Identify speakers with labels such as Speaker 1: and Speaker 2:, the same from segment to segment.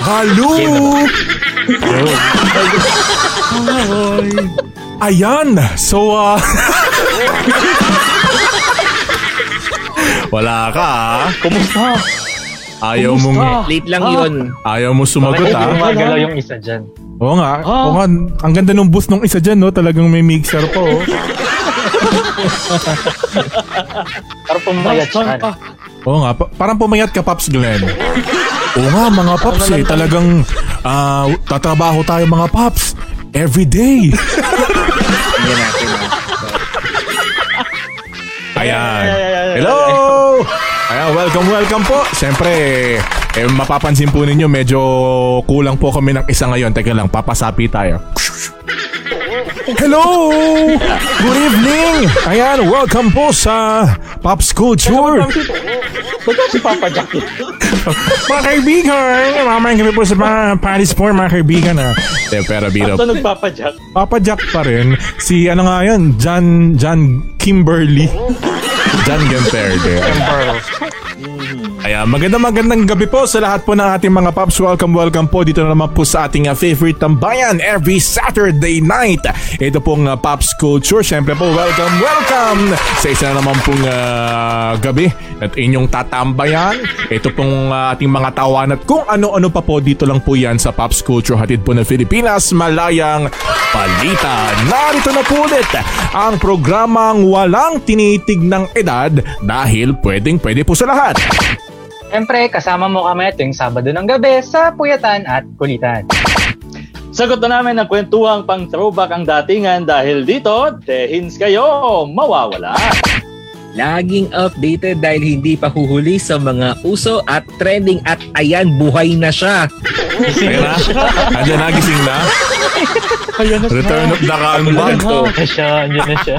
Speaker 1: Hello! Ayan! So, ah... Wala ka, ah.
Speaker 2: Kumusta?
Speaker 1: Ayaw mong...
Speaker 2: Kumusta?
Speaker 3: Late lang
Speaker 2: Ah.
Speaker 3: yun.
Speaker 1: Ayaw mo sumagot,
Speaker 2: Bakit
Speaker 1: ah.
Speaker 2: gumagalaw yung isa dyan?
Speaker 1: Oo nga.
Speaker 2: Ah.
Speaker 1: Oo nga. Ang ganda nung booth nung isa dyan, no? Talagang may mixer po, oh.
Speaker 2: Parang pumayat siya.
Speaker 4: Nasaan ka?
Speaker 1: Oo nga. Pa- parang pumayat ka, Pops Glenn. Oo nga, mga Pops, eh. Talagang ah, tatrabaho tayo, mga Pops. Every day.
Speaker 3: Hindi natin. ah.
Speaker 1: Ayan. Hello! Ayan, welcome, welcome po. Siyempre, eh, mapapansin po ninyo, medyo kulang po kami ng isa ngayon. Teka lang, papasapi tayo. Hello! Good evening! Ayan, welcome po sa Pops Culture.
Speaker 2: Ba't si Papa Jack yun?
Speaker 1: mga kaibigan, mamaya kami po sa mga Paris Sport, mga kaibigan. Ah. Eh, pero biro.
Speaker 2: Ito nagpapa Jack.
Speaker 1: Papa Jack pa rin. Si ano nga yun, John, John Kimberly. John Gemperde. Ayan, magandang magandang gabi po sa lahat po ng ating mga paps. Welcome, welcome po dito na naman po sa ating uh, favorite tambayan every Saturday night. Ito pong uh, Pops Culture. Siyempre po, welcome, welcome sa isa na naman pong uh, gabi at inyong tatambayan. Ito pong uh, ating mga tawan at kung ano-ano pa po dito lang po yan sa Pops Culture. Hatid po ng Pilipinas, malayang balita. Narito na po ulit ang programang walang tinitig ng edad dahil pwedeng pwede po sa lahat.
Speaker 4: Siyempre, kasama mo kami tuwing Sabado ng gabi sa Puyatan at Kulitan.
Speaker 2: Sagot na namin ang kwentuhang pang throwback ang datingan dahil dito, tehins kayo, mawawala.
Speaker 3: Laging updated dahil hindi pa huhuli sa mga uso at trending at ayan, buhay na siya.
Speaker 1: Ayan na. Andiyan na, gising na.
Speaker 2: Ayan na
Speaker 1: Return of the Kanban.
Speaker 2: na siya, andyan na siya.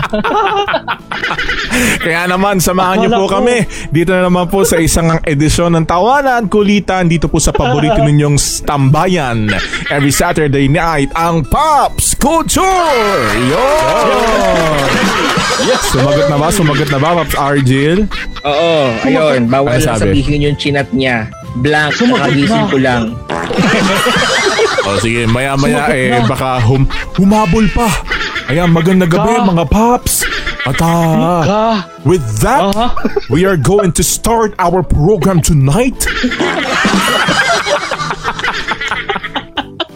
Speaker 1: Kaya naman, samahan niyo po
Speaker 2: Akala ko.
Speaker 1: kami. Dito na naman po sa isang edisyon ng Tawanan Kulitan. Dito po sa paborito ninyong tambayan. Every Saturday night, ang Pops Culture! Yun! Yes! Sumagot na ba? Sumagot na ba, Pops Argil?
Speaker 3: Oo, ayun.
Speaker 1: Ano
Speaker 3: Bawal lang
Speaker 1: sabi?
Speaker 3: sabihin yung chinat niya. Blank,
Speaker 2: Sumagot
Speaker 3: nakagising
Speaker 2: na.
Speaker 3: ko lang.
Speaker 1: O sige, maya-maya
Speaker 2: Sumagot
Speaker 1: eh,
Speaker 2: na.
Speaker 1: baka hum humabol pa. Ayan, magandang gabi
Speaker 2: Ka.
Speaker 1: mga Pops! At ah,
Speaker 2: Ah,
Speaker 1: With that,
Speaker 2: Aha.
Speaker 1: we are going to start our program tonight.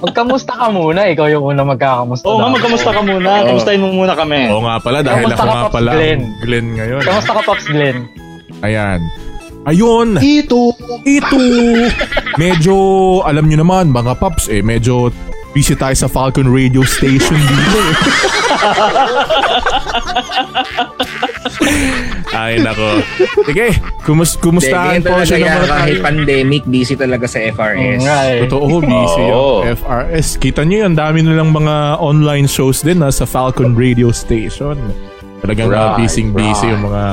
Speaker 4: Magkamusta ka muna, ikaw yung unang magkakamusta.
Speaker 2: Oo
Speaker 4: daw.
Speaker 2: nga, magkamusta ka muna?
Speaker 3: Oo.
Speaker 2: Kamustahin mo muna kami.
Speaker 1: Oo nga pala, dahil
Speaker 4: Kamusta
Speaker 1: ako
Speaker 4: ka,
Speaker 1: nga
Speaker 4: Pops
Speaker 1: pala ang
Speaker 4: Glenn?
Speaker 1: Glenn ngayon.
Speaker 4: Kamusta ka, Pops Glenn?
Speaker 1: Ayan. Ayun,
Speaker 2: Ito.
Speaker 1: ito. Medyo, alam nyo naman, mga Pops, eh, medyo busy tayo sa Falcon Radio Station dito. eh. Ay, nako. Sige, kumus kumustahan
Speaker 3: Sige,
Speaker 1: po
Speaker 3: talaga
Speaker 1: siya
Speaker 3: yan.
Speaker 1: naman
Speaker 3: Kahit
Speaker 1: tayo.
Speaker 3: pandemic, busy talaga sa
Speaker 4: Oo
Speaker 3: FRS.
Speaker 4: nga eh.
Speaker 1: Totoo, busy
Speaker 2: Oo.
Speaker 1: yung FRS. Kita nyo yun, dami nilang mga online shows din na sa Falcon Radio Station. Talagang
Speaker 4: Right,
Speaker 1: busy busy
Speaker 4: right.
Speaker 1: yung mga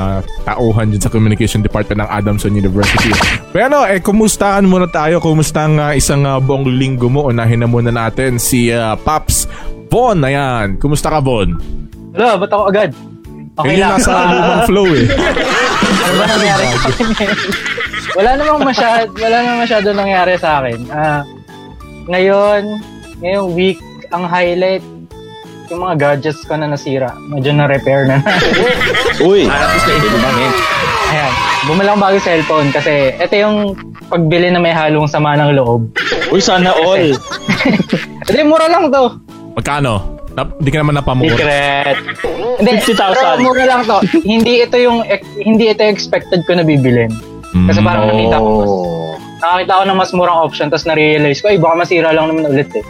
Speaker 1: tauhan dyan sa Communication Department ng Adamson University. Pero eh, kumustahan muna tayo. Kumusta ang ah, isang ah, buong linggo mo? Unahin na muna natin si ah, Paps Von. Ayan. Kumusta ka, Von?
Speaker 4: Wala, ba't ako agad? Okay
Speaker 1: Yun yung
Speaker 4: lang.
Speaker 1: nasa lumang flow eh.
Speaker 4: Ano ba nangyari sa akin ngayon? wala namang masyad, wala namang masyado nangyari sa akin. Ah, ngayon, ngayong week, ang highlight, yung mga gadgets ko na nasira. Medyo na-repair na.
Speaker 2: Uy.
Speaker 3: Para po sa improvement.
Speaker 4: Ayan. Bumalang bago yung cellphone kasi ito yung pagbili na may halong sama ng loob.
Speaker 2: Uy, sana all.
Speaker 4: Hindi, mura lang to.
Speaker 1: Magkano? Nap- Hindi ka naman napamukha.
Speaker 4: Secret. Hindi,
Speaker 2: 50,000.
Speaker 4: pero mura lang to. hindi ito yung hindi ito yung expected ko na bibilin. Kasi
Speaker 1: Mm,
Speaker 4: parang nakita ko mas, nakakita ko ng mas murang option tapos na-realize ko, ay baka masira lang naman ulit eh.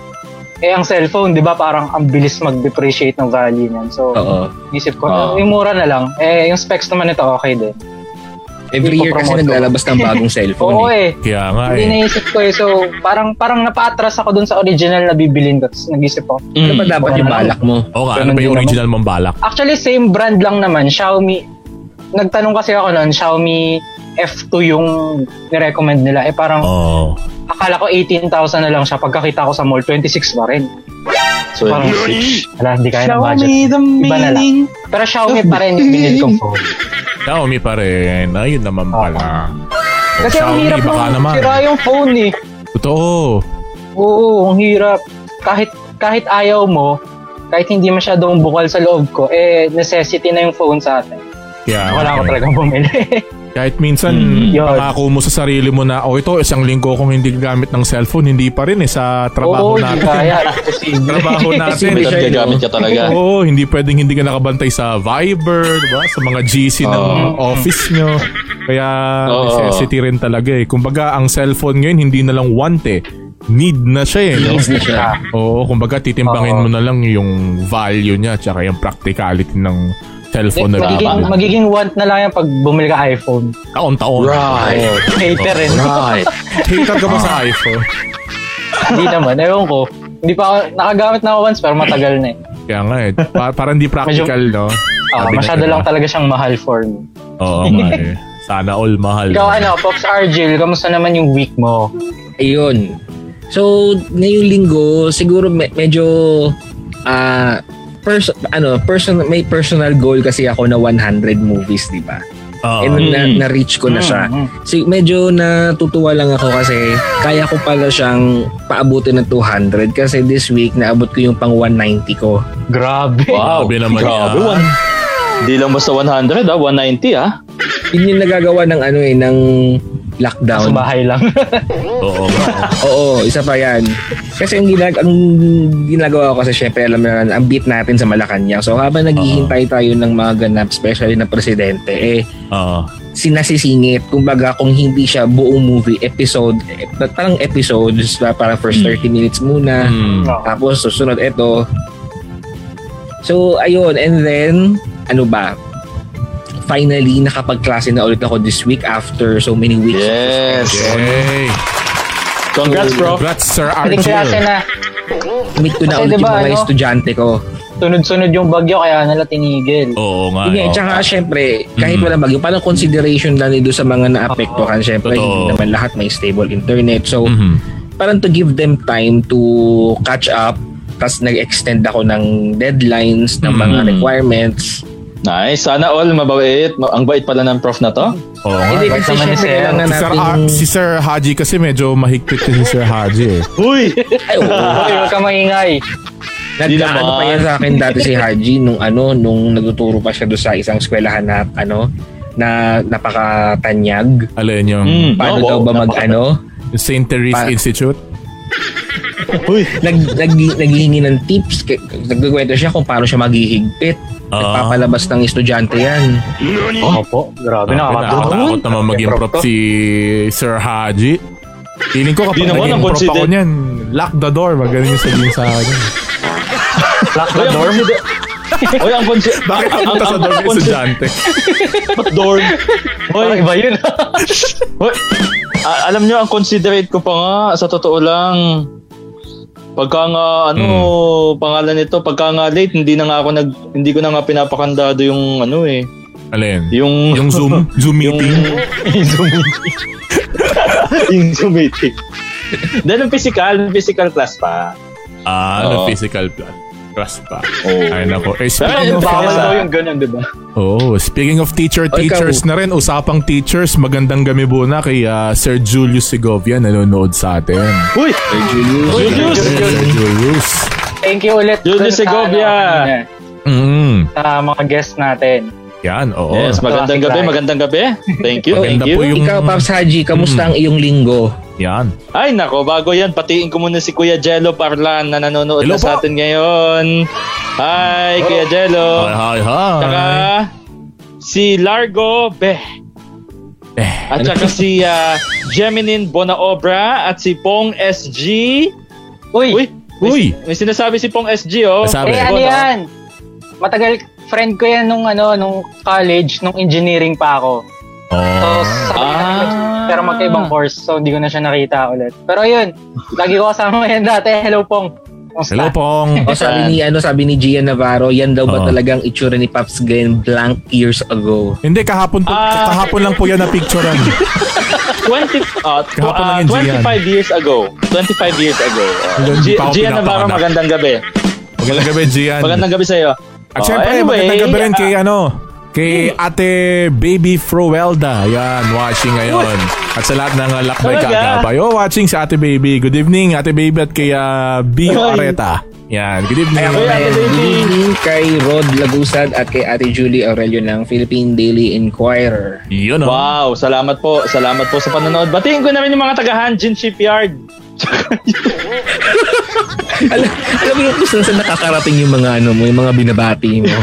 Speaker 4: Eh, ang cellphone, di ba, parang ang bilis mag-depreciate ng value niyan. So,
Speaker 3: Oo.
Speaker 4: isip ko,
Speaker 3: Oo.
Speaker 4: yung mura na lang. Eh, yung specs naman ito, okay din.
Speaker 3: Every year kasi
Speaker 4: Ipopromote ko.
Speaker 3: naglalabas ng bagong cellphone.
Speaker 4: Oo
Speaker 3: eh.
Speaker 4: eh.
Speaker 1: Kaya nga
Speaker 4: Hindi
Speaker 1: eh.
Speaker 4: naisip ko eh. So, parang parang napaatras ako dun sa original na bibilin ko. Tapos nag-isip ako.
Speaker 3: Ano
Speaker 2: Mm.
Speaker 3: ba dapat yung
Speaker 4: Oo.
Speaker 3: balak mo?
Speaker 1: O nga, ano
Speaker 4: Ganun
Speaker 1: ba yung
Speaker 4: din
Speaker 1: original mong balak?
Speaker 4: Actually, same brand lang naman. Xiaomi. Nagtanong kasi ako noon, Xiaomi F2 yung nirecommend nila. Eh parang
Speaker 1: Oo.
Speaker 4: akala ko 18,000 na lang siya. Pagkakita ko sa mall, 26 pa rin. So, parang, ala, hindi kaya ng budget.
Speaker 2: the
Speaker 4: Iba na lang. Pero Xiaomi pa rin yung binili kong phone.
Speaker 1: Xiaomi pa rin. Ayun naman pala.
Speaker 4: Kasi
Speaker 1: Xiaomi,
Speaker 4: ang hirap
Speaker 1: baka
Speaker 4: nung
Speaker 1: naman.
Speaker 4: sira yung phone eh.
Speaker 1: Totoo.
Speaker 4: Oo, ang hirap. Kahit kahit ayaw mo, kahit hindi masyadong bukal sa loob ko, eh necessity na yung phone sa atin.
Speaker 1: Kaya,
Speaker 4: Wala ko
Speaker 1: eh,
Speaker 4: talagang bumili.
Speaker 1: kahit minsan,
Speaker 2: Mm,
Speaker 4: yun.
Speaker 1: pangako mo sa sarili mo na, oh, ito, isang linggo kong hindi gamit ng cellphone, hindi pa rin eh, sa trabaho
Speaker 4: Oo,
Speaker 1: natin.
Speaker 4: Hindi kaya. Imposible.
Speaker 1: trabaho natin.
Speaker 2: May
Speaker 3: Siya,
Speaker 2: gagamit ka talaga.
Speaker 1: Oo, hindi pwedeng hindi ka nakabantay sa Viber, di ba? Sa mga GC ng
Speaker 2: Oo.
Speaker 1: office nyo. Kaya
Speaker 2: Oo.
Speaker 1: necessity rin talaga eh. Kumbaga, ang cellphone ngayon, hindi na lang want eh. Need na siya eh. no?
Speaker 3: Please na siya.
Speaker 1: Oo, kumbaga titimbangin
Speaker 4: Oo.
Speaker 1: mo na lang yung value niya tsaka yung practicality ng cellphone na
Speaker 4: magiging,
Speaker 1: bibili.
Speaker 4: magiging want na lang yan pag bumili ka iPhone. eh,
Speaker 1: Taon-taon.
Speaker 2: Right.
Speaker 4: Later rin.
Speaker 2: Right.
Speaker 1: Hater ka ba sa
Speaker 4: Ah.
Speaker 1: iPhone?
Speaker 4: Hindi naman. Ewan ko. Hindi pa ako, nakagamit na ako once pero matagal na eh.
Speaker 1: Kaya nga eh. Pa- parang di practical, no?
Speaker 4: Ah,
Speaker 1: Sabi na
Speaker 4: masyado
Speaker 1: iba.
Speaker 4: lang talaga siyang mahal for me.
Speaker 1: Oo nga eh. Sana all mahal.
Speaker 4: Ikaw ano, Pops Argel, kamusta naman yung week mo?
Speaker 3: Ayun. So, ngayong linggo, siguro me- medyo ah pers- ano, person may personal goal kasi ako na 100 movies, di ba?
Speaker 1: Oo.
Speaker 3: And
Speaker 2: Mm.
Speaker 3: na- na-reach ko Ano na siya.
Speaker 4: Mm, mm.
Speaker 3: So, medyo natutuwa lang ako kasi kaya ko pala siyang paabutin ng 200 kasi this week naabot ko yung pang 190 ko.
Speaker 4: Grabe.
Speaker 2: Wow.
Speaker 1: Grabe naman
Speaker 2: Grabe.
Speaker 1: yan.
Speaker 2: One, di lang basta 100 ah, 190 ah.
Speaker 3: Yun yung nagagawa ng ano eh, ng lockdown.
Speaker 4: Sa bahay lang.
Speaker 1: Oo. oo.
Speaker 3: Oo, isa pa yan. Kasi ang, ginag ang ginagawa ko kasi syempre alam mo naman, ang beat natin sa Malacanang. So habang naghihintay tayo ng mga ganap, especially na presidente, eh
Speaker 1: Oo.
Speaker 3: sinasisingit. Kumbaga kung hindi siya buong movie, episode, eh, parang episodes na parang
Speaker 4: Hmm.
Speaker 3: first 30 minutes muna.
Speaker 1: Mm.
Speaker 4: No.
Speaker 3: Tapos susunod ito. So ayun, and then ano ba? Finally, nakapagklase na ulit ako this week after so many weeks.
Speaker 2: Yes.
Speaker 1: Yay.
Speaker 2: Congrats, bro.
Speaker 1: Congrats, Sir
Speaker 4: Ating klase
Speaker 1: Archie.
Speaker 4: na
Speaker 3: Meet ko na
Speaker 4: Kasi
Speaker 3: ulit
Speaker 4: diba,
Speaker 3: yung mga
Speaker 4: ano?
Speaker 3: estudyante ko.
Speaker 4: sunod-sunod yung bagyo kaya nila tinigil.
Speaker 1: Oo nga. eh.
Speaker 3: Hindi,
Speaker 1: oo.
Speaker 3: tsaka syempre,
Speaker 2: Mm-hmm.
Speaker 3: kahit
Speaker 1: Mm.
Speaker 3: wala bagyo, parang consideration lang nito sa mga naapektuhan. Syempre,
Speaker 1: Totoo.
Speaker 3: hindi naman lahat may stable internet. So,
Speaker 2: Mm.
Speaker 1: Mhm.
Speaker 3: parang to give them time to catch up. Tapos nag-extend ako ng deadlines, ng mga
Speaker 2: Mm.
Speaker 3: requirements.
Speaker 2: Nice. Sana all mabait. Ma- Ang bait pala ng prof na to.
Speaker 1: Oo nga.
Speaker 3: Hindi,
Speaker 4: bait Ah,
Speaker 3: kasi
Speaker 4: naman ni
Speaker 3: syempre,
Speaker 4: Sir.
Speaker 3: kailangan
Speaker 1: Si Sir, Ar-
Speaker 3: natin...
Speaker 1: si Sir Haji kasi medyo mahigpit kasi si Sir Haji eh.
Speaker 2: Uy!
Speaker 3: Ay, oo.
Speaker 4: Hoy, huwag ka maingay.
Speaker 2: Di
Speaker 3: Nagkaano
Speaker 2: naman.
Speaker 3: pa yan sa akin dati si Haji nung ano, nung nagtuturo pa siya doon sa isang eskwelahan na ano, na napakatanyag.
Speaker 1: Alin yung
Speaker 4: Hmm.
Speaker 2: Mm.
Speaker 3: Paano
Speaker 2: Oo,
Speaker 3: daw ba mag
Speaker 2: napaka-
Speaker 3: ano?
Speaker 1: St. Therese
Speaker 3: Pa-
Speaker 1: Institute?
Speaker 2: Uy!
Speaker 3: nag, nag, naghihingi ng tips. K- Nagkukwento siya kung paano siya maghihigpit.
Speaker 1: Ah.
Speaker 3: Nagpapalabas ng estudyante yan.
Speaker 2: Ah,
Speaker 4: Opo, grabe na.
Speaker 1: Nakakatakot naman maging prop si Sir Haji. Feeling ko kapag
Speaker 2: Di naman,
Speaker 1: naging
Speaker 2: ang
Speaker 1: prop ako
Speaker 2: consider-
Speaker 1: niyan, lock the door. Wag ganun yung sabihin sa akin.
Speaker 4: Lock the
Speaker 2: Uy, ang
Speaker 4: door.
Speaker 2: consider- Uy, ang konsi...
Speaker 1: Bakit pumunta sa dorm yung estudyante?
Speaker 2: dorm? Uy,
Speaker 4: Parang iba yun.
Speaker 2: uy. Ah, alam nyo, ang considerate ko pa nga, sa totoo lang, pagka nga, ano, pangalan nito, pagka nga late, hindi na nga ako nag, hindi ko na nga pinapakandado yung, ano eh,
Speaker 1: Alin?
Speaker 2: yung,
Speaker 1: Yung Zoom, Zoom
Speaker 2: yung,
Speaker 1: meeting?
Speaker 2: yung Zoom meeting. yung Zoom meeting. Then, yung physical, yung physical class pa.
Speaker 1: Ah, ano,
Speaker 2: Oo.
Speaker 1: physical plan. Trust pa.
Speaker 2: Oo.
Speaker 1: Ay, nako. Eh, speaking
Speaker 2: Pero,
Speaker 1: of,
Speaker 4: Bawal
Speaker 2: Sa-
Speaker 4: daw yung ganun, di ba?
Speaker 1: oh, speaking of teacher,
Speaker 3: Ay, ikaw.
Speaker 1: teachers na rin. Usapang teachers, magandang gabi muna kay ah, Sir Julius Segovia nanonood sa atin.
Speaker 2: Uy! Julius!
Speaker 1: Sir Julius.
Speaker 4: Thank you ulit. dun
Speaker 2: Julius
Speaker 4: sa,
Speaker 2: Segovia.
Speaker 4: ano,
Speaker 1: Mm,
Speaker 4: Sa mga guests natin.
Speaker 1: yan, oo.
Speaker 2: Yes, magandang
Speaker 4: Classic
Speaker 2: gabi,
Speaker 4: ride.
Speaker 2: magandang gabi. Thank you,
Speaker 3: Oh,
Speaker 2: thank
Speaker 1: Maganda po
Speaker 2: you.
Speaker 1: yung...
Speaker 3: Ikaw, Paps Haji, kamusta ang iyong linggo?
Speaker 1: Yan.
Speaker 2: Ay nako, bago yan, patiin ko muna si Kuya Jello Parlan na nanonood
Speaker 1: Hello
Speaker 2: na sa
Speaker 1: po.
Speaker 2: atin ngayon. Hi, Kuya Jello.
Speaker 1: Hi, hi, hi.
Speaker 2: Oh. Tsaka si Largo Beh.
Speaker 1: Eh,
Speaker 2: At saka si ah, Geminin Bonaobra at si Pong SG.
Speaker 4: Uy,
Speaker 2: Uy! may-
Speaker 1: Uy.
Speaker 2: May sinasabi si Pong SG, oh.
Speaker 1: Nasabi.
Speaker 4: eh ano yan? Matagal, friend ko yan nung ano, nung college, nung engineering pa ako. So,
Speaker 1: oh.
Speaker 4: sa
Speaker 2: Ah.
Speaker 4: pero magkaibang course, so hindi ko na siya nakita ulit. Pero yun, lagi ko kasama yan dati. Hello pong. Kamusta?
Speaker 1: Hello, Pong.
Speaker 2: ah.
Speaker 3: O sabi ni ano sabi ni Gia Navarro, yan daw ba
Speaker 1: Oo.
Speaker 3: talagang itsura ni Paps Glenn blank years ago?
Speaker 1: Hindi, kahapon po,
Speaker 2: Ah.
Speaker 1: kahapon lang po yan na picturean.
Speaker 2: 20, ah, tw-
Speaker 1: Kahapon lang yan,
Speaker 2: ah, 25 years ago. 25 years ago.
Speaker 1: Hindi, hindi
Speaker 2: G-
Speaker 1: pa ako
Speaker 2: Gian Navarro,
Speaker 1: pinapanganak.
Speaker 2: magandang gabi.
Speaker 1: Magandang gabi, Gian.
Speaker 2: Magandang gabi sa'yo.
Speaker 1: At
Speaker 2: Oh,
Speaker 1: syempre, magandang gabi rin
Speaker 2: ah,
Speaker 1: kay ano, Kay Ate Baby Froelda. Yan, watching ngayon. At sa lahat ng uh, lakbay
Speaker 2: Talaga?
Speaker 1: kaagapay. Oh, watching si Ate Baby. Good evening, Ate Baby at kay uh, Bio
Speaker 2: Ay.
Speaker 1: Areta. Yan, good evening.
Speaker 3: Kaya ako
Speaker 2: Kuya,
Speaker 3: na yan.
Speaker 2: Ate
Speaker 3: Good
Speaker 2: Julie.
Speaker 3: evening kay Rod Lagusan at kay Ate Julie Aurelio ng Philippine Daily Inquirer.
Speaker 1: Yun, oh.
Speaker 2: Wow, salamat po. Salamat po sa panonood. Batiin ko na rin yung mga taga Hanjin Shipyard.
Speaker 3: Alam, alam mo yung kung saan saan nakakarating yung mga ano mo, yung mga binabati mo.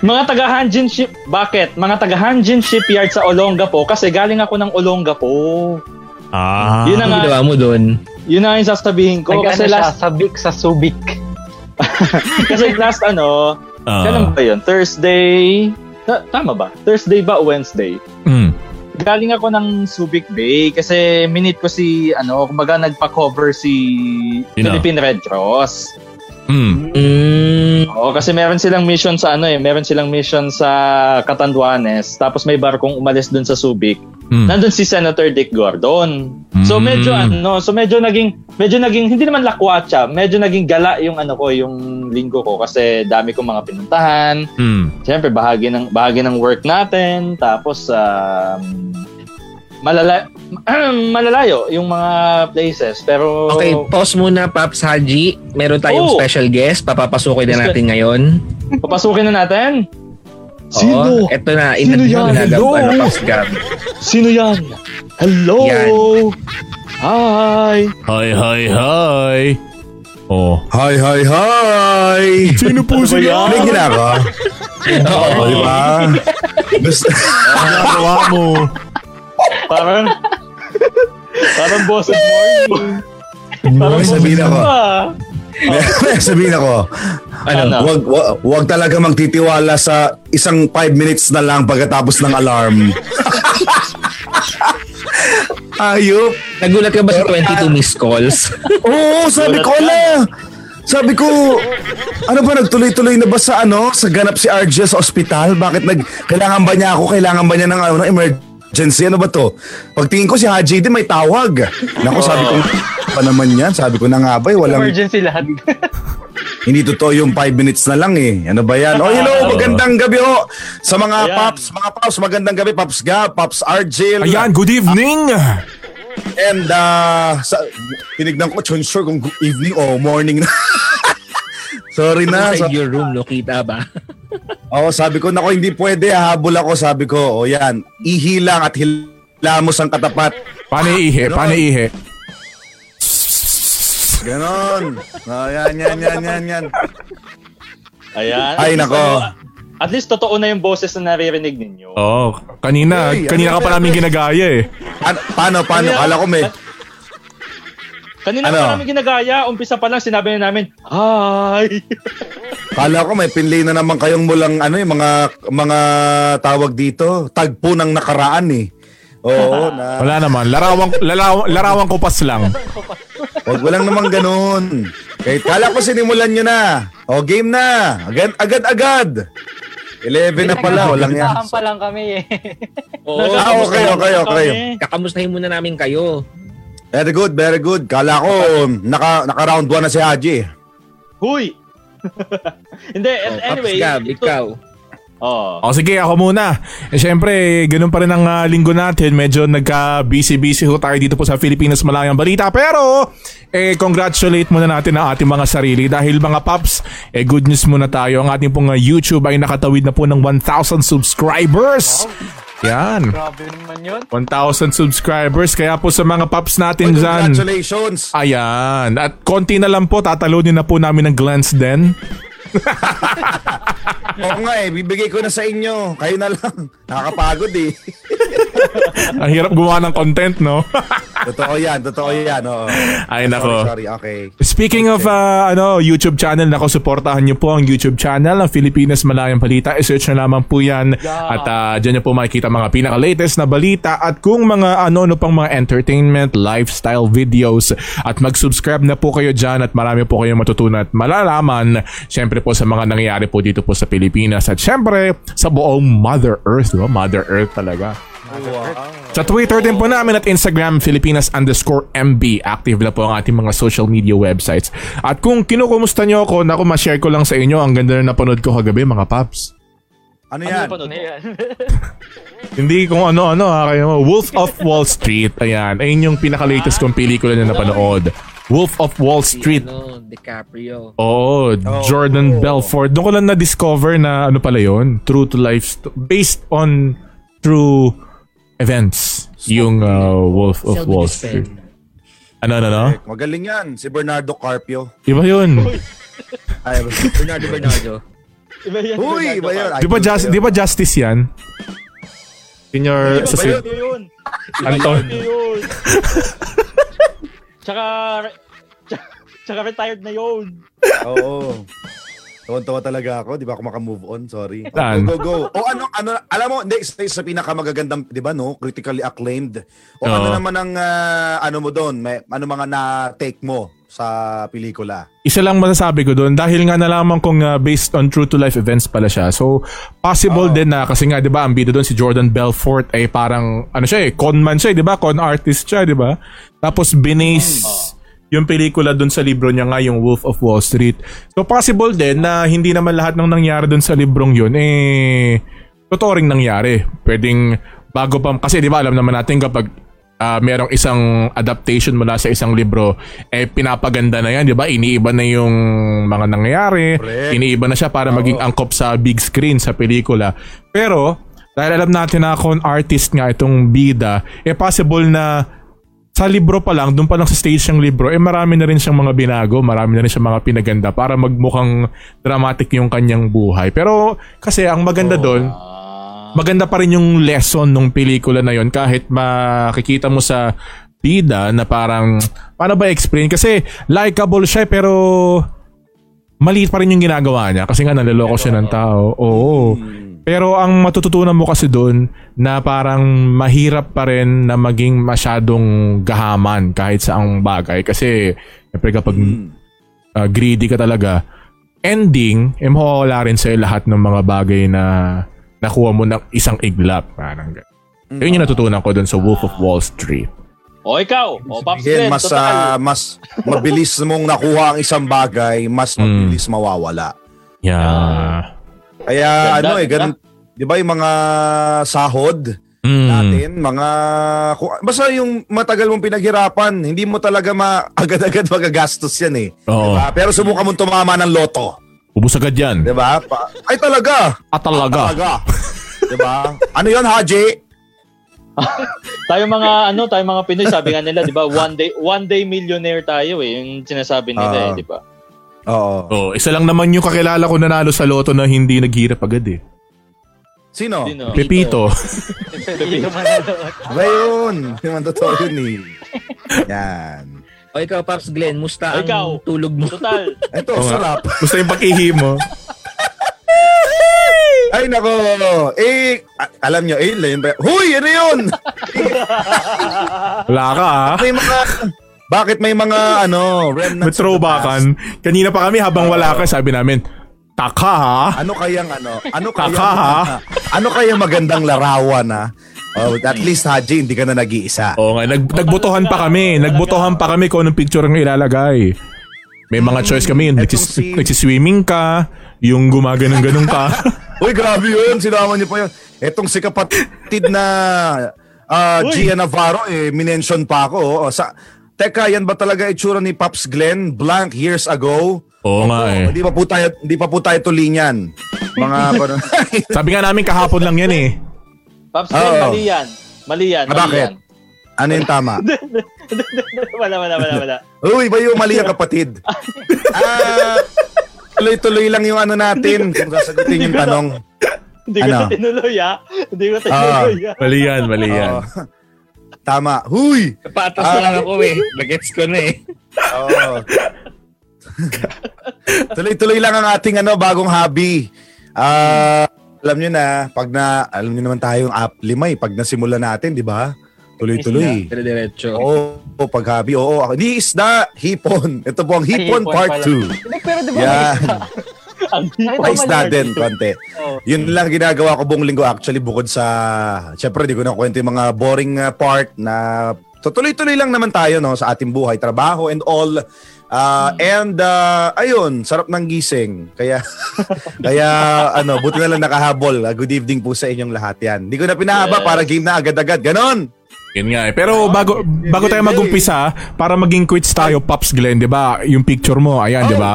Speaker 2: Mga taga Hanjin Ship... Bakit? Mga taga Hanjin Shipyard sa Olongapo kasi galing ako ng Olongapo.
Speaker 1: Ah.
Speaker 2: Yun na
Speaker 3: Ano
Speaker 2: nga.
Speaker 3: ginawa mo doon?
Speaker 2: Yun na yung sasabihin ko.
Speaker 4: Nag-ano
Speaker 2: Kasi
Speaker 4: siya,
Speaker 2: last,
Speaker 4: sabik sa subik.
Speaker 2: kasi last ano,
Speaker 1: Ah.
Speaker 2: kailan ba yun? Thursday? Ta- tama ba? Thursday ba o Wednesday?
Speaker 1: Mm.
Speaker 2: Galing ako ng Subic Bay kasi minute ko si, ano, kumbaga nagpa-cover si
Speaker 1: Sino?
Speaker 2: Philippine Red Cross.
Speaker 1: Mm.
Speaker 3: Mm,
Speaker 2: Oo, kasi meron silang mission sa ano eh, meron silang mission sa Catanduanes, tapos may barkong umalis dun sa Subic.
Speaker 3: Hmm.
Speaker 1: Mm.
Speaker 2: Nandun si Senator Dick Gordon. So
Speaker 1: Mm.
Speaker 2: medyo ano, so medyo naging medyo naging hindi naman lakwatsa, medyo naging gala yung ano ko, yung linggo ko kasi dami kong mga pinuntahan.
Speaker 1: Mm.
Speaker 2: Siyempre bahagi ng bahagi ng work natin, tapos um, malala malalayo yung mga places pero
Speaker 3: okay, pause muna, Paps Haji. Meron
Speaker 2: Oh.
Speaker 3: tayong special guest. Papapasukin na
Speaker 2: Special-
Speaker 3: natin ngayon.
Speaker 2: papasukin na natin.
Speaker 3: Oo, eto na. Sino
Speaker 2: yan?
Speaker 3: Na, Gab,
Speaker 2: Hello?
Speaker 3: ano, Paps Gab.
Speaker 2: Sino yan? Hello!
Speaker 3: Yan.
Speaker 2: Hi!
Speaker 1: Hi, hi, hi. Oh.
Speaker 5: Hi, hi, hi!
Speaker 1: Sino po
Speaker 2: sila?
Speaker 5: May ginagawa? Oo, di ba? Gusto,
Speaker 1: Ginagawa mo.
Speaker 2: Parang... parang boss at morning. Parang ah.
Speaker 5: may sabihin
Speaker 2: boss
Speaker 5: ako.
Speaker 2: pa.
Speaker 5: May sabihin ako.
Speaker 2: Ano?
Speaker 5: Wag, wag, wag talaga magtitiwala sa isang 5 minutes na lang pagkatapos ng alarm. Ayup!
Speaker 3: Nagulat ka ba sa 22 missed calls?
Speaker 5: Oo, sabi ko ala! Sabi ko, ano ba nagtuloy-tuloy na ba sa ano? Sa ganap si RJ sa ospital? Bakit nag... Kailangan ba niya ako? Kailangan ba niya ng, ano, ng emergency? Ano ba to? Pagtingin ko si Haji din may tawag. Naku, sabi ko, "Ano pa naman yan? Sabi ko na nga ba, eh, walang...
Speaker 4: Emergency lahat.
Speaker 5: Hindi totoo yung 5 minutes na lang eh. Ano ba yan? Oh, hello, magandang gabi ho. Sa mga
Speaker 2: Ayan.
Speaker 5: paps, mga paps, magandang gabi. Paps Gab, Paps Argel.
Speaker 1: Ayan, good evening.
Speaker 5: And uh, sa, tinignan ko, sure kung evening o morning na. Sorry na.
Speaker 3: Inside
Speaker 5: So,
Speaker 3: your room, Lokita ba?
Speaker 5: oh, sabi ko, nako, hindi pwede. Hahabol ako. Sabi ko, o yan, ihilang at hilamos ang katapat.
Speaker 1: Paano iihi? Paano iihi?
Speaker 5: Ganon. Oh, yan, yan, yan, yan, yan.
Speaker 2: Ayan.
Speaker 5: Ay, nako.
Speaker 2: At least totoo na yung boses na naririnig ninyo.
Speaker 1: Oh, kanina,
Speaker 5: Hey,
Speaker 1: kanina
Speaker 5: ano
Speaker 1: ka pa
Speaker 5: yan,
Speaker 1: namin ginagaya eh.
Speaker 5: Ano, paano, paano? Kala ko may...
Speaker 2: Kanina
Speaker 5: Ano?
Speaker 2: pa namin ginagaya, umpisa pa lang sinabi na namin, Hi!
Speaker 5: Kala ko may pinlay na naman kayong mulang ano yung mga mga tawag dito, tagpo ng nakaraan eh. Oo, na.
Speaker 1: Wala naman. Larawan, larawan, larawan ko pas lang.
Speaker 5: Wag walang naman ganun. Kahit kala ko sinimulan nyo na. O game na. Agad agad agad. 11 na pala, walang yan.
Speaker 4: Nakakampa lang kami eh.
Speaker 3: Oo.
Speaker 5: Ah, okay, okay, okay.
Speaker 3: Kakamustahin muna namin kayo.
Speaker 5: Very good, very good. Kala ko naka naka round 1 na si Haji. eh.
Speaker 2: Huy! Hindi, and
Speaker 3: Oh,
Speaker 2: anyway. Oh.
Speaker 3: Paps Gab,
Speaker 2: ito-
Speaker 3: ikaw.
Speaker 2: Oo.
Speaker 1: O sige, ako muna. Eh, Siyempre, ganun pa rin ang ah, linggo natin. Medyo nagka-busy-busy ho tayo dito po sa Pilipinas Malayang Balita. Pero, eh, congratulate muna natin ang ating mga sarili. Dahil mga paps, eh, good news muna tayo. Ang ating pong ah, YouTube ay nakatawid na po ng 1,000 subscribers. Yan.
Speaker 4: Grabe naman yun.
Speaker 1: 1,000 subscribers. Kaya po sa mga paps natin dyan.
Speaker 5: Congratulations.
Speaker 1: Ah. Ayan. At konti na lang po, tatalunin na po namin ng glance din.
Speaker 5: Oo nga eh, bibigay ko na sa inyo. Kayo na lang. Nakakapagod eh.
Speaker 1: Ang hirap gumawa ng content, no?
Speaker 5: Totoo yan, totoo yan. Oo.
Speaker 1: Ay, nako.
Speaker 5: Sorry, sorry, okay.
Speaker 1: Speaking of uh, ano YouTube channel, nako suportahan niyo po ang YouTube channel ng Pilipinas Malayang Balita. I-search na lamang po 'yan at uh, diyan niyo po makikita mga pinaka-latest na balita at kung mga ano ano pang mga entertainment, lifestyle videos at mag-subscribe na po kayo diyan at marami po kayong matutunan at malalaman syempre po sa mga nangyayari po dito po sa Pilipinas at syempre sa buong Mother Earth, no? Mother Earth talaga. Sa Twitter din po namin at Instagram, Filipinas underscore MB. Active na po ang ating mga social media websites. At kung kinukumusta nyo ako, naku, ma-share ko lang sa inyo. Ang ganda na napanood ko kagabi, mga paps.
Speaker 2: Ano
Speaker 5: Ano yan?
Speaker 2: yung panood
Speaker 4: Ano
Speaker 2: mo?
Speaker 4: yan?
Speaker 1: Hindi kung ano-ano ha, kayo mo. Wolf of Wall Street. Ayan. Ayun yung pinaka-latest kong pelikula na napanood. Wolf of Wall Street.
Speaker 3: Ano, DiCaprio.
Speaker 1: Oh, Jordan Belfort. Doon ko lang na-discover na ano pala yon True to life. st- based on true events. Yung uh, Wolf of Wall Street. Ano, ano, ano?
Speaker 5: Magaling yan. Si Bernardo Carpio.
Speaker 1: Iba yun.
Speaker 5: Ay, Bernardo Bernardo.
Speaker 3: Ano?
Speaker 2: Iba yan.
Speaker 5: Uy, ba yun?
Speaker 1: Di ba, just, di ba justice yan? Senior,
Speaker 2: Iba
Speaker 1: sa si-
Speaker 2: yun, iba yun.
Speaker 1: Anton.
Speaker 2: Iba yun. Tsaka, tsaka- tsaka retired na yun.
Speaker 5: Oo. Tuwan-tuwa talaga ako. Di ba ako makamove on? Sorry. Oh,
Speaker 1: Saan?
Speaker 5: go, go, go. O ano, ano, alam mo, hindi, sa, sa pinakamagagandang, di ba no? Critically acclaimed. O
Speaker 1: Oo.
Speaker 5: ano naman ang, ah, ano mo doon? May, ano mga na-take mo sa pelikula?
Speaker 1: Isa lang masasabi ko doon dahil nga nalaman kong uh, based on true to life events pala siya. So possible din na kasi nga 'di ba ang bida doon si Jordan Belfort ay parang ano siya eh con man siya, eh, 'di ba? Con artist siya, 'di ba? Tapos binase yung pelikula doon sa libro niya nga yung Wolf of Wall Street. So possible din na hindi naman lahat ng nangyari doon sa librong yun eh totoo ring nangyari. Pwedeng bago pa kasi 'di ba alam naman natin kapag ah merong isang adaptation mula sa isang libro, eh pinapaganda na yan, di ba? Iniiba na yung mga nangyayari, iniiba na siya para maging angkop sa big screen, sa pelikula. Pero, dahil alam natin na kung artist nga itong bida, eh possible na sa libro pa lang, doon pa lang sa stage ng libro, eh marami na rin siyang mga binago, marami na rin siyang mga pinaganda para magmukhang dramatic yung kanyang buhay. Pero kasi ang maganda doon, maganda pa rin yung lesson nung pelikula na yon kahit makikita mo sa bida na parang, paano ba explain? Kasi likable siya eh, pero maliit pa rin yung ginagawa niya kasi nga naloloko siya ng tao. Oo. Pero ang matututunan mo kasi doon na parang mahirap pa rin na maging masyadong gahaman kahit sa ang bagay kasi syempre kapag uh, greedy ka talaga ending eh mawawala rin sa'yo lahat ng mga bagay na nakuha mo ng isang iglap parang ganun. Yun yung natutunan ko doon sa Wolf of Wall Street.
Speaker 2: O Oh, ikaw, o Pops Glenn,
Speaker 5: Again, mas,
Speaker 2: total.
Speaker 5: ah, mas mabilis mong nakuha ang isang bagay, mas
Speaker 1: Hmm.
Speaker 5: mabilis mawawala.
Speaker 1: Yeah.
Speaker 5: Kaya
Speaker 2: Ganda,
Speaker 5: ano eh,
Speaker 2: ganda.
Speaker 5: ganun, di ba yung mga sahod,
Speaker 1: Mm.
Speaker 5: natin, mga ku- basta yung matagal mong pinaghirapan, hindi mo talaga ma agad-agad magagastos 'yan eh.
Speaker 1: Oo.
Speaker 5: Diba? Pero subukan mong tumama ng loto,
Speaker 1: Ubus agad yan.
Speaker 5: 'di ba? Pa- Ay talaga.
Speaker 1: Ah, talaga.
Speaker 5: Talaga. 'Di ba? Ano 'yon, Haji?
Speaker 2: tayo mga ano, tayo mga Pinoy, sabi nga nila, 'di ba? One day one day millionaire tayo eh, yung sinasabi nila eh,
Speaker 5: Ah.
Speaker 2: 'di ba?
Speaker 5: Oo.
Speaker 1: Oh, isa lang naman yung kakilala ko nanalo sa loto na hindi naghirap agad eh.
Speaker 5: Sino?
Speaker 2: Yun, oh.
Speaker 1: Pepito.
Speaker 4: Dito manalo.
Speaker 5: Ba yun? Yung totoo yun eh. Yan.
Speaker 3: O ikaw, Pops Glenn, musta ang
Speaker 2: Ikaw.
Speaker 3: tulog mo?
Speaker 2: Total.
Speaker 5: Ito,
Speaker 1: Oo nga.
Speaker 5: sarap.
Speaker 1: Gusto yung pag-ihi mo.
Speaker 5: Ay, nako. Eh, a- alam nyo, eh, yun ba? Huy, ano yun?
Speaker 1: Wala ka ah.
Speaker 5: May mga... Bakit may mga, ano, remnants?
Speaker 1: May
Speaker 5: of the past?
Speaker 1: throwbackan. Kanina pa kami habang wala ka, sabi namin, Taka ha?
Speaker 5: Ano kayang ano? Ano kayang
Speaker 1: Kaka, ha?
Speaker 5: Ano kayang magandang larawan ha? Oh, at least Haji, hindi ka na nag-iisa.
Speaker 1: Oo nga, nag, nagbotohan pa kami. Nagbotohan pa kami kung anong picture ang ilalagay. May mga choice kami. Yung
Speaker 5: Etong
Speaker 1: nagsis-
Speaker 5: si-
Speaker 1: nagsiswimming ka, yung gumaganong-ganong ka.
Speaker 5: Uy, grabe yun. Sinama niyo pa yun. Etong si kapatid na ah, Gia Navarro, eh, minention pa ako. oh. sa, teka, yan ba talaga itsura ni Pops Glenn blank years ago?
Speaker 1: Oo nga eh.
Speaker 5: Hindi pa po tayo, hindi pa po tayo tulinyan. Mga, parang,
Speaker 1: Sabi nga namin kahapon lang yan eh.
Speaker 2: Pops Glenn,
Speaker 5: Oo.
Speaker 2: mali yan. Mali yan.
Speaker 5: Ah,
Speaker 2: mali
Speaker 5: oh. bakit?
Speaker 2: yan.
Speaker 5: ano yung tama?
Speaker 2: wala, wala, wala, wala.
Speaker 5: Uy, bayo, mali ang kapatid. Ah, tuloy-tuloy lang yung ano natin kung sasagutin yung tanong.
Speaker 2: Hindi ko
Speaker 5: Ano?
Speaker 2: na tinuloy ah. Hindi ko tinuloy ah.
Speaker 1: Mali yan, mali yan.
Speaker 5: Oo. Oh. Tama. Huy!
Speaker 3: Patas na lang ako eh. Nagets ko na eh.
Speaker 5: Oo. Tuloy-tuloy lang ang ating ano, bagong hobby. Ah, alam nyo na, pag na, alam nyo naman tayo yung app lima eh, pag nasimula natin, di ba? Tuloy-tuloy.
Speaker 3: Dire-diretso.
Speaker 5: Oo, pag hobby, oo. Ako- Hindi isda, hipon. Ito po ang hipon,
Speaker 4: Hipon
Speaker 5: part
Speaker 4: pala.
Speaker 5: 2.
Speaker 4: Hindi, pero di ba
Speaker 5: Yan.
Speaker 2: Ang
Speaker 5: May isda
Speaker 4: mali
Speaker 5: din, konti.
Speaker 4: Oo.
Speaker 5: Yun lang ginagawa ko buong linggo actually bukod sa... Siyempre, di ko na kwento yung mga boring uh, part na tutuloy-tuloy lang naman tayo no, sa ating buhay, trabaho and all. Ah, Ah, and ah, ayun, sarap ng gising. Kaya kaya ano, buti na lang nakahabol. Ah, good evening po sa inyong lahat 'yan. Hindi ko na pinahaba para game na agad-agad. Ganon.
Speaker 1: Yun nga eh. Pero bago bago tayo magumpisa, para maging quits tayo, Pops Glenn, 'di ba? Yung picture mo, ayan, 'di ba?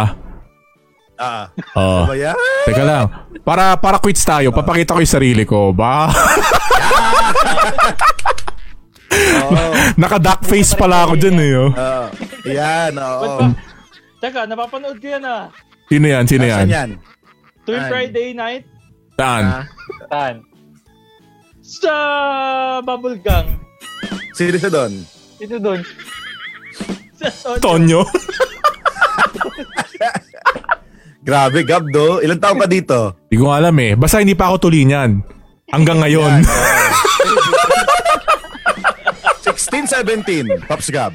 Speaker 5: Ah,
Speaker 1: Oh.
Speaker 5: ba yan?
Speaker 1: Teka lang. Para para quits tayo, papakita ko 'yung sarili ko. Ba. Naka duck face pala ako dyan eh. Oh.
Speaker 5: Ah, yan, oo.
Speaker 2: Teka, napapanood ko yan ah.
Speaker 1: Sino yan? Sino
Speaker 5: Asan
Speaker 1: yan? Ah.
Speaker 5: yan?
Speaker 2: Tuwing
Speaker 5: Saan?
Speaker 2: Friday night
Speaker 1: Saan?
Speaker 4: Saan?
Speaker 2: sa Bubble Gang.
Speaker 5: Sino sa doon?
Speaker 4: Ito doon.
Speaker 2: Sa
Speaker 1: Tonyo?
Speaker 5: Grabe, Gabdo. Ilan taon ka dito?
Speaker 1: Hindi ko alam eh. Basta hindi pa ako tuloy niyan. Hanggang ngayon.
Speaker 5: 16, 17. Pops Gab.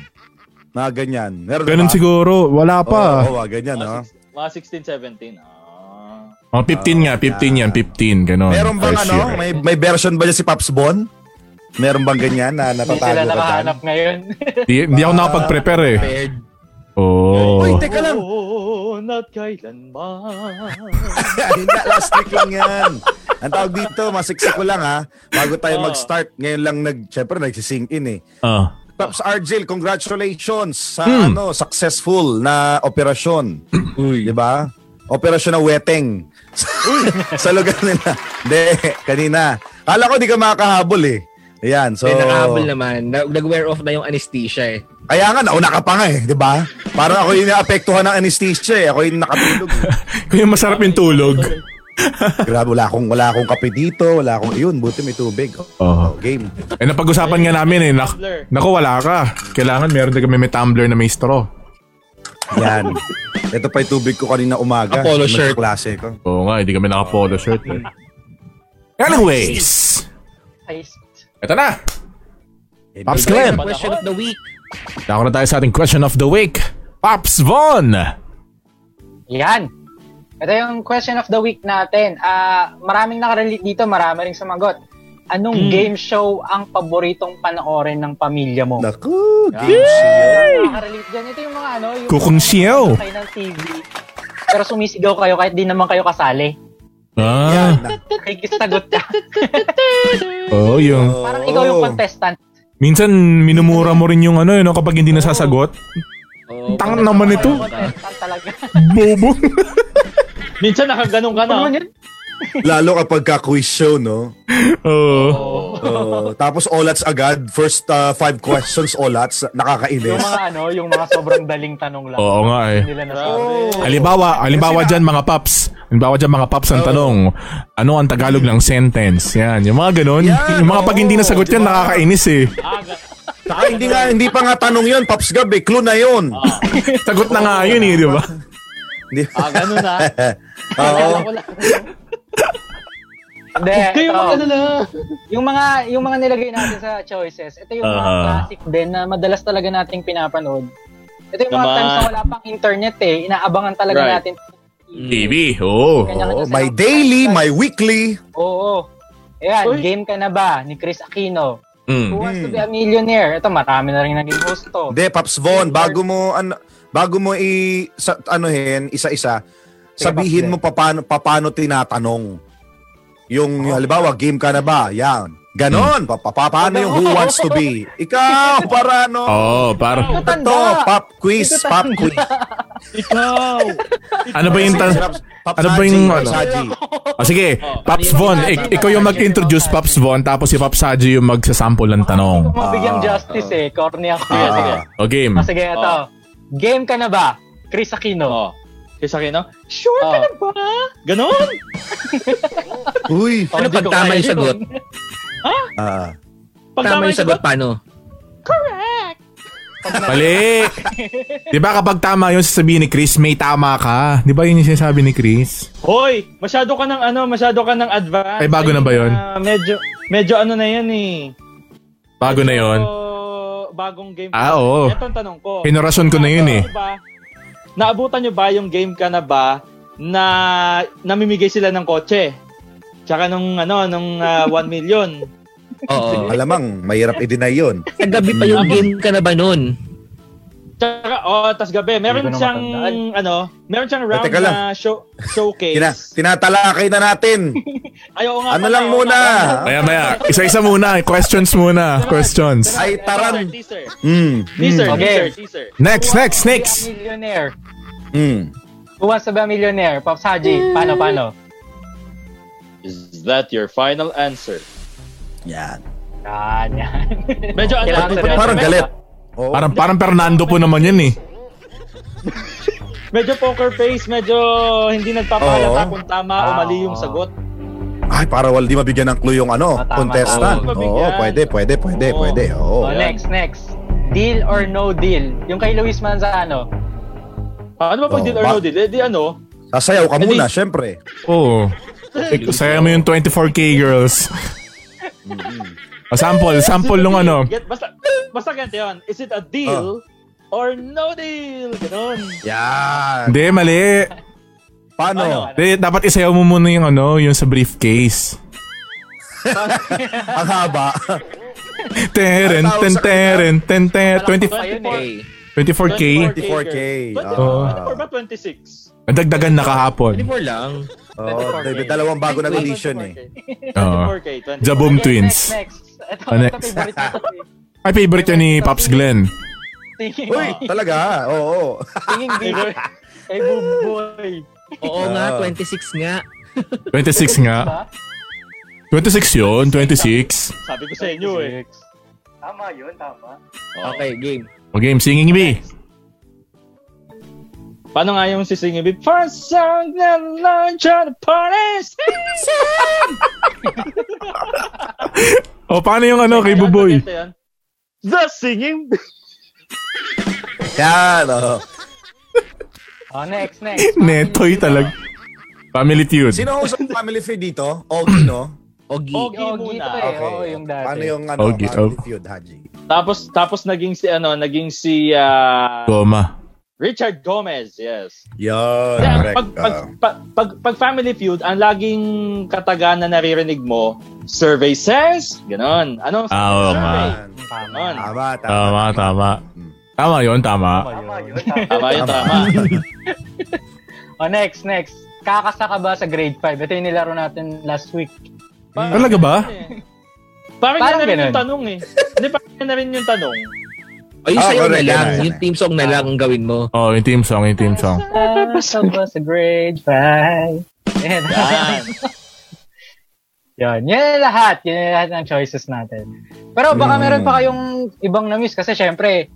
Speaker 5: Mga ganyan. Meron
Speaker 1: Ganun
Speaker 5: ba?
Speaker 1: siguro. Wala pa.
Speaker 5: Oo, oo, ganyan, no?
Speaker 2: Mga 16, 17. Ah.
Speaker 1: Oh, 15 nga. 15 yan. 15. Ganun.
Speaker 5: Meron bang
Speaker 1: First
Speaker 5: ano?
Speaker 1: year.
Speaker 5: May, may version ba niya si Pops Bon? Meron bang ganyan na
Speaker 4: Hindi sila
Speaker 5: natatago ka dyan?
Speaker 4: nakahanap ngayon.
Speaker 1: Di, di ako nakapag-prepare eh.
Speaker 5: Uy,
Speaker 1: Oo.
Speaker 5: teka lang.
Speaker 2: Oh, not kailanman.
Speaker 5: Hindi, last week lang yan. Ang tawag dito, masiksik ko lang ha. Bago tayo
Speaker 2: Oo.
Speaker 5: mag-start, ngayon lang nag, syempre nagsisink in eh.
Speaker 1: Ah.
Speaker 5: Pops
Speaker 3: Oh.
Speaker 5: Argel, congratulations sa
Speaker 3: Hmm.
Speaker 5: ano, successful na operasyon. Uy. 'Di ba? Operasyon na wetting. sa lugar nila. Hindi, kanina. Kala ko di ka makakahabol eh. Ayan, so...
Speaker 3: So, nakahabol naman. Na- Nag-wear off na yung anesthesia eh.
Speaker 5: Kaya nga, nauna ka pa nga eh, di ba? Parang ako yung naapektuhan ng anesthesia eh. Ako yung nakatulog.
Speaker 1: Kaya masarap yung tulog.
Speaker 5: Grabe, wala akong, wala akong kape dito. Wala akong, yun, buti may tubig.
Speaker 3: Oh.
Speaker 5: Oh,
Speaker 1: Oo.
Speaker 5: Game.
Speaker 1: Eh, napag-usapan nga namin eh. Nak- naku, wala ka. Kailangan meron din kami may tumbler na may straw.
Speaker 5: Yan. Ito pa yung tubig ko kanina umaga.
Speaker 3: Apollo
Speaker 5: Sa
Speaker 3: shirt.
Speaker 5: Klase ko.
Speaker 1: Oo nga, hindi kami naka-polo shirt eh. Anyways!
Speaker 4: Ay,
Speaker 1: Eto na! Pops Glenn!
Speaker 3: Question of the week.
Speaker 1: Dako na tayo sa ating question of the week. Pops Von!
Speaker 4: Yan. Ito yung question of the week natin. Ah, maraming nakarelate dito, marami ring sumagot.
Speaker 5: Hmm.
Speaker 4: Anong game show ang paboritong panoorin ng pamilya mo?
Speaker 5: Naku,
Speaker 3: Ah.
Speaker 5: game show.
Speaker 4: Yay! Nakarelate dyan. Ito yung mga ano, yung
Speaker 1: Kukong
Speaker 4: mga
Speaker 1: siyaw.
Speaker 4: kayo ng TV. Pero sumisigaw kayo kahit di naman kayo kasali.
Speaker 1: Ah,
Speaker 4: Nakikisagot ka.
Speaker 1: oo Oh, yung...
Speaker 5: Oo.
Speaker 4: Parang ikaw yung
Speaker 5: Oh.
Speaker 4: contestant.
Speaker 1: Minsan, minumura mo rin yung ano, yun, no, kapag hindi nasasagot.
Speaker 3: Oh,
Speaker 1: Tangan naman Ano
Speaker 4: Ikaw
Speaker 1: ito.
Speaker 4: yung contestant talaga.
Speaker 1: Bobo.
Speaker 2: Minsan nakaganon ka na. oh.
Speaker 4: Ano yun?
Speaker 5: Lalo kapag ka-quiz show, no?
Speaker 1: Oo.
Speaker 5: Oo. tapos olats agad. First uh, five questions, olats.
Speaker 4: Yung
Speaker 5: Nakakainis.
Speaker 4: mga ano, yung mga sobrang daling tanong lang.
Speaker 1: Oo nga eh.
Speaker 4: Hindi nila nasabi.
Speaker 1: Halimbawa, halimbawa dyan mga paps. Halimbawa dyan mga paps ang tanong, ano ang Tagalog ng sentence? Yan, yung mga ganun.
Speaker 5: Yan,
Speaker 1: yung mga pag hindi
Speaker 5: oo,
Speaker 1: nasagot yan,
Speaker 5: diba?
Speaker 1: nakakainis eh.
Speaker 2: Ah,
Speaker 5: Saka hindi nga, hindi pa nga tanong yun, Pops Gab, eh. Clue na yun.
Speaker 1: Sagot na nga yun eh, di ba?
Speaker 5: Hindi-
Speaker 2: Ah, ganun na.
Speaker 5: Oo.
Speaker 4: Oh. Hindi,
Speaker 2: Kayo
Speaker 4: ito.
Speaker 2: mag-alala.
Speaker 4: Yung mga yung mga nilagay natin sa choices, ito yung mga
Speaker 1: Ah.
Speaker 4: classic din na madalas talaga nating pinapanood. Ito yung mga
Speaker 2: Naman.
Speaker 4: times na wala pang internet eh, inaabangan talaga
Speaker 2: Right.
Speaker 4: natin.
Speaker 1: TV, oo.
Speaker 5: Oo, Oh, my daily, my weekly.
Speaker 4: Oo. Ayan,
Speaker 2: Uy.
Speaker 4: game ka na ba ni Chris Aquino? Who
Speaker 1: Mm.
Speaker 4: wants to be a millionaire? Ito marami na rin naging host to.
Speaker 5: Hindi, Pops Von, bago mo, ano, bago mo i, sa, ano hen, isa-isa, sabihin mo papano, papano tinatanong.
Speaker 2: Ah.
Speaker 5: Yung, yung halimbawa, game ka na ba? Yan.
Speaker 2: Hmm.
Speaker 5: Ganon, pa, pa, pa- paano yung who wants to be? Ikaw, para ano?
Speaker 1: Oo, par.
Speaker 5: Ito, pop quiz,
Speaker 4: Ito
Speaker 5: pop quiz.
Speaker 2: Ikaw.
Speaker 1: Ano ba yung tan-
Speaker 5: Pop
Speaker 1: Ano ba yung
Speaker 5: Saji,
Speaker 1: ano?
Speaker 5: Saji.
Speaker 1: Ah, sige, Pops Von, ik- ikaw yung mag-introduce Pops Von, tapos si Pops Saji yung magsasample ng tanong.
Speaker 4: Kung mabigyan justice eh, corny ako.
Speaker 2: Sige,
Speaker 4: Ah,
Speaker 2: sige.
Speaker 1: O game.
Speaker 4: sige, ito. Game ka na ba? Chris Aquino.
Speaker 2: Oo. Kaysa akin, no? Sure
Speaker 4: Oh.
Speaker 2: ka na ba? Ganon?
Speaker 5: Uy.
Speaker 4: Oh,
Speaker 3: Ano
Speaker 4: hindi
Speaker 3: pag
Speaker 4: ko
Speaker 3: tama
Speaker 4: kaya
Speaker 3: yung
Speaker 4: yun.
Speaker 3: sagot?
Speaker 5: Ah.
Speaker 2: Pag
Speaker 3: Tama yung sagot, paano?
Speaker 1: Mali! Di ba kapag tama yun, sasabihin ni Chris, may tama ka. Di ba yun yung sinasabi ni Chris?
Speaker 2: Hoy, masyado ka ng ano, masyado ka ng advance.
Speaker 1: Ay, bago na ba yun?
Speaker 2: Ah, medyo, medyo ano na yan eh.
Speaker 1: Bago na yun.
Speaker 2: So, bagong game.
Speaker 1: Ah, oo.
Speaker 2: Ito ang tanong ko.
Speaker 1: Henerasyon ko na yun eh.
Speaker 2: Naabutan nyo ba- Naabutan nyo ba yung game ka na ba na namimigay sila ng kotse? Tsaka nung ano, nung ah, 1 million.
Speaker 3: Oo.
Speaker 5: Alamang, mahirap i-deny yun.
Speaker 3: Kagabi pa yung game ka na ba nun?
Speaker 2: Tsaka, oh, tas gabi, meron
Speaker 4: Hindi ko na
Speaker 2: siyang,
Speaker 4: matandaan.
Speaker 2: ano, meron siyang round
Speaker 5: teka lang.
Speaker 2: na show, showcase.
Speaker 5: Tina, tinatalakay na natin.
Speaker 2: Ayaw nga.
Speaker 5: Ano
Speaker 2: pala,
Speaker 5: lang
Speaker 2: ayaw
Speaker 5: muna.
Speaker 2: nga pala.
Speaker 1: Maya, maya. Isa-isa muna. Questions muna. Questions.
Speaker 5: Ay, taran.
Speaker 2: Teaser,
Speaker 5: Mm.
Speaker 2: teaser,
Speaker 4: Okay.
Speaker 2: teaser, teaser.
Speaker 1: Next, next,
Speaker 4: Who wants
Speaker 1: next.
Speaker 4: to be a millionaire?
Speaker 5: Mm.
Speaker 4: Who wants to be a millionaire? Pops Haji, paano, paano?
Speaker 2: Is that your final answer?
Speaker 5: Yan.
Speaker 4: Yan, yan.
Speaker 2: Medyo ano,
Speaker 4: Kailangan
Speaker 2: medyo-
Speaker 4: seryoso.
Speaker 5: Parang galit. Oo.
Speaker 1: Parang, parang Fernando po naman yan eh.
Speaker 2: Medyo poker face, medyo hindi nagpapahalata kung tama o mali yung sagot.
Speaker 5: Ay, para wal di mabigyan ng clue yung ano,
Speaker 4: Ah, tama.
Speaker 5: contestant.
Speaker 2: Oo, mabigyan.
Speaker 5: Oo, pwede, pwede, pwede,
Speaker 2: Oo.
Speaker 5: pwede. Oo.
Speaker 4: Oh, next, next. Deal or no deal? Yung kay Luis Manzano.
Speaker 2: Ah, ano ba pag
Speaker 5: Oh,
Speaker 2: deal or
Speaker 5: ba-
Speaker 2: no deal? Eh, di ano?
Speaker 5: Sasayaw ka
Speaker 2: At
Speaker 5: muna,
Speaker 2: least-
Speaker 5: syempre.
Speaker 1: Oo. Oh. Saya mo yung 24K girls. O, sample, sample nung ano.
Speaker 2: Get, basta, basta ganito yun. Is it a deal
Speaker 5: Ah.
Speaker 2: or no deal? Ganun.
Speaker 5: Yan.
Speaker 1: Hindi, mali.
Speaker 2: Ano?
Speaker 5: Paano?
Speaker 1: Hindi, dapat isayaw mo muna yung ano, yung sa briefcase.
Speaker 5: Ang haba.
Speaker 1: Teren, ten, teren, ten, ten, 20,
Speaker 4: Ayun eh.
Speaker 3: Okay.
Speaker 1: 24K.
Speaker 5: 24K. ah.
Speaker 2: 24,
Speaker 1: Oo.
Speaker 2: 24 ano ba 26?
Speaker 1: Dagdagan na kahapon.
Speaker 3: 24 lang.
Speaker 5: Oo, dal- dalawang bago na edition eh.
Speaker 2: 24K.
Speaker 1: Oo.
Speaker 2: 24K, 24K.
Speaker 1: Jaboom
Speaker 4: Okay,
Speaker 1: Twins.
Speaker 4: Next, next. Ito,
Speaker 1: Oh,
Speaker 4: ito
Speaker 1: next.
Speaker 4: favorite ko to. eh.
Speaker 1: Ay, favorite yun ni Pops Glenn.
Speaker 4: Singing,
Speaker 5: Uy, talaga. Oo.
Speaker 4: singing video. Kay Boom Boy.
Speaker 3: Oo nga,
Speaker 5: Ah.
Speaker 3: 26 nga.
Speaker 1: 26 nga. 26 yun, 26.
Speaker 2: Sabi ko sa inyo eh.
Speaker 4: Tama yun, tama.
Speaker 3: Okay, game.
Speaker 1: O game, singing me.
Speaker 2: Paano nga yung sisingin? Be first song na lang try to punish.
Speaker 1: O, paano yung ano kay Buboy?
Speaker 2: Ganito yan. The singing bee.
Speaker 5: Yan, oo.
Speaker 4: Oh, next, next.
Speaker 1: Netoy talaga. Family feud.
Speaker 5: Sino ang usap ng family feud dito? Ogi, no?
Speaker 3: Ogi.
Speaker 4: Yogi
Speaker 2: Ogi
Speaker 4: to
Speaker 2: muna.
Speaker 4: eh. Oo, yung dati.
Speaker 5: Paano yung ano,
Speaker 1: Ogi,
Speaker 5: family
Speaker 1: oh.
Speaker 5: feud, Haji?
Speaker 2: Tapos tapos naging si ano, naging si ah,
Speaker 1: Goma.
Speaker 2: Richard Gomez, yes.
Speaker 5: Yan,
Speaker 2: Kaya
Speaker 5: correct. Ah. Oh.
Speaker 2: pag, pag,
Speaker 5: Oo.
Speaker 2: pag, pag, pag family feud, ang laging kataga na naririnig mo, survey says, ganon. Ano?
Speaker 1: Ah, oo nga.
Speaker 5: Yan.
Speaker 2: Ganon.
Speaker 5: Tama, tama.
Speaker 1: Tama, tama. Tama yun, tama.
Speaker 4: Tama yun, tama.
Speaker 2: Tama yun, tama.
Speaker 4: Oh, next, next. Kakasa ka ba sa grade 5? Ito yung nilaro natin last week.
Speaker 1: Talaga ba?
Speaker 2: Parang
Speaker 4: Parang
Speaker 2: yun na rin
Speaker 4: ganun.
Speaker 2: yung tanong eh. Hindi, parang yun na rin yung tanong.
Speaker 3: Ay,
Speaker 5: Ah,
Speaker 3: sayo na
Speaker 5: correct,
Speaker 3: lang.
Speaker 5: correct.
Speaker 3: Yung team song na lang ang gawin mo.
Speaker 1: Oh, yung team song, yung team song.
Speaker 4: Kakasa ka ba sa grade 5? Yan.
Speaker 2: Yan.
Speaker 4: Yan. Yan na lahat. Yan na lahat ng choices natin. Pero baka
Speaker 5: Mm.
Speaker 4: meron pa kayong ibang na-miss kasi syempre,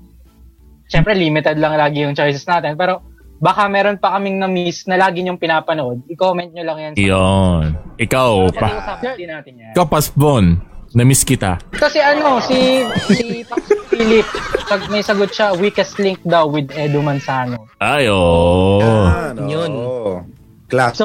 Speaker 4: syempre limited lang lagi yung choices natin. Pero baka meron pa kaming na-miss na lagi niyong pinapanood. I-comment niyo lang yan. sa-
Speaker 1: Yun. Ikaw,
Speaker 4: Kasi
Speaker 1: pa.
Speaker 4: usapan din natin yan.
Speaker 1: Ikaw, Pasbon. Namiss kita.
Speaker 4: Kasi ano, si si Pax Philip, pag may sagot siya, weakest link daw with Edu Manzano.
Speaker 1: Ay, oo.
Speaker 5: Yan, oo.
Speaker 3: Yun.
Speaker 5: Classic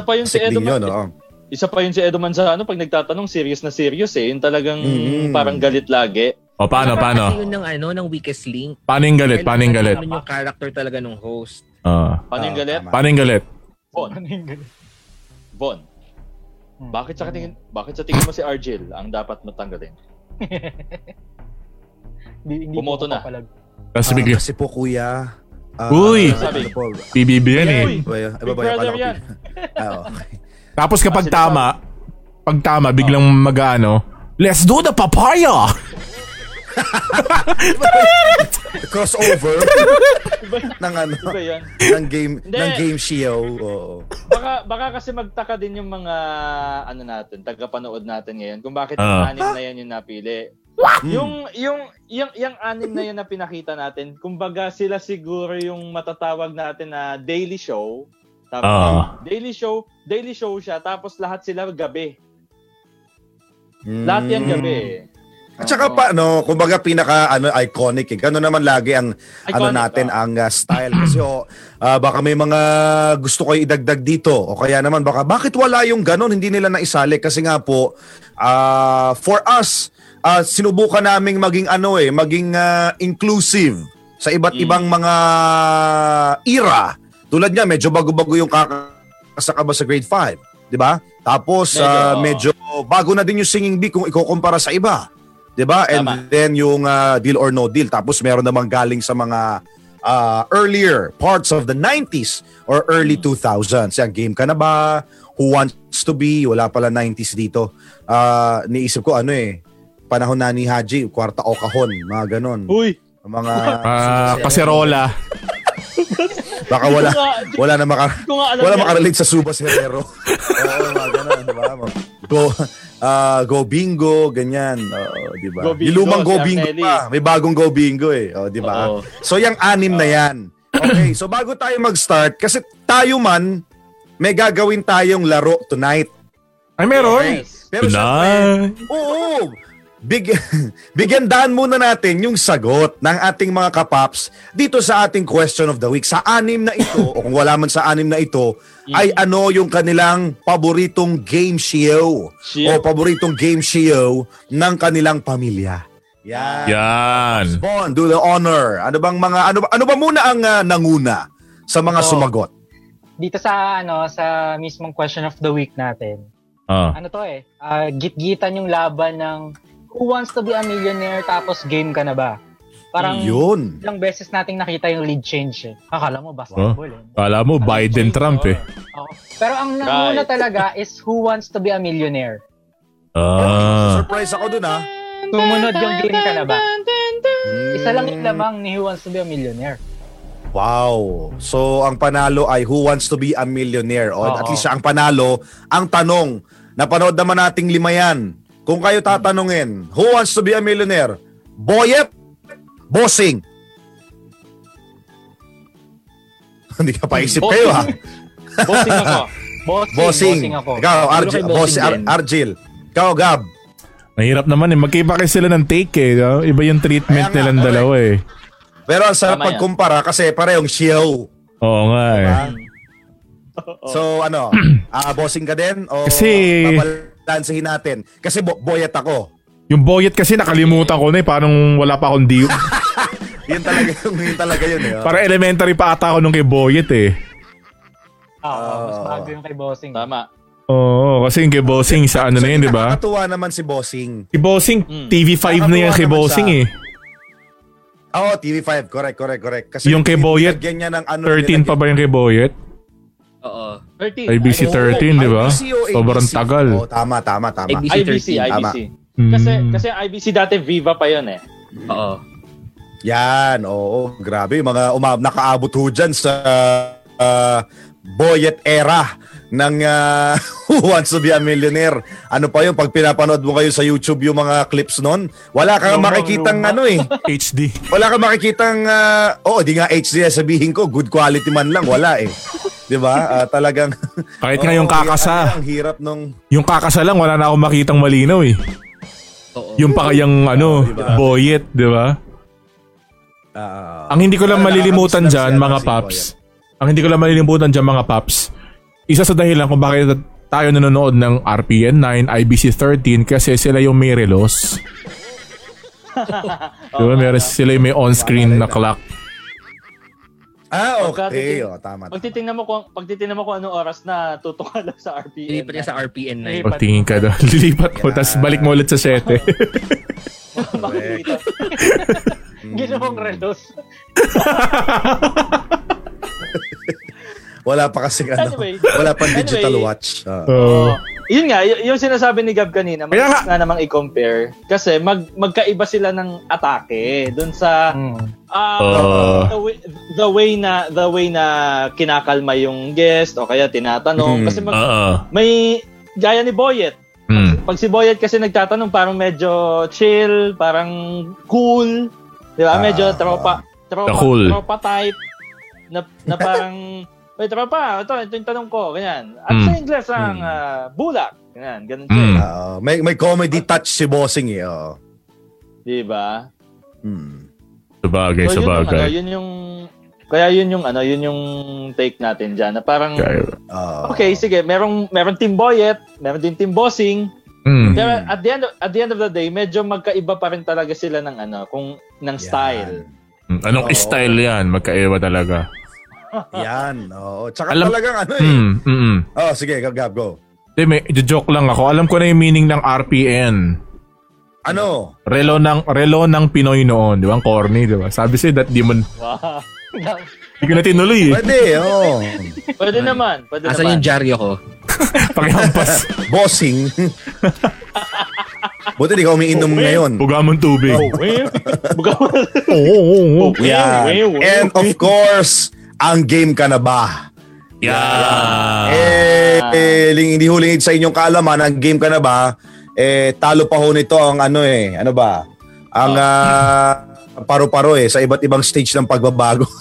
Speaker 2: Isa pa yung si Edo
Speaker 5: din yun, oh.
Speaker 2: Mar-
Speaker 5: oo.
Speaker 2: Isa pa yun si Edo Manzano, pag nagtatanong, serious na serious eh. Yung talagang
Speaker 1: Mm-hmm.
Speaker 5: Mm.
Speaker 2: parang galit lagi.
Speaker 1: O, Oh, paano, paano?
Speaker 3: Kasi yun ng ano, ng weakest link.
Speaker 1: Paano yung galit? Paano yung galit?
Speaker 3: Kailangan yung character talaga ng host.
Speaker 1: Ah.
Speaker 2: Paano yung
Speaker 5: Ah,
Speaker 2: galit?
Speaker 5: tama.
Speaker 1: paano yung galit?
Speaker 2: Von.
Speaker 4: Ano
Speaker 2: Von. Bakit sa tingin, bakit sa tingin mo si Argel ang dapat matanggalin?
Speaker 4: Hindi, hindi
Speaker 2: Bumoto
Speaker 4: ko
Speaker 2: na.
Speaker 4: papalag.
Speaker 1: Tapos
Speaker 5: Ah,
Speaker 1: bigla,
Speaker 5: kasi po, kuya. ah,
Speaker 1: Uy!
Speaker 5: Ano po?
Speaker 1: PBB yan eh.
Speaker 2: Uy,
Speaker 5: Ay, ay,
Speaker 2: Big
Speaker 5: babaya pala
Speaker 2: Brother
Speaker 5: ako.
Speaker 2: yan.
Speaker 5: Ah, okay.
Speaker 1: Tapos kapag tama, pag tama, biglang
Speaker 5: Oh.
Speaker 1: mag-ano, let's do the papaya!
Speaker 5: Crossover ng ano,
Speaker 2: Iba yun.
Speaker 5: ng game,
Speaker 2: Hindi.
Speaker 5: ng game show. Oo.
Speaker 2: Baka, baka kasi magtaka din yung mga ano natin, tagapanood natin ngayon kung bakit
Speaker 1: Ah. Hmm.
Speaker 2: yung anim na yan yung napili. Yung yung yung yung anim na yan na pinakita natin, kumbaga sila siguro yung matatawag natin na daily show. Tapos
Speaker 1: Ah.
Speaker 2: daily show, daily show siya tapos lahat sila gabi.
Speaker 1: Hmm.
Speaker 5: Mm.
Speaker 2: Lahat yan gabi.
Speaker 5: At saka pa, no, kumbaga pinaka ano, iconic. Eh. Ganun naman lagi ang ano
Speaker 2: Iconic,
Speaker 5: natin,
Speaker 2: ah.
Speaker 5: ang ah, style. Kasi oh, ah, baka may mga gusto kayo idagdag dito. O kaya naman, baka bakit wala yung ganun? Hindi nila naisali. Kasi nga po, ah, for us, ah, sinubukan naming maging ano eh, maging ah, inclusive sa iba't
Speaker 2: Mm.
Speaker 5: ibang mga era. Tulad niya, medyo bago-bago yung kakasakaba sa grade 5. Di ba? Tapos,
Speaker 2: Medyo,
Speaker 5: ah,
Speaker 2: oo.
Speaker 5: medyo bago na din yung singing bee kung ikukumpara sa iba. 'di ba? And
Speaker 2: Tama.
Speaker 5: then yung ah, deal or no deal. Tapos meron namang galing sa mga uh, earlier parts of the 90s or early
Speaker 2: Hmm.
Speaker 5: 2000s. Yan, game ka na ba? Who wants to be? Wala pala 90s dito. Ah, niisip ko ano eh, panahon na ni Haji, kwarta o kahon, mga ganon.
Speaker 2: Uy!
Speaker 5: Mga,
Speaker 1: Ah, kaserola.
Speaker 5: baka wala, wala na maka,
Speaker 2: Hindi ko nga alam
Speaker 5: wala
Speaker 2: yan.
Speaker 5: makarelate sa Subas Herrero. Oo, mga ganun, di ba? Go, ah, go bingo, ganyan. Oo, di ba?
Speaker 2: Go Bingo,
Speaker 5: Yung lumang go
Speaker 2: si
Speaker 5: bingo
Speaker 2: Arnelli.
Speaker 5: pa. May bagong go bingo eh. Oo, di ba?
Speaker 2: Oo.
Speaker 5: So, yung anim na yan. Okay, so bago tayo mag-start, kasi tayo man, may gagawin tayong laro tonight.
Speaker 1: Ay, meron.
Speaker 2: Yes.
Speaker 5: Pero syempre,
Speaker 1: Tonight.
Speaker 5: Oo! Big, bigyan daan muna natin yung sagot ng ating mga kapaps dito sa ating question of the week. Sa anim na ito, o kung wala man sa anim na ito, ay ano yung kanilang paboritong game show o
Speaker 2: Show.
Speaker 5: paboritong game show ng kanilang pamilya. Yan.
Speaker 1: Yan.
Speaker 5: Bon, do the honor. Ano bang mga ano ba- ano ba muna ang ah, nanguna sa mga
Speaker 4: Oo.
Speaker 5: sumagot?
Speaker 4: Dito sa ano sa mismong question of the week natin.
Speaker 1: Ah.
Speaker 4: Ano to eh? ah, gitgitan yung laban ng Who wants to be a millionaire tapos game ka na ba? Parang
Speaker 5: Yun.
Speaker 4: ilang beses nating nakita yung lead change eh. Akala mo basketball eh.
Speaker 1: Kala mo, Biden Trump eh.
Speaker 4: Oo. Pero ang nanguna
Speaker 2: Right.
Speaker 4: talaga is Who wants to be a millionaire?
Speaker 1: Ah.
Speaker 5: Surprise ako dun ah.
Speaker 4: Sumunod yung game ka na ba? Isa lang yung lamang ni Who wants to be a millionaire.
Speaker 5: Wow. So ang panalo ay Who Wants to be a Millionaire? O at
Speaker 4: Oo.
Speaker 5: least siya ang panalo. Ang tanong, napanood naman nating lima yan. Kung kayo tatanungin, Who Wants to be a Millionaire? Boyet? Bossing? Hindi ka paisip kayo ha?
Speaker 2: Bossing ako. Bossing.
Speaker 5: Bossing.
Speaker 4: Bossing ako.
Speaker 5: Ikaw, Argil.
Speaker 3: kay
Speaker 5: Boss,
Speaker 3: bossing
Speaker 5: Ar-
Speaker 3: din.
Speaker 5: Argil. Ikaw, Gab.
Speaker 1: Mahirap naman eh. Magkaiba kasi sila ng take eh. no? Iba yung treatment
Speaker 5: Kaya nga,
Speaker 1: nilang dalawa eh.
Speaker 5: Pero ang sarap
Speaker 2: Tama yan.
Speaker 5: pagkumpara kasi parehong E show.
Speaker 1: Oo nga eh.
Speaker 5: Ha? Diba? So ano, ah, bossing ka din o
Speaker 1: Kasi-
Speaker 5: babalansehin natin? Kasi bo- boyet ako.
Speaker 1: Yung boyet kasi nakalimutan ko na eh. Parang wala pa akong diyo.
Speaker 5: Yun talaga yung yun talaga yun eh. oh.
Speaker 1: Parang elementary pa ata ako nung kay boyet eh.
Speaker 4: Ah, oo, mas
Speaker 5: Oo.
Speaker 4: bago yung kay bossing.
Speaker 2: Tama.
Speaker 1: Oo, kasi yung kay bossing sa ano na yun, di ba?
Speaker 5: Nakakatuwa naman si bossing.
Speaker 1: Si bossing, TV5 na yan si
Speaker 5: Nakakatuwa Hmm. naman
Speaker 1: bossing
Speaker 5: siya.
Speaker 1: eh.
Speaker 5: Oo, TV5. Correct, correct, correct. Kasi
Speaker 1: Yung kay Boyet,
Speaker 5: nilagyan niya ng ano,
Speaker 1: 13 pa ba yung kay boyet?
Speaker 3: Oo.
Speaker 2: 13.
Speaker 1: IBC 13, di ba? diba?
Speaker 5: IBC o ABC?
Speaker 1: Sobrang tagal.
Speaker 5: Oo, tama, tama, tama.
Speaker 3: IBC.
Speaker 2: IBC,
Speaker 5: Tama.
Speaker 2: IBC. Kasi,
Speaker 1: Mm.
Speaker 2: kasi IBC dati Viva pa yun eh.
Speaker 3: Oo.
Speaker 5: Yan, oo, grabe. Yung Mga uma- nakaabot ho dyan sa ah, Boyet era ng ah, Who Wants to be a Millionaire. Ano pa yun, pag pinapanood mo kayo sa YouTube yung mga clips nun, wala kang
Speaker 2: Lumang
Speaker 5: makikitang
Speaker 2: luma.
Speaker 5: ano eh.
Speaker 1: HD.
Speaker 5: Wala kang makikitang, ah, oo, di nga HD sabihin ko, good quality man lang, wala eh. Di ba? Ah, talagang...
Speaker 1: Kahit nga yung
Speaker 5: Oo, oh, ano,
Speaker 1: kakasa.
Speaker 5: Ang hirap nung...
Speaker 1: Yung kakasa lang, wala na akong makitang malinaw eh.
Speaker 3: Oo.
Speaker 1: Yung pa kayang ano,
Speaker 5: diba?
Speaker 1: boyet, di ba?
Speaker 5: ah,
Speaker 1: Ang hindi ko lang
Speaker 5: Wala,
Speaker 1: malilimutan
Speaker 5: nakakapos lang
Speaker 1: dyan,
Speaker 5: siya,
Speaker 1: mga
Speaker 5: si
Speaker 1: paps. Ang hindi ko lang malilimutan dyan, mga paps. Isa sa dahilan kung bakit tayo nanonood ng RPN 9, IBC 13 kasi sila yung may relos.
Speaker 2: Oh,
Speaker 1: diba? Meron sila yung may on-screen na clock.
Speaker 5: ah,
Speaker 2: Pagkatitin-
Speaker 5: okay. Oh, tama.
Speaker 2: Pag titingnan mo kung pag titingnan mo kung anong oras na tutok ka lang sa RPM.
Speaker 3: Hindi pa niya sa RPN na yun.
Speaker 1: O tingin ka doon. Lilipat mo, tas balik mo ulit sa 7.
Speaker 5: Correct.
Speaker 4: Ginawang relos.
Speaker 5: Wala pa kasi ano.
Speaker 2: Anyway.
Speaker 5: Wala pang digital
Speaker 2: Anyway.
Speaker 5: watch. Ah.
Speaker 1: Oo.
Speaker 2: Oo. yun nga, y- yung sinasabi ni Gab kanina,
Speaker 1: Kaya
Speaker 2: mabilis na namang i-compare kasi mag magkaiba sila ng atake doon sa
Speaker 4: Mm.
Speaker 2: ah,
Speaker 1: Oo.
Speaker 2: the, way, the way na the way na kinakalma yung guest o kaya tinatanong
Speaker 5: Mm.
Speaker 2: kasi mag-
Speaker 1: Oo.
Speaker 2: may gaya ni Boyet.
Speaker 1: Mm.
Speaker 2: Pag si Boyet kasi nagtatanong parang medyo chill, parang cool, 'di ba? Medyo
Speaker 5: Ah.
Speaker 2: tropa tropa
Speaker 1: The cool.
Speaker 2: tropa type na, na parang Wait, tropa, ito, ito yung tanong ko, ganyan. At
Speaker 1: Mm.
Speaker 2: sa Ingles ang
Speaker 5: Mm.
Speaker 2: ah, bulak, ganyan, ganun siya.
Speaker 1: Mm.
Speaker 5: Ah, may may comedy touch si Bossing eh. Oh.
Speaker 2: eh. Di ba?
Speaker 5: Hmm.
Speaker 1: Sabagay,
Speaker 2: so, yun yung, ano,
Speaker 1: sabagay.
Speaker 2: yun yung, kaya yun yung, ano, yun yung take natin dyan, na parang,
Speaker 1: Kaya-
Speaker 5: Ah.
Speaker 2: okay, sige, merong, merong team boyet, meron din team bossing,
Speaker 1: Mm.
Speaker 2: pero at the, end of, at the end of the day, medyo magkaiba pa rin talaga sila ng, ano, kung, ng
Speaker 5: Yan.
Speaker 2: style.
Speaker 1: Hmm. Anong
Speaker 5: Oo.
Speaker 1: style yan? Magkaiba talaga.
Speaker 5: Yan. Oo. Tsaka
Speaker 1: Alam-
Speaker 5: talagang ano eh.
Speaker 1: Mm. Mm.
Speaker 5: Oh, sige, Gab, Gab, go.
Speaker 1: Hindi, may joke lang ako. Alam ko na yung meaning ng RPN.
Speaker 5: Ano?
Speaker 1: Relo ng relo ng Pinoy noon, 'di ba? Ang corny, 'di ba? Sabi siya that di man
Speaker 2: Wow.
Speaker 1: Hindi ko na tinuloy eh.
Speaker 5: Pwede, oo.
Speaker 2: Pwede naman. Pwede
Speaker 3: Asan
Speaker 2: naman.
Speaker 3: yung dyaryo ko?
Speaker 1: Pakihampas.
Speaker 5: Bossing. Buti di ka umiinom ngayon.
Speaker 1: Bugamon tubig.
Speaker 5: Oh,
Speaker 1: Oo,
Speaker 2: Well, bugaw.
Speaker 1: oo, oo.
Speaker 5: Yeah. And of course, ang game ka na ba?
Speaker 1: Yeah.
Speaker 5: Eh, eh, ling, hindi hulingid sa inyong kaalaman, ang game ka na ba? Eh, talo pa ho nito ang ano eh, ano ba? Ang ah, paro-paro eh, sa iba't ibang stage ng pagbabago.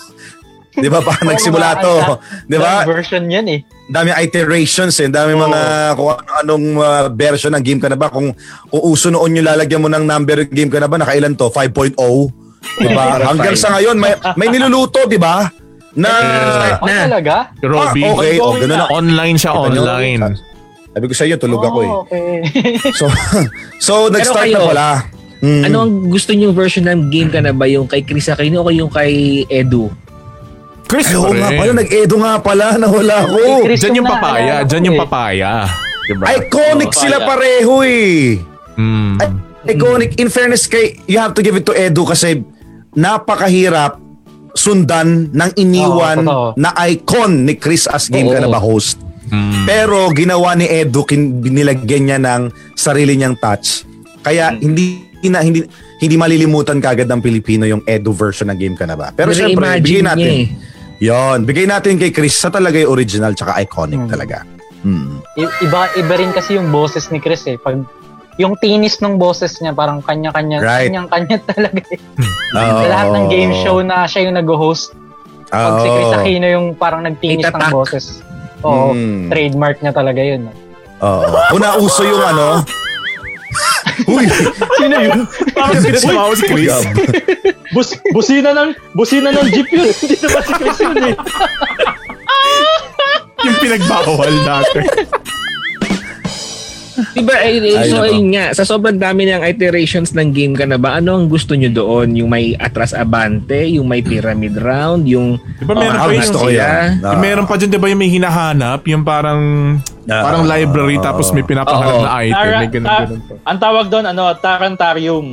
Speaker 5: Di ba? Parang nagsimula to. Di ba?
Speaker 2: version yan eh.
Speaker 5: dami iterations eh. Dami mga kung ano- anong uh, version ng game ka na ba. Kung uuso noon yung lalagyan mo ng number yung game ka na ba, nakailan to? 5.0? Diba? Hanggang sa ngayon, may, may niluluto, di ba? Na...
Speaker 4: Oh, talaga?
Speaker 1: Robbie.
Speaker 5: Ah, okay. Oh, ganun na.
Speaker 1: Online siya,
Speaker 5: Ganun.
Speaker 1: online.
Speaker 5: Sabi ko sa iyo, tulog ako eh.
Speaker 4: Oh, okay.
Speaker 5: So, so nag-start
Speaker 3: kayo,
Speaker 5: na pala. Mm.
Speaker 3: Ano ang gusto niyong version ng game ka na ba? Yung kay Chris Aquino o yung kay Edu?
Speaker 1: Chris,
Speaker 5: Ay, oo nga
Speaker 1: rin.
Speaker 5: pala, nag-edo nga pala, nawala ko.
Speaker 4: Chris
Speaker 1: Diyan yung
Speaker 4: yung
Speaker 1: papaya.
Speaker 4: naalala ko
Speaker 1: Diyan yung
Speaker 4: eh.
Speaker 1: papaya. Diba?
Speaker 5: Iconic sila pareho eh.
Speaker 1: Mm.
Speaker 5: Iconic. In fairness kay, you have to give it to Edu kasi napakahirap sundan ng iniwan
Speaker 4: Oo, totoo.
Speaker 5: na icon ni Chris as game
Speaker 3: Oo.
Speaker 5: ka na ba host.
Speaker 1: Hmm.
Speaker 5: Pero ginawa ni Edu, kin- binilagyan niya ng sarili niyang touch.
Speaker 4: Mm.
Speaker 5: Kaya hindi na hindi hindi malilimutan kagad ng Pilipino yung Edu version ng game ka na ba. Pero syempre,
Speaker 3: Na-imagine
Speaker 5: bigay
Speaker 3: niya
Speaker 5: natin.
Speaker 3: eh.
Speaker 5: Yon, bigay natin kay Chris sa talaga yung original tsaka iconic talaga. Mm.
Speaker 4: I- iba, iba rin kasi yung boses ni Chris eh. Pag, yung tinis ng boses niya, parang kanya-kanya,
Speaker 5: Right.
Speaker 4: kanyang-kanya talaga eh.
Speaker 5: Oo.
Speaker 4: Sa lahat ng game show na siya yung nag-host, pag si Chris
Speaker 5: Oo.
Speaker 4: Aquino yung parang nagtinis ng
Speaker 3: Itatak.
Speaker 4: boses. Oo,
Speaker 5: Mm.
Speaker 4: trademark niya talaga yun. eh.
Speaker 5: Oo. Una uso yung ano. Uy,
Speaker 2: Sino yun?
Speaker 1: Parang bitch mouse, Chris.
Speaker 5: Gab.
Speaker 2: Bus, busina ng busina ng jeep yun. Hindi naman si Chris yun eh.
Speaker 1: yung pinagbawal dati.
Speaker 3: Diba, ay, ay,
Speaker 5: Ay,
Speaker 3: so
Speaker 5: nako.
Speaker 3: ayun nga, sa sobrang dami ng iterations ng game ka na ba, ano ang gusto nyo doon? Yung may atras abante, yung may pyramid round, yung
Speaker 1: Diba meron
Speaker 5: Ah,
Speaker 1: pa
Speaker 5: gusto
Speaker 1: yung...
Speaker 5: ko
Speaker 3: sila.
Speaker 5: yan. Ah.
Speaker 1: Yung meron pa dyan, di ba yung may hinahanap? Yung parang...
Speaker 5: Ah.
Speaker 1: parang library tapos may pinapangarap
Speaker 3: Oo.
Speaker 1: na item.
Speaker 2: Tara,
Speaker 1: May ganun,
Speaker 2: ta-
Speaker 1: ganun pa.
Speaker 2: ang tawag doon, ano, Tarantarium.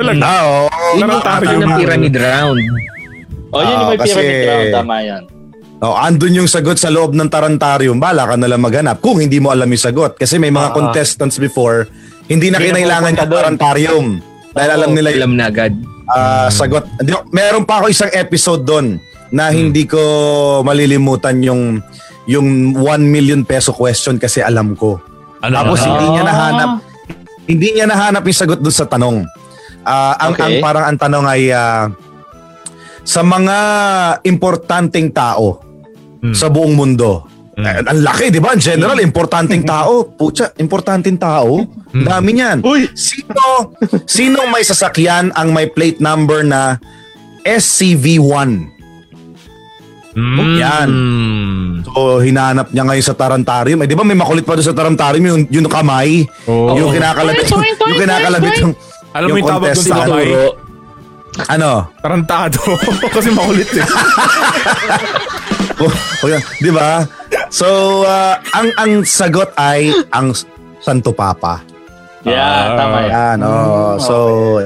Speaker 1: Talaga.
Speaker 5: Ah, oo.
Speaker 3: yun yung
Speaker 1: Tarantarium.
Speaker 3: ano ng pyramid round.
Speaker 2: O, Oh, yun yung may
Speaker 5: Ah, kasi-
Speaker 2: pyramid round. Tama yan.
Speaker 5: Oh, andun yung sagot sa loob ng tarantarium. Bala ka na lang maghanap kung hindi mo alam yung sagot. Kasi may mga contestants before, hindi na
Speaker 2: Hindi na
Speaker 5: kinailangan
Speaker 2: Ah. pupunta
Speaker 5: yung
Speaker 2: doon.
Speaker 5: tarantarium. Dahil alam nila yung
Speaker 3: Alam na agad.
Speaker 2: Hmm.
Speaker 5: ah, sagot. Hindi, meron pa ako isang episode doon
Speaker 2: Hmm.
Speaker 5: na hindi ko malilimutan yung yung 1 million peso question kasi alam ko.
Speaker 1: Ano?
Speaker 5: Tapos
Speaker 1: ano?
Speaker 5: hindi niya
Speaker 2: Ah.
Speaker 5: nahanap hindi niya nahanap yung sagot doon sa tanong. Ah, ang, ang
Speaker 2: Okay.
Speaker 5: parang ang tanong ay ah, sa mga importanteng tao
Speaker 1: Hmm.
Speaker 5: sa buong mundo. Eh, ang laki, di ba? In general, importanteng
Speaker 1: Hmm.
Speaker 5: tao. Pucha, importanteng tao. Ang Dami niyan.
Speaker 2: Uy!
Speaker 5: Sino, sino may sasakyan ang may plate number na SCV1?
Speaker 1: Mm.
Speaker 5: Yan.
Speaker 1: Mm.
Speaker 5: So, hinanap niya ngayon sa Tarantarium. Eh, di ba may makulit pa doon sa Tarantarium yung, yung kamay?
Speaker 1: Oo.
Speaker 5: Oh, Yung kinakalabit. yung kinakalabit yung,
Speaker 1: Alam mo yung tawag doon sa
Speaker 5: contestant.
Speaker 1: kamay?
Speaker 3: Turo.
Speaker 5: Ano?
Speaker 1: Tarantado. Kasi makulit eh.
Speaker 5: O- o yan, di ba? So, ah, ang ang sagot ay ang Santo Papa.
Speaker 1: Ah.
Speaker 2: Yeah, tama yan.
Speaker 5: Yan, oh. So,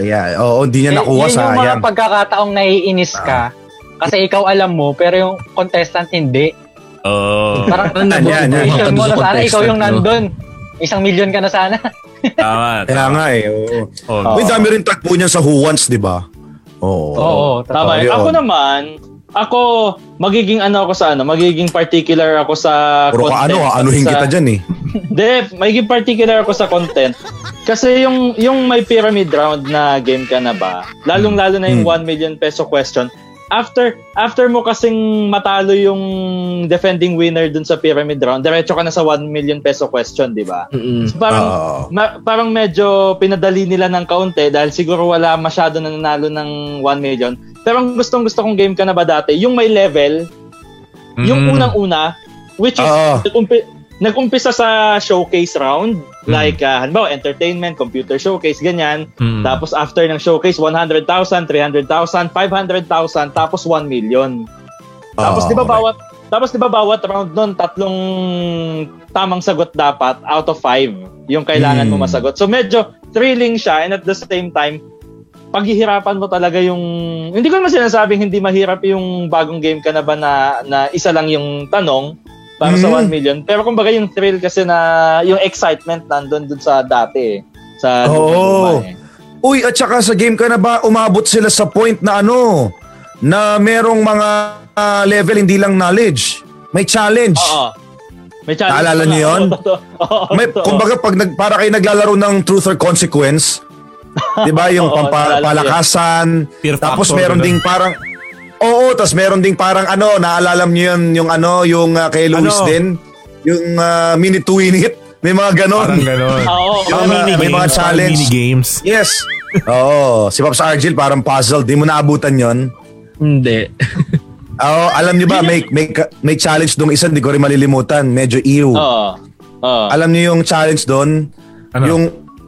Speaker 5: yeah. Oo, hindi niya
Speaker 4: Eh,
Speaker 5: nakuha Ah.
Speaker 4: yun
Speaker 5: sa
Speaker 4: yung mga
Speaker 5: yan.
Speaker 4: pagkakataong naiinis ka, kasi ikaw alam mo, pero yung contestant hindi.
Speaker 1: Oo.
Speaker 4: Parang
Speaker 3: Ano na
Speaker 5: Yan, yan.
Speaker 4: vision mo na sana,
Speaker 3: Contestant,
Speaker 4: ikaw yung
Speaker 3: no?
Speaker 4: nandun. Isang million ka na sana.
Speaker 1: Tama.
Speaker 5: Kaya nga eh. oo.
Speaker 1: Oo.
Speaker 5: Uy, dami rin tagpo niyan sa Huwans, di ba? Oo.
Speaker 4: Oo, tama.
Speaker 2: Tama.
Speaker 5: Totoo
Speaker 2: yun.
Speaker 5: yun.
Speaker 2: Ako naman, ako, magiging ano ako sa ano, magiging particular ako sa
Speaker 5: Puro ka ano,
Speaker 2: at
Speaker 5: anuhin
Speaker 2: sa-
Speaker 5: kita dyan eh.
Speaker 2: Hindi, magiging particular ako sa content. Kasi yung yung may pyramid round na game ka na ba, lalong-lalo na yung 1 million peso question, after after mo kasing matalo yung defending winner dun sa pyramid round, diretso ka na sa 1 million peso question, di ba?
Speaker 3: Mm-mm.
Speaker 2: So parang
Speaker 5: Oo.
Speaker 2: ma- parang medyo pinadali nila ng kaunti dahil siguro wala masyado na nanalo ng 1 million. Pero ang gustong gusto kong game ka na ba dati, yung may level, Oh, yung
Speaker 1: Mm.
Speaker 2: unang-una, which is
Speaker 5: Oo.
Speaker 2: nagumpi- nag-umpisa sa showcase round, like ah, halimbawa entertainment, computer showcase, ganyan.
Speaker 1: Mm.
Speaker 2: Tapos after ng showcase, 100,000, 300,000, 500,000, tapos 1 million. Tapos
Speaker 5: Oo,
Speaker 2: 'di ba
Speaker 5: correct.
Speaker 2: bawat tapos 'di ba bawat round nun tatlong tamang sagot dapat out of five yung kailangan mo
Speaker 5: Hmm.
Speaker 2: masagot. So medyo thrilling siya and at the same time paghihirapan mo talaga yung hindi ko naman sinasabing hindi mahirap yung bagong game ka na ba na, na isa lang yung tanong para sa 1
Speaker 5: Mm.
Speaker 2: million. Pero kumbaga yung thrill kasi na yung excitement nandun dun sa dati eh.
Speaker 5: Oh.
Speaker 2: Sa
Speaker 5: Oo.
Speaker 2: luma eh.
Speaker 5: Uy, at saka sa game ka na ba, umabot sila sa point na ano, na merong mga ah, level hindi lang knowledge. May challenge.
Speaker 2: Oo. May challenge.
Speaker 5: Naalala
Speaker 2: pa
Speaker 5: niyo
Speaker 2: nga.
Speaker 5: yun?
Speaker 2: Totoo. Oo,
Speaker 5: May,
Speaker 2: totoo.
Speaker 5: kumbaga, pag nag, para kayo naglalaro ng truth or consequence, di ba, yung
Speaker 2: Oo, naalala
Speaker 5: pampa-
Speaker 2: ko
Speaker 5: palakasan,
Speaker 1: Fear
Speaker 5: tapos
Speaker 1: factor,
Speaker 5: meron
Speaker 1: ganun.
Speaker 5: ding parang, oo, tapos meron ding parang ano, naalala niyo yun, yung ano, yung ah, kay Luis
Speaker 1: Ano?
Speaker 5: din, yung ah, minute to win it, may mga ganon.
Speaker 1: Parang ganon.
Speaker 2: Oo.
Speaker 5: Yung
Speaker 1: Mga
Speaker 5: mga- may mga
Speaker 1: parang
Speaker 5: challenge.
Speaker 1: mini-games.
Speaker 5: Yes. Oo, si Pops Argel parang puzzled, di mo naabutan yon.
Speaker 3: Hindi.
Speaker 5: Oo, alam niyo ba, may, may, ka- may challenge dong isa, hindi ko rin malilimutan, medyo ew.
Speaker 2: Oo. Oo.
Speaker 5: Alam niyo yung challenge doon?
Speaker 1: Ano?
Speaker 5: Yung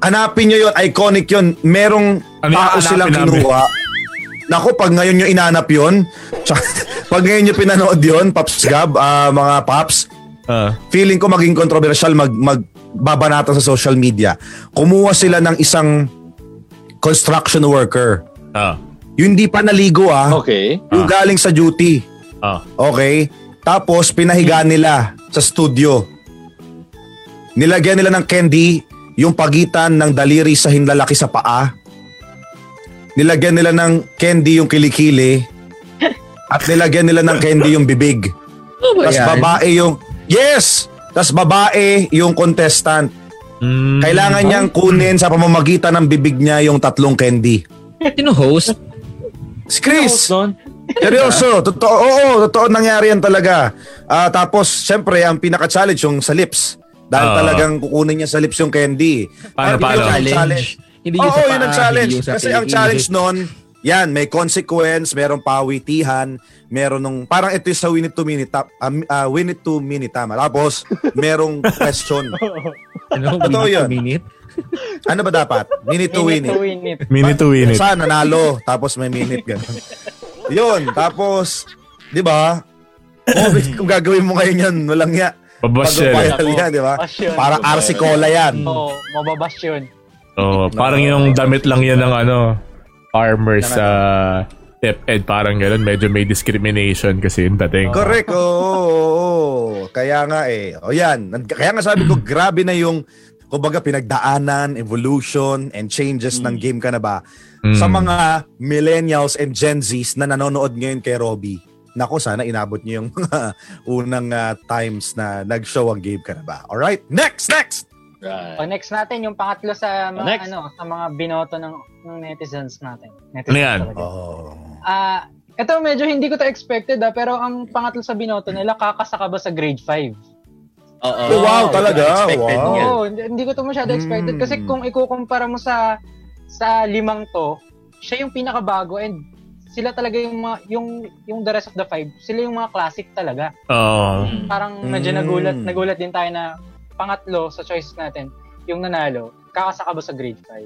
Speaker 5: hanapin niyo yun, iconic yun. Merong
Speaker 1: Ano yung
Speaker 5: tao
Speaker 1: hanapin
Speaker 5: silang
Speaker 1: namin?
Speaker 5: kinuha. Nako, pag ngayon nyo inanap yun, tsaka, pag ngayon nyo pinanood yun, Paps Gab, ah, mga Paps,
Speaker 1: Ah.
Speaker 5: feeling ko maging controversial mag magbabanatan sa social media. Kumuha sila ng isang construction worker.
Speaker 1: Ah.
Speaker 5: Yung hindi pa naligo ah.
Speaker 2: Okay.
Speaker 5: Yung galing sa duty.
Speaker 1: Ah.
Speaker 5: Okay? Tapos pinahiga nila sa studio. Nilagyan nila ng candy yung pagitan ng daliri sa hinlalaki sa paa. Nilagyan nila ng candy yung kilikili. At nilagyan nila ng candy yung bibig.
Speaker 3: Ano ba
Speaker 5: Tapos
Speaker 3: yan?
Speaker 5: babae yung... Yes! Tapos babae yung contestant.
Speaker 1: Mm.
Speaker 5: Kailangan niyang kunin sa pamamagitan ng bibig niya yung tatlong candy.
Speaker 3: Sino host?
Speaker 5: Si Chris!
Speaker 2: Noon.
Speaker 5: Seryoso, totoo. Oo, totoo nangyari yan talaga. Ah, tapos syempre ang pinaka-challenge yung sa lips. Dahil
Speaker 1: Ah.
Speaker 5: talagang kukunin niya sa lips yung candy.
Speaker 1: Paano,
Speaker 5: At yun
Speaker 1: paano?
Speaker 5: ang challenge.
Speaker 3: Hindi
Speaker 5: Oo,
Speaker 3: yung sa
Speaker 5: yun ang
Speaker 3: paa,
Speaker 5: challenge.
Speaker 3: hindi yung sa
Speaker 5: Kasi
Speaker 3: kilikili.
Speaker 5: ang challenge nun, yan, may consequence, merong pawitihan, meron nung, parang ito yung sa win it to minute, tap- ah, ah, win it to minute, tama. Tapos, merong question.
Speaker 3: Ano?
Speaker 5: Totoo
Speaker 3: minute to
Speaker 5: yun.
Speaker 3: Minute?
Speaker 5: Ano ba dapat? Minute to win it.
Speaker 4: win it.
Speaker 1: Minute to win it.
Speaker 5: Saan nanalo, tapos may minute ganun. Yun, tapos, di ba? Obvious, kung gagawin mo ngayon yan, walang ya.
Speaker 1: Pabash yan. eh.
Speaker 5: Pag-viral yan, di ba?
Speaker 4: Bash yun.
Speaker 5: Parang RC Cola yan.
Speaker 4: Oo, mababash yun.
Speaker 1: Oo, parang yung damit lang yan ng ano, farmer sa DepEd, parang ganun. Medyo may discrimination kasi yung dating.
Speaker 5: Correct, oo, oo, oo. Kaya nga eh. O yan, Nag- kaya nga sabi ko, grabe na yung, kumbaga, pinagdaanan, evolution, and changes ng game ka na ba? Sa mga millennials and Gen Zs na nanonood ngayon kay Robby, nako sana inabot niyo yung mga unang ah, times na nag-show ang game ka na ba? Alright, next, next!
Speaker 2: Right.
Speaker 4: O next natin, yung pangatlo sa mga,
Speaker 2: Next.
Speaker 4: ano, sa mga binoto ng, ng netizens natin. Netizens
Speaker 1: Ano yan?
Speaker 4: talaga.
Speaker 5: Oh.
Speaker 4: Ah, ito medyo hindi ko to expected ah, pero ang pangatlo sa binoto nila, kakasaka ba sa grade 5?
Speaker 2: Oo.
Speaker 5: Oh, wow, talaga.
Speaker 2: Expected
Speaker 5: Wow.
Speaker 2: niya.
Speaker 4: Oo, hindi, hindi ko to masyado expected
Speaker 5: Mm.
Speaker 4: kasi kung ikukumpara mo sa sa limang to, siya yung pinakabago and sila talaga yung mga, yung yung the rest of the five, sila yung mga classic talaga.
Speaker 1: Oo.
Speaker 2: Mm.
Speaker 4: Parang medyo
Speaker 5: Mm.
Speaker 4: nagulat nagulat din tayo na pangatlo sa choice natin, yung nanalo, kakasaka ba sa grade 5?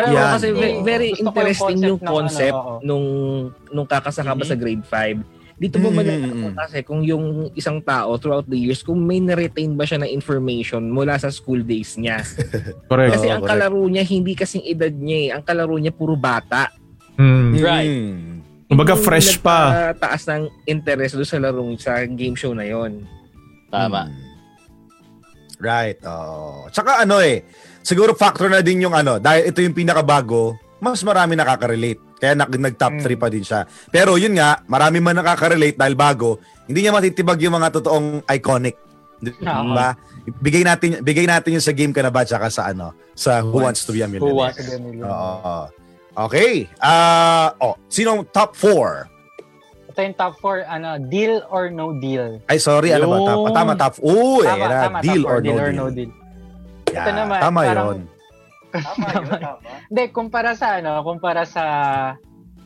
Speaker 4: Pero
Speaker 5: Yan.
Speaker 3: kasi very, very
Speaker 4: Gusto ko yung
Speaker 3: interesting yung
Speaker 4: ng
Speaker 3: concept,
Speaker 4: ano, oo.
Speaker 3: nung nung kakasaka
Speaker 5: Mm-hmm.
Speaker 3: ba sa grade 5. Dito mo
Speaker 5: Mm,
Speaker 3: malalaman
Speaker 5: mm,
Speaker 3: kasi kung yung isang tao throughout the years kung may na-retain ba siya na information mula sa school days niya.
Speaker 1: Correct.
Speaker 3: Kasi
Speaker 5: Oo,
Speaker 3: ang
Speaker 5: correct.
Speaker 3: kalaro niya hindi kasing edad niya eh. Ang kalaro niya puro bata.
Speaker 1: Mm.
Speaker 2: Right.
Speaker 5: Mm.
Speaker 1: Kumbaga
Speaker 3: Yung
Speaker 1: fresh pa.
Speaker 3: nagtataas ng interest doon sa larong sa game show na yon.
Speaker 2: Tama.
Speaker 5: Mm. Right. Oh. Tsaka ano eh, siguro factor na din yung ano, dahil ito yung pinakabago, mas marami nakaka-relate. Kaya nag, nag-top 3 pa din siya. Pero yun nga, marami man nakaka-relate dahil bago, hindi niya matitibag yung mga totoong iconic. Di
Speaker 4: Oo.
Speaker 5: ba? Bigay natin bigay natin yun sa game ka na ba tsaka sa ano, sa Who Wants to be a
Speaker 2: Who
Speaker 5: Millionaire.
Speaker 2: was?
Speaker 4: Sabi nila.
Speaker 5: Oo. Okay. Ah, oh, sinong top 4?
Speaker 4: Ito yung top 4, ano, deal or no deal.
Speaker 5: Ay, sorry, ano ba?
Speaker 2: Yun.
Speaker 5: Top, tama, top. Uy,
Speaker 4: Tama,
Speaker 5: ayan na.
Speaker 4: tama,
Speaker 5: deal,
Speaker 4: top
Speaker 5: or
Speaker 4: four, deal
Speaker 5: no
Speaker 4: or
Speaker 5: deal.
Speaker 4: no deal.
Speaker 5: Yeah,
Speaker 4: Ito naman,
Speaker 5: tama
Speaker 4: parang-
Speaker 5: yun.
Speaker 4: Hindi, kumpara sa ano, kumpara sa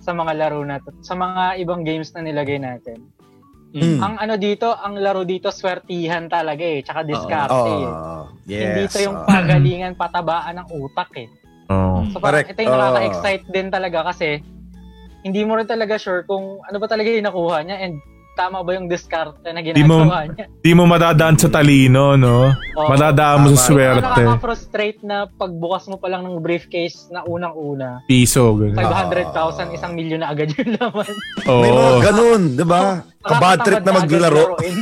Speaker 4: sa mga laro na to, sa mga ibang games na nilagay natin.
Speaker 5: Mm.
Speaker 4: Ang ano dito, ang laro dito swertihan talaga eh, tsaka diskarte.
Speaker 5: Oo.
Speaker 4: eh.
Speaker 5: yes.
Speaker 4: Hindi to yung
Speaker 5: oo.
Speaker 4: pagalingan, patabaan ng utak eh.
Speaker 1: Oo.
Speaker 4: So parang
Speaker 5: Correct.
Speaker 4: ito yung
Speaker 5: Oo.
Speaker 4: nakaka-excite din talaga kasi hindi mo rin talaga sure kung ano ba talaga yung nakuha niya and tama ba yung diskarte na
Speaker 1: Di mo,
Speaker 4: ginagawa niya.
Speaker 1: di mo madadaan sa talino, no? Madadaan mo sa swerte.
Speaker 4: Nakaka-frustrate na pagbukas mo pa lang ng briefcase na unang-una.
Speaker 1: Piso. ganun.
Speaker 4: 500,000, isang milyon na agad yung laman.
Speaker 5: May mga
Speaker 1: Oo.
Speaker 5: ganun, di ba? Kabad
Speaker 4: Nakakatamad
Speaker 5: trip na
Speaker 4: agad
Speaker 5: maglaro.
Speaker 4: laruin.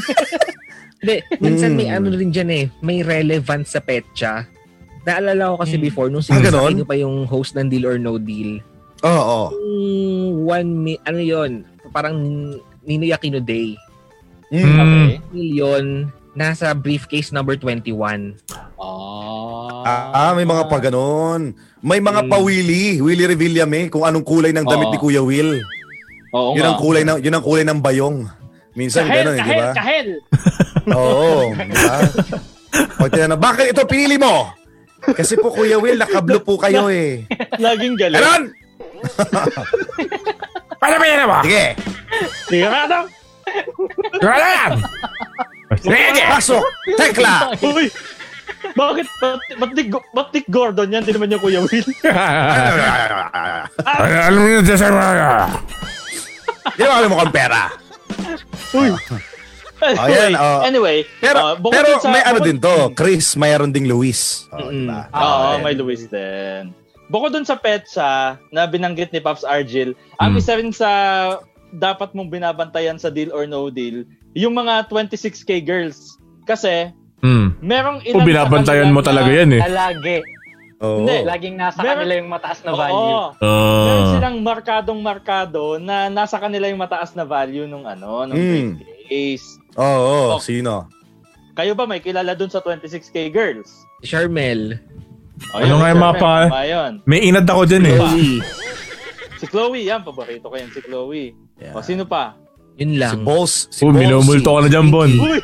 Speaker 3: Hindi, minsan
Speaker 5: Mm.
Speaker 3: may ano rin dyan eh, may relevance sa petsa. Naalala ko kasi
Speaker 5: Mm.
Speaker 3: before,
Speaker 1: Ah,
Speaker 3: nung sinasabi
Speaker 5: ganon?
Speaker 3: ko pa yung host ng Deal or No Deal,
Speaker 5: Oo, oo.
Speaker 3: yung one, mi- ano yon parang Ninoy Aquino Day,
Speaker 5: Mm.
Speaker 1: Mm.
Speaker 3: million, nasa briefcase number 21.
Speaker 5: Ah, may mga pa ganun. May mga
Speaker 3: Mm.
Speaker 5: pawili, Willy Revillame, kung anong kulay ng damit
Speaker 2: Hmm. Oo.
Speaker 5: ni Kuya Will.
Speaker 2: Oo
Speaker 5: Yun
Speaker 2: nga.
Speaker 5: ang kulay ng yun ang kulay ng bayong. Minsan
Speaker 6: Kahel,
Speaker 5: ganun, eh, di
Speaker 6: kahel,
Speaker 5: ba?
Speaker 6: kahel.
Speaker 5: Oo, di ba? Pag tinanong, bakit ito pinili mo? Kasi po Kuya Will, nakablo po kayo eh.
Speaker 2: Laging galit.
Speaker 5: Ganon!
Speaker 1: Paano ba yan
Speaker 4: ano?
Speaker 1: ba?
Speaker 5: Sige,
Speaker 6: Sigurado.
Speaker 1: Wala yan! Sige!
Speaker 5: pasok! Tekla!
Speaker 2: Uy! Bakit? Ba't, ba't, Nick, ba't Nick Gordon yan? Hindi naman yung Kuya Will.
Speaker 1: Alam mo yun, Jesse Maria.
Speaker 5: Ginawa mo kang pera.
Speaker 2: Anyway,
Speaker 5: Ayan, oh.
Speaker 2: anyway
Speaker 5: Pero,
Speaker 2: ah, bukod
Speaker 5: pero
Speaker 2: dun sa-
Speaker 5: may ano
Speaker 2: bukod-
Speaker 5: din to. Chris, mayroon ding Luis. Oh,
Speaker 3: Mm.
Speaker 5: diba?
Speaker 2: Oo,
Speaker 5: Ah,
Speaker 2: may Luis din. Bukod dun sa petsa na binanggit ni Pops Argil, ang
Speaker 5: Mm.
Speaker 1: Hmm.
Speaker 2: isa rin sa dapat mong binabantayan sa deal or no deal, yung mga 26k girls. Kasi,
Speaker 1: Hmm.
Speaker 2: merong ilan
Speaker 1: Kung binabantayan mo talaga yan eh.
Speaker 4: Lalagi.
Speaker 5: Oo.
Speaker 2: Hindi,
Speaker 4: Laging nasa
Speaker 2: Meron-
Speaker 4: kanila yung mataas na
Speaker 2: Oo.
Speaker 4: value.
Speaker 2: Meron
Speaker 1: Ah.
Speaker 2: silang markadong markado na nasa kanila yung mataas na value nung ano, nung
Speaker 5: Hmm.
Speaker 2: case.
Speaker 5: Oo,
Speaker 2: Oh.
Speaker 5: sino?
Speaker 2: Kayo ba may kilala dun sa 26k girls?
Speaker 3: Charmel,
Speaker 2: O,
Speaker 1: Ano
Speaker 2: yun,
Speaker 1: nga
Speaker 2: Sir
Speaker 1: yung mga
Speaker 2: Mel,
Speaker 1: pa-
Speaker 2: ba yun?
Speaker 1: May inad ako dyan eh.
Speaker 3: Chloe,
Speaker 2: Si Chloe, yan. Paborito ko yan, si Chloe.
Speaker 5: Yeah.
Speaker 2: O, sino pa?
Speaker 3: yun
Speaker 5: Si
Speaker 3: lang.
Speaker 5: Boss. Si
Speaker 1: Oh,
Speaker 5: Boss.
Speaker 1: minumulto ka na dyan, Bon.
Speaker 2: Uy!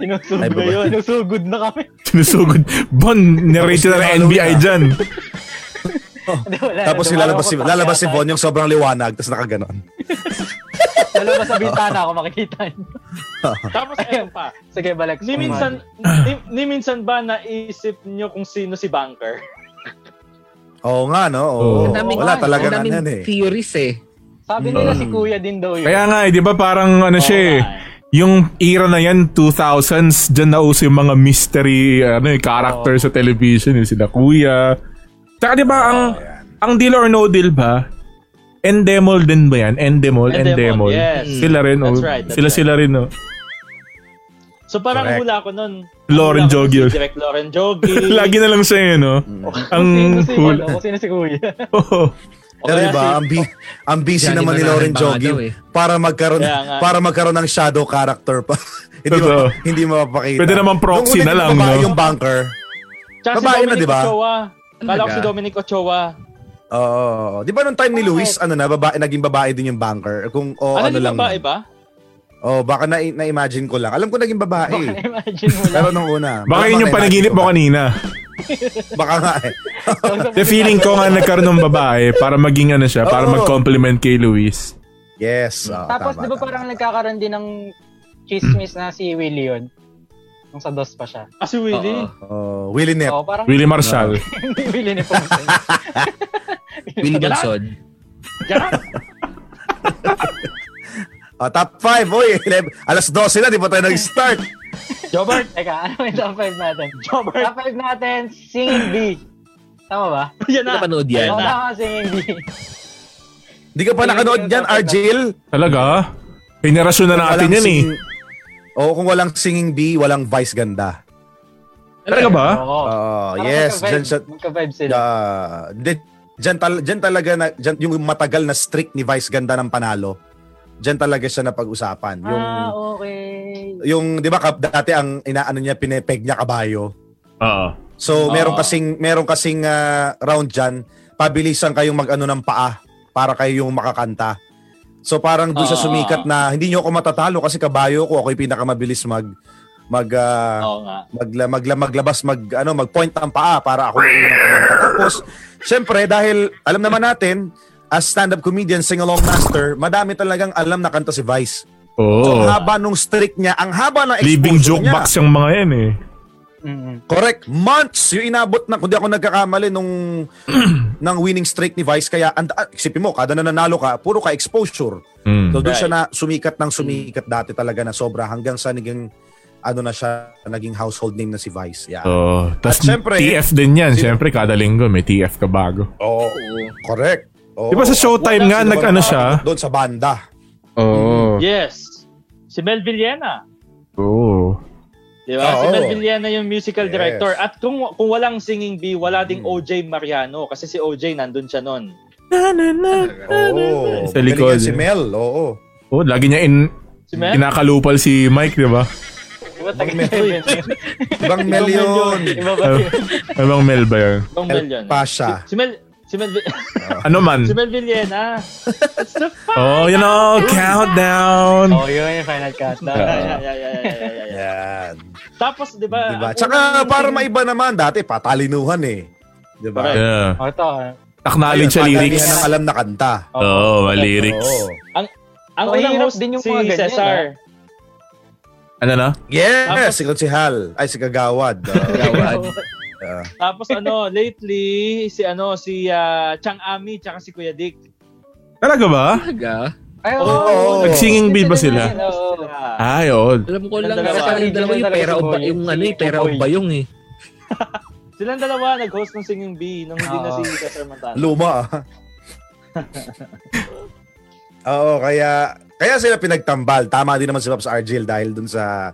Speaker 5: Ay,
Speaker 4: Inusugod,
Speaker 5: babae.
Speaker 4: inusugod na kami.
Speaker 1: Sinusugod. Bon, narrated na ng NBI dyan.
Speaker 4: Hindi, wala na,
Speaker 5: Tapos
Speaker 4: dumalaw
Speaker 5: lalabas si,
Speaker 4: ako pa-
Speaker 5: lalabas si
Speaker 2: eh.
Speaker 5: Von yung sobrang liwanag, tapos nakaganon.
Speaker 4: Lalabas sa bintana ako makikita niyo.
Speaker 2: Tapos, ayun pa.
Speaker 4: Sige, balik.
Speaker 5: Oh
Speaker 2: Ni
Speaker 4: Kumain.
Speaker 2: minsan, ni, ni minsan ba naisip nyo kung sino si Banker?
Speaker 5: Oo nga, no? Oo.
Speaker 1: Oo.
Speaker 3: Ang daming- ano,
Speaker 5: Wala talaga
Speaker 3: ang
Speaker 5: nga
Speaker 3: daming
Speaker 5: yan eh.
Speaker 3: theories eh.
Speaker 5: Mm.
Speaker 4: Sabi
Speaker 5: Hmm.
Speaker 4: nila si Kuya din daw yun.
Speaker 1: Kaya nga eh, di ba parang ano siya eh. Yung era na yan, 2000s, dyan nauso yung mga mystery ano, eh, character sa television. Yung sila kuya. Tsaka di ba ang, ang deal or no deal ba? Endemol din ba yan? Endemol, Endemol.
Speaker 2: Endemol, yes.
Speaker 1: Sila rin, oh.
Speaker 2: That's right, that's
Speaker 1: sila
Speaker 2: right.
Speaker 1: sila rin, oh.
Speaker 2: So parang
Speaker 5: Correct.
Speaker 2: hula ko nun.
Speaker 1: Lauren
Speaker 2: Hula ko
Speaker 1: Jogil.
Speaker 2: Si Direct Lauren Jogil.
Speaker 1: Lagi na lang siya yun, oh.
Speaker 2: Mm.
Speaker 1: Ang
Speaker 4: Kung sino si,
Speaker 1: hul-
Speaker 4: ano, kung sino si Kuya.
Speaker 1: Oo.
Speaker 2: O
Speaker 5: Pero
Speaker 2: kaya
Speaker 5: diba,
Speaker 2: si-
Speaker 5: ang, bi- ang busy
Speaker 3: Johnny
Speaker 5: naman ni
Speaker 3: Manahan
Speaker 5: Lauren
Speaker 3: baka
Speaker 5: Jogi
Speaker 3: daw eh.
Speaker 5: para magkaroon
Speaker 2: Kaya nga.
Speaker 5: para magkaroon ng shadow character pa. hindi
Speaker 1: Totoo.
Speaker 5: mo hindi mapapakita.
Speaker 1: Pwede naman proxy na
Speaker 5: Nung una, di ba
Speaker 1: lang,
Speaker 5: babae
Speaker 1: no?
Speaker 5: Yung banker.
Speaker 2: Tsaka si
Speaker 5: babae na,
Speaker 2: Dominic
Speaker 5: diba?
Speaker 2: Ochoa. Kala ko si
Speaker 3: Talaga?
Speaker 2: Dominic Ochoa.
Speaker 5: Oo. di ba nung time ni Luis, ano na, babae, naging babae din yung banker? Kung, o
Speaker 2: ano
Speaker 5: ano,
Speaker 2: yung
Speaker 5: lang.
Speaker 2: babae ba?
Speaker 5: Oh, baka na, na-imagine ko lang. Alam ko naging babae.
Speaker 4: Baka na-imagine mo lang.
Speaker 5: Pero nung una.
Speaker 1: Baka yun yung
Speaker 5: na-imagine
Speaker 1: panaginip
Speaker 5: ko
Speaker 1: mo
Speaker 5: lang.
Speaker 1: kanina.
Speaker 5: Baka nga eh.
Speaker 1: The feeling ko nga nagkaroon ng babae para maging ano siya, para
Speaker 5: Oo.
Speaker 1: mag-compliment kay Luis.
Speaker 5: Yes. oo,
Speaker 4: Tapos
Speaker 5: tama,
Speaker 4: di ba
Speaker 5: tama.
Speaker 4: parang nagkakaroon din ng chismis na si Willie yun? Nung sa DOS pa siya.
Speaker 2: Ah, si Willie.
Speaker 3: Oo.
Speaker 5: Oh, Willie Nep.
Speaker 4: Oo, parang
Speaker 1: Willie Marshall.
Speaker 4: Willie ni Ponce.
Speaker 3: Willie Bonson.
Speaker 5: Oh, top 5. Uy, 11 alas 12 na, di ba tayo nag-start?
Speaker 2: Jobart.
Speaker 4: Teka, ano yung top 5 natin?
Speaker 2: Jobart.
Speaker 5: Ah,
Speaker 4: Top 5 natin, Singing Bee. Tama ba?
Speaker 2: Yan
Speaker 3: Hindi
Speaker 2: na.
Speaker 3: napanood yan.
Speaker 4: Oo,
Speaker 2: Ayan na.
Speaker 4: tama, Singing Bee.
Speaker 5: Hindi ka pa nakanood yan, Argel?
Speaker 1: Talaga? Henerasyon na natin yan eh.
Speaker 5: Oo, kung walang singing bee, walang vice ganda.
Speaker 1: Talaga ba? Oh,
Speaker 4: Oo.
Speaker 2: Oh.
Speaker 5: Oo,
Speaker 4: Parang
Speaker 5: yes. Dyan, siya,
Speaker 4: magka-vibe- Magka-vibe sila.
Speaker 5: ah, di- dyan, tal- dyan talaga na, dyan, yung matagal na streak ni vice ganda ng panalo. Dyan talaga siya napag-usapan. Yung,
Speaker 4: Ah, okay.
Speaker 5: yung di ba, kap, dati ang inaano niya, pinepeg niya kabayo.
Speaker 1: Oo.
Speaker 5: So,
Speaker 2: Oo.
Speaker 5: meron kasing, meron kasing ah, round dyan, pabilisan kayong mag-ano ng paa para kayo yung makakanta. So, parang doon siya
Speaker 2: Oo.
Speaker 5: sumikat na, hindi niyo ako matatalo kasi kabayo ko, ako yung pinakamabilis mag, mag, ah,
Speaker 2: Oo nga.
Speaker 5: magla, magla, maglabas mag ano magpoint ang paa para ako yung unang tapos syempre dahil alam naman natin as stand-up comedian sing-along master madami talagang alam na kanta si Vice
Speaker 1: Oo.
Speaker 5: so ang haba nung streak niya ang haba ng
Speaker 1: Oh. Living
Speaker 5: exposure
Speaker 1: joke
Speaker 5: niya
Speaker 1: box yung mga yan eh.
Speaker 4: Mm-mm.
Speaker 5: Correct. Months yung inabot na kundi ako nagkakamali nung ng winning streak ni Vice kaya and, ah, isipin mo kada nananalo ka puro ka exposure.
Speaker 1: Mm.
Speaker 5: So doon siya na
Speaker 2: Right.
Speaker 5: sumikat ng sumikat dati talaga na sobra hanggang sa naging ano na siya naging household name na si Vice. Yeah.
Speaker 1: Oh, tas
Speaker 5: At syempre-
Speaker 1: TF din yan. Siyempre, kada linggo may TF ka bago.
Speaker 5: Oh, correct. Oh.
Speaker 1: Di ba sa ah? Showtime nga,
Speaker 5: Sino ba
Speaker 1: nag-ano
Speaker 5: ang
Speaker 1: siya?
Speaker 5: Doon sa banda.
Speaker 3: Oo.
Speaker 2: Yes. Si Mel Villena.
Speaker 1: Oo.
Speaker 2: Di ba? si
Speaker 5: Oo.
Speaker 2: Mel Villena yung musical
Speaker 5: Yes. Hmm.
Speaker 2: director. At kung kung walang singing bee, wala ding OJ Mariano kasi si OJ nandun siya noon.
Speaker 5: Oh.
Speaker 1: Sa likod.
Speaker 5: Si Mel, oo.
Speaker 1: Oh, lagi niya in,
Speaker 2: Si
Speaker 5: Hmm.
Speaker 2: Mel?
Speaker 1: kinakalupal si Mike, di ba?
Speaker 4: Diba tagal na yun?
Speaker 5: Ibang
Speaker 2: Ibang
Speaker 5: Mel
Speaker 2: Mel
Speaker 5: yun.
Speaker 2: yun. Iba ba
Speaker 1: Ano
Speaker 2: yun?
Speaker 1: ano bang Mel ba yun?
Speaker 2: Ibang Mel yun.
Speaker 5: Mel Pasha.
Speaker 2: Si Mel si Mel
Speaker 1: Ano man?
Speaker 2: si Mel Villena. It's the fun.
Speaker 1: Oh, you know, countdown.
Speaker 4: Oh, yun yung final cut.
Speaker 2: Yeah, yeah, yeah, yeah, yeah, yeah, yeah, yeah.
Speaker 5: Yan.
Speaker 2: Tapos, di ba?
Speaker 5: Diba?
Speaker 2: ang
Speaker 5: Tsaka
Speaker 2: unang-
Speaker 5: para maiba naman, dati patalinuhan eh. Diba?
Speaker 2: Correct.
Speaker 1: Yeah.
Speaker 4: O, ito. ah.
Speaker 1: Acknowledge siya
Speaker 5: Ayun,
Speaker 1: lyrics.
Speaker 5: padamihan ng alam na kanta.
Speaker 1: Oo, oh, mga lyrics.
Speaker 5: Oo.
Speaker 2: Ang
Speaker 4: Ang
Speaker 2: unang
Speaker 4: hirap
Speaker 2: host
Speaker 4: din yung
Speaker 2: si
Speaker 4: mga ganyan, ah.
Speaker 2: Cesar.
Speaker 1: Ano na?
Speaker 5: Yes,
Speaker 2: Tapos-
Speaker 5: si si Hal. Ay, si Kagawad. Oo.
Speaker 3: Gawad.
Speaker 5: Ah.
Speaker 2: Tapos ano, lately, si ano, si ah, Chang Ami, tsaka si Kuya Dick.
Speaker 1: Talaga ba?
Speaker 3: Talaga?
Speaker 4: Ay, oh,
Speaker 5: Oh,
Speaker 2: Oo.
Speaker 5: Oo.
Speaker 1: Nag-singing bee ba sila?
Speaker 4: Oo.
Speaker 2: Ah.
Speaker 1: Ay, oo.
Speaker 3: Alam ko lang,
Speaker 2: Dalawa.
Speaker 3: sa kanila dalawa yung pera o ba, yung ano, yung pera o bayong eh.
Speaker 2: Silang dalawa nag-host ng Singing Bee nung hindi na
Speaker 4: Oo.
Speaker 2: si Cesar Montano.
Speaker 5: Luma ah. Oo, kaya kaya sila pinagtambal. Tama din naman si Pops Argel dahil dun sa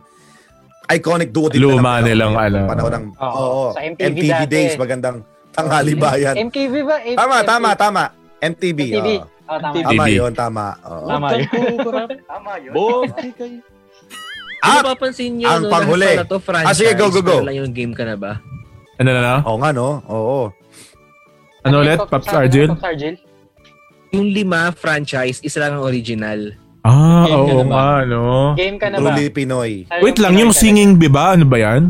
Speaker 5: iconic duo din
Speaker 1: Luma
Speaker 5: na ng-
Speaker 1: nilang, ano.
Speaker 5: panahon ng
Speaker 4: Oo,
Speaker 5: oo,
Speaker 4: sa MTV
Speaker 5: MTV
Speaker 4: dati.
Speaker 5: days magandang tanghali bayan.
Speaker 4: MKV ba? M-
Speaker 5: Tama,
Speaker 4: MKV.
Speaker 5: tama, tama. MTV.
Speaker 4: MTV.
Speaker 5: oo.
Speaker 4: Oh, tama.
Speaker 2: MTV.
Speaker 5: Tama
Speaker 1: MTV.
Speaker 5: 'yon, tama. oo.
Speaker 4: Tama yun.
Speaker 2: Tama yun. Bob,
Speaker 5: Ah,
Speaker 3: Kung napapansin nyo, Ano
Speaker 5: ang
Speaker 3: no,
Speaker 5: panghuli.
Speaker 3: lahat pala to, franchise,
Speaker 5: Ah, sige, go, go, go.
Speaker 3: pero lang yung game ka na ba?
Speaker 1: Ano na na?
Speaker 5: Oo nga no. Oo.
Speaker 1: Ano ulit? Pops Arjun?
Speaker 4: Pops Argel?
Speaker 3: Yung lima franchise, isa lang ang original.
Speaker 1: Ah,
Speaker 2: Game ka
Speaker 1: oo
Speaker 2: na ba?
Speaker 1: nga, no?
Speaker 4: Game ka na ba?
Speaker 5: Truly Pinoy.
Speaker 4: Ay,
Speaker 1: Wait lang, yung
Speaker 4: pinakita.
Speaker 1: singing bee ba? Ano ba yan?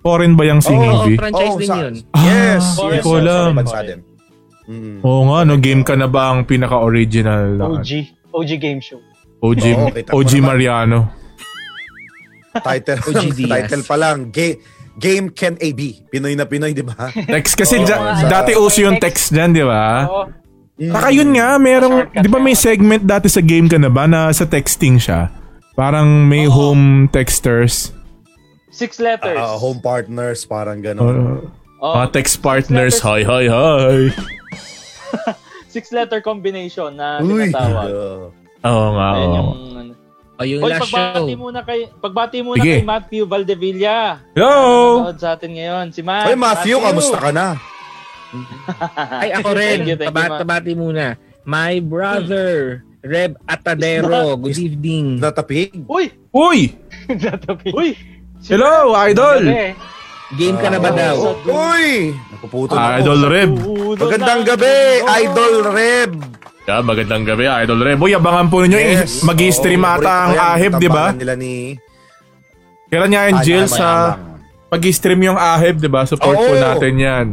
Speaker 1: Foreign ba yung singing
Speaker 5: Oo,
Speaker 1: bee?
Speaker 3: franchise
Speaker 5: Oo,
Speaker 3: din
Speaker 5: sa-
Speaker 3: yun.
Speaker 5: Yes.
Speaker 1: Ah,
Speaker 5: yes,
Speaker 1: hindi ko
Speaker 5: yes,
Speaker 1: alam. Oh.
Speaker 5: sa bansa din. Mm.
Speaker 1: Oo nga, no? Game ka na ba ang pinaka-original na
Speaker 4: OG. OG game show.
Speaker 1: OG,
Speaker 5: Oo, kita ko
Speaker 1: OG
Speaker 5: naman.
Speaker 1: Mariano?
Speaker 5: Title,
Speaker 3: OG Diaz.
Speaker 5: title pa lang. Ga- Game Ken AB. Pinoy na Pinoy, di ba?
Speaker 1: Text kasi
Speaker 5: Oo,
Speaker 1: dya-
Speaker 5: nga.
Speaker 1: dati uso yung text dyan, di ba?
Speaker 4: Oo.
Speaker 5: Mm.
Speaker 1: Saka yun nga, merong,
Speaker 4: Shortcut
Speaker 1: di ba may segment dati sa game ka na ba na sa texting siya? Parang may home texters,
Speaker 2: Six letters.
Speaker 5: Ah, home Ah, partners, parang gano'n.
Speaker 1: uh,
Speaker 2: Oh,
Speaker 1: mga text partners,
Speaker 2: Letters.
Speaker 1: hi, hi, hi.
Speaker 2: six letter combination na
Speaker 5: Uy! Ah,
Speaker 2: tinatawag.
Speaker 5: Oo.
Speaker 1: Oo nga,
Speaker 2: Ayun
Speaker 1: oo.
Speaker 2: yung... ano.
Speaker 3: O yung
Speaker 2: Hoy,
Speaker 3: last show.
Speaker 2: pagbati muna kay pagbati muna
Speaker 1: Sige.
Speaker 2: kay Matthew Valdevilla.
Speaker 1: Hello!
Speaker 2: Nanood sa atin ngayon si Matt.
Speaker 5: Hoy, Matthew, kamusta ka na?
Speaker 3: Ay, ako rin.
Speaker 2: Thank you, thank you,
Speaker 3: Taba-
Speaker 2: Ma.
Speaker 3: Tabati muna. My brother, Reb Atadero. Good evening.
Speaker 5: Natapig?
Speaker 2: Uy,
Speaker 1: Uy!
Speaker 4: Tatabi.
Speaker 2: uy.
Speaker 1: Hello, idol!
Speaker 4: Gabi eh.
Speaker 3: Game ka na ba
Speaker 5: Ah,
Speaker 3: daw?
Speaker 2: Oh.
Speaker 5: oo. Uy! Napuputol ako.
Speaker 1: Idol Reb.
Speaker 2: Ulo
Speaker 5: Magandang
Speaker 2: na-
Speaker 5: gabi, Idol Reb!
Speaker 1: Yeah, magandang gabi, Idol Reb. Uy, abangan po ninyo.
Speaker 5: Yes.
Speaker 1: Mag-i-stream
Speaker 5: Oo,
Speaker 1: ata ang
Speaker 5: favorite ko yan.
Speaker 1: ahib, di ba?
Speaker 5: Tambangan nila ni...
Speaker 1: Kailan niya yung
Speaker 5: Ah,
Speaker 1: Jill
Speaker 5: tama,
Speaker 1: sa
Speaker 5: tama.
Speaker 1: pag-i-stream yung ahib, di ba? Support po
Speaker 5: Oo.
Speaker 1: natin yan.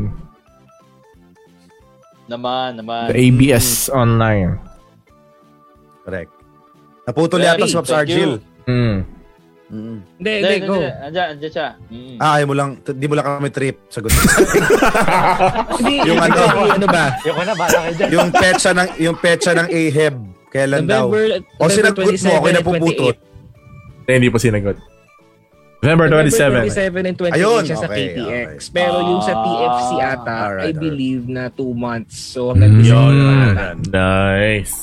Speaker 2: Naman, naman.
Speaker 1: The ABS online.
Speaker 5: Correct. Naputol yata
Speaker 2: Thank
Speaker 5: si Pops Argil.
Speaker 2: you.
Speaker 1: Mm.
Speaker 5: Mm.
Speaker 3: Hindi,
Speaker 2: Hindi,
Speaker 3: hindi,
Speaker 2: hindi,
Speaker 3: go.
Speaker 2: hindi. Andiyan, andiyan siya. Mm.
Speaker 5: Ah, ayaw mo lang, t- di mo lang kami trip. Sagot.
Speaker 3: Hindi,
Speaker 5: Yung
Speaker 3: hindi,
Speaker 5: ano.
Speaker 3: hindi, ano ba?
Speaker 4: Yoko na, bala kayo dyan.
Speaker 5: yung petsa ng yung petsa ng Ahab kailan ano daw?
Speaker 3: November,
Speaker 5: O
Speaker 3: November
Speaker 5: sinagot mo,
Speaker 3: 27
Speaker 5: ako'y
Speaker 3: and
Speaker 5: napuputol.
Speaker 3: 28.
Speaker 1: Eh, hindi po sinagot. November
Speaker 3: November
Speaker 1: 27.
Speaker 3: 27 and 28
Speaker 5: Ayun,
Speaker 3: siya sa
Speaker 5: okay,
Speaker 3: KTX.
Speaker 5: okay.
Speaker 3: Pero yung sa
Speaker 2: Ah,
Speaker 3: TFC ata,
Speaker 5: alright,
Speaker 3: I
Speaker 5: alright.
Speaker 3: believe na 2 months. So, hanggang
Speaker 1: Mm.
Speaker 3: December
Speaker 1: Yun.
Speaker 3: ata.
Speaker 1: Nice.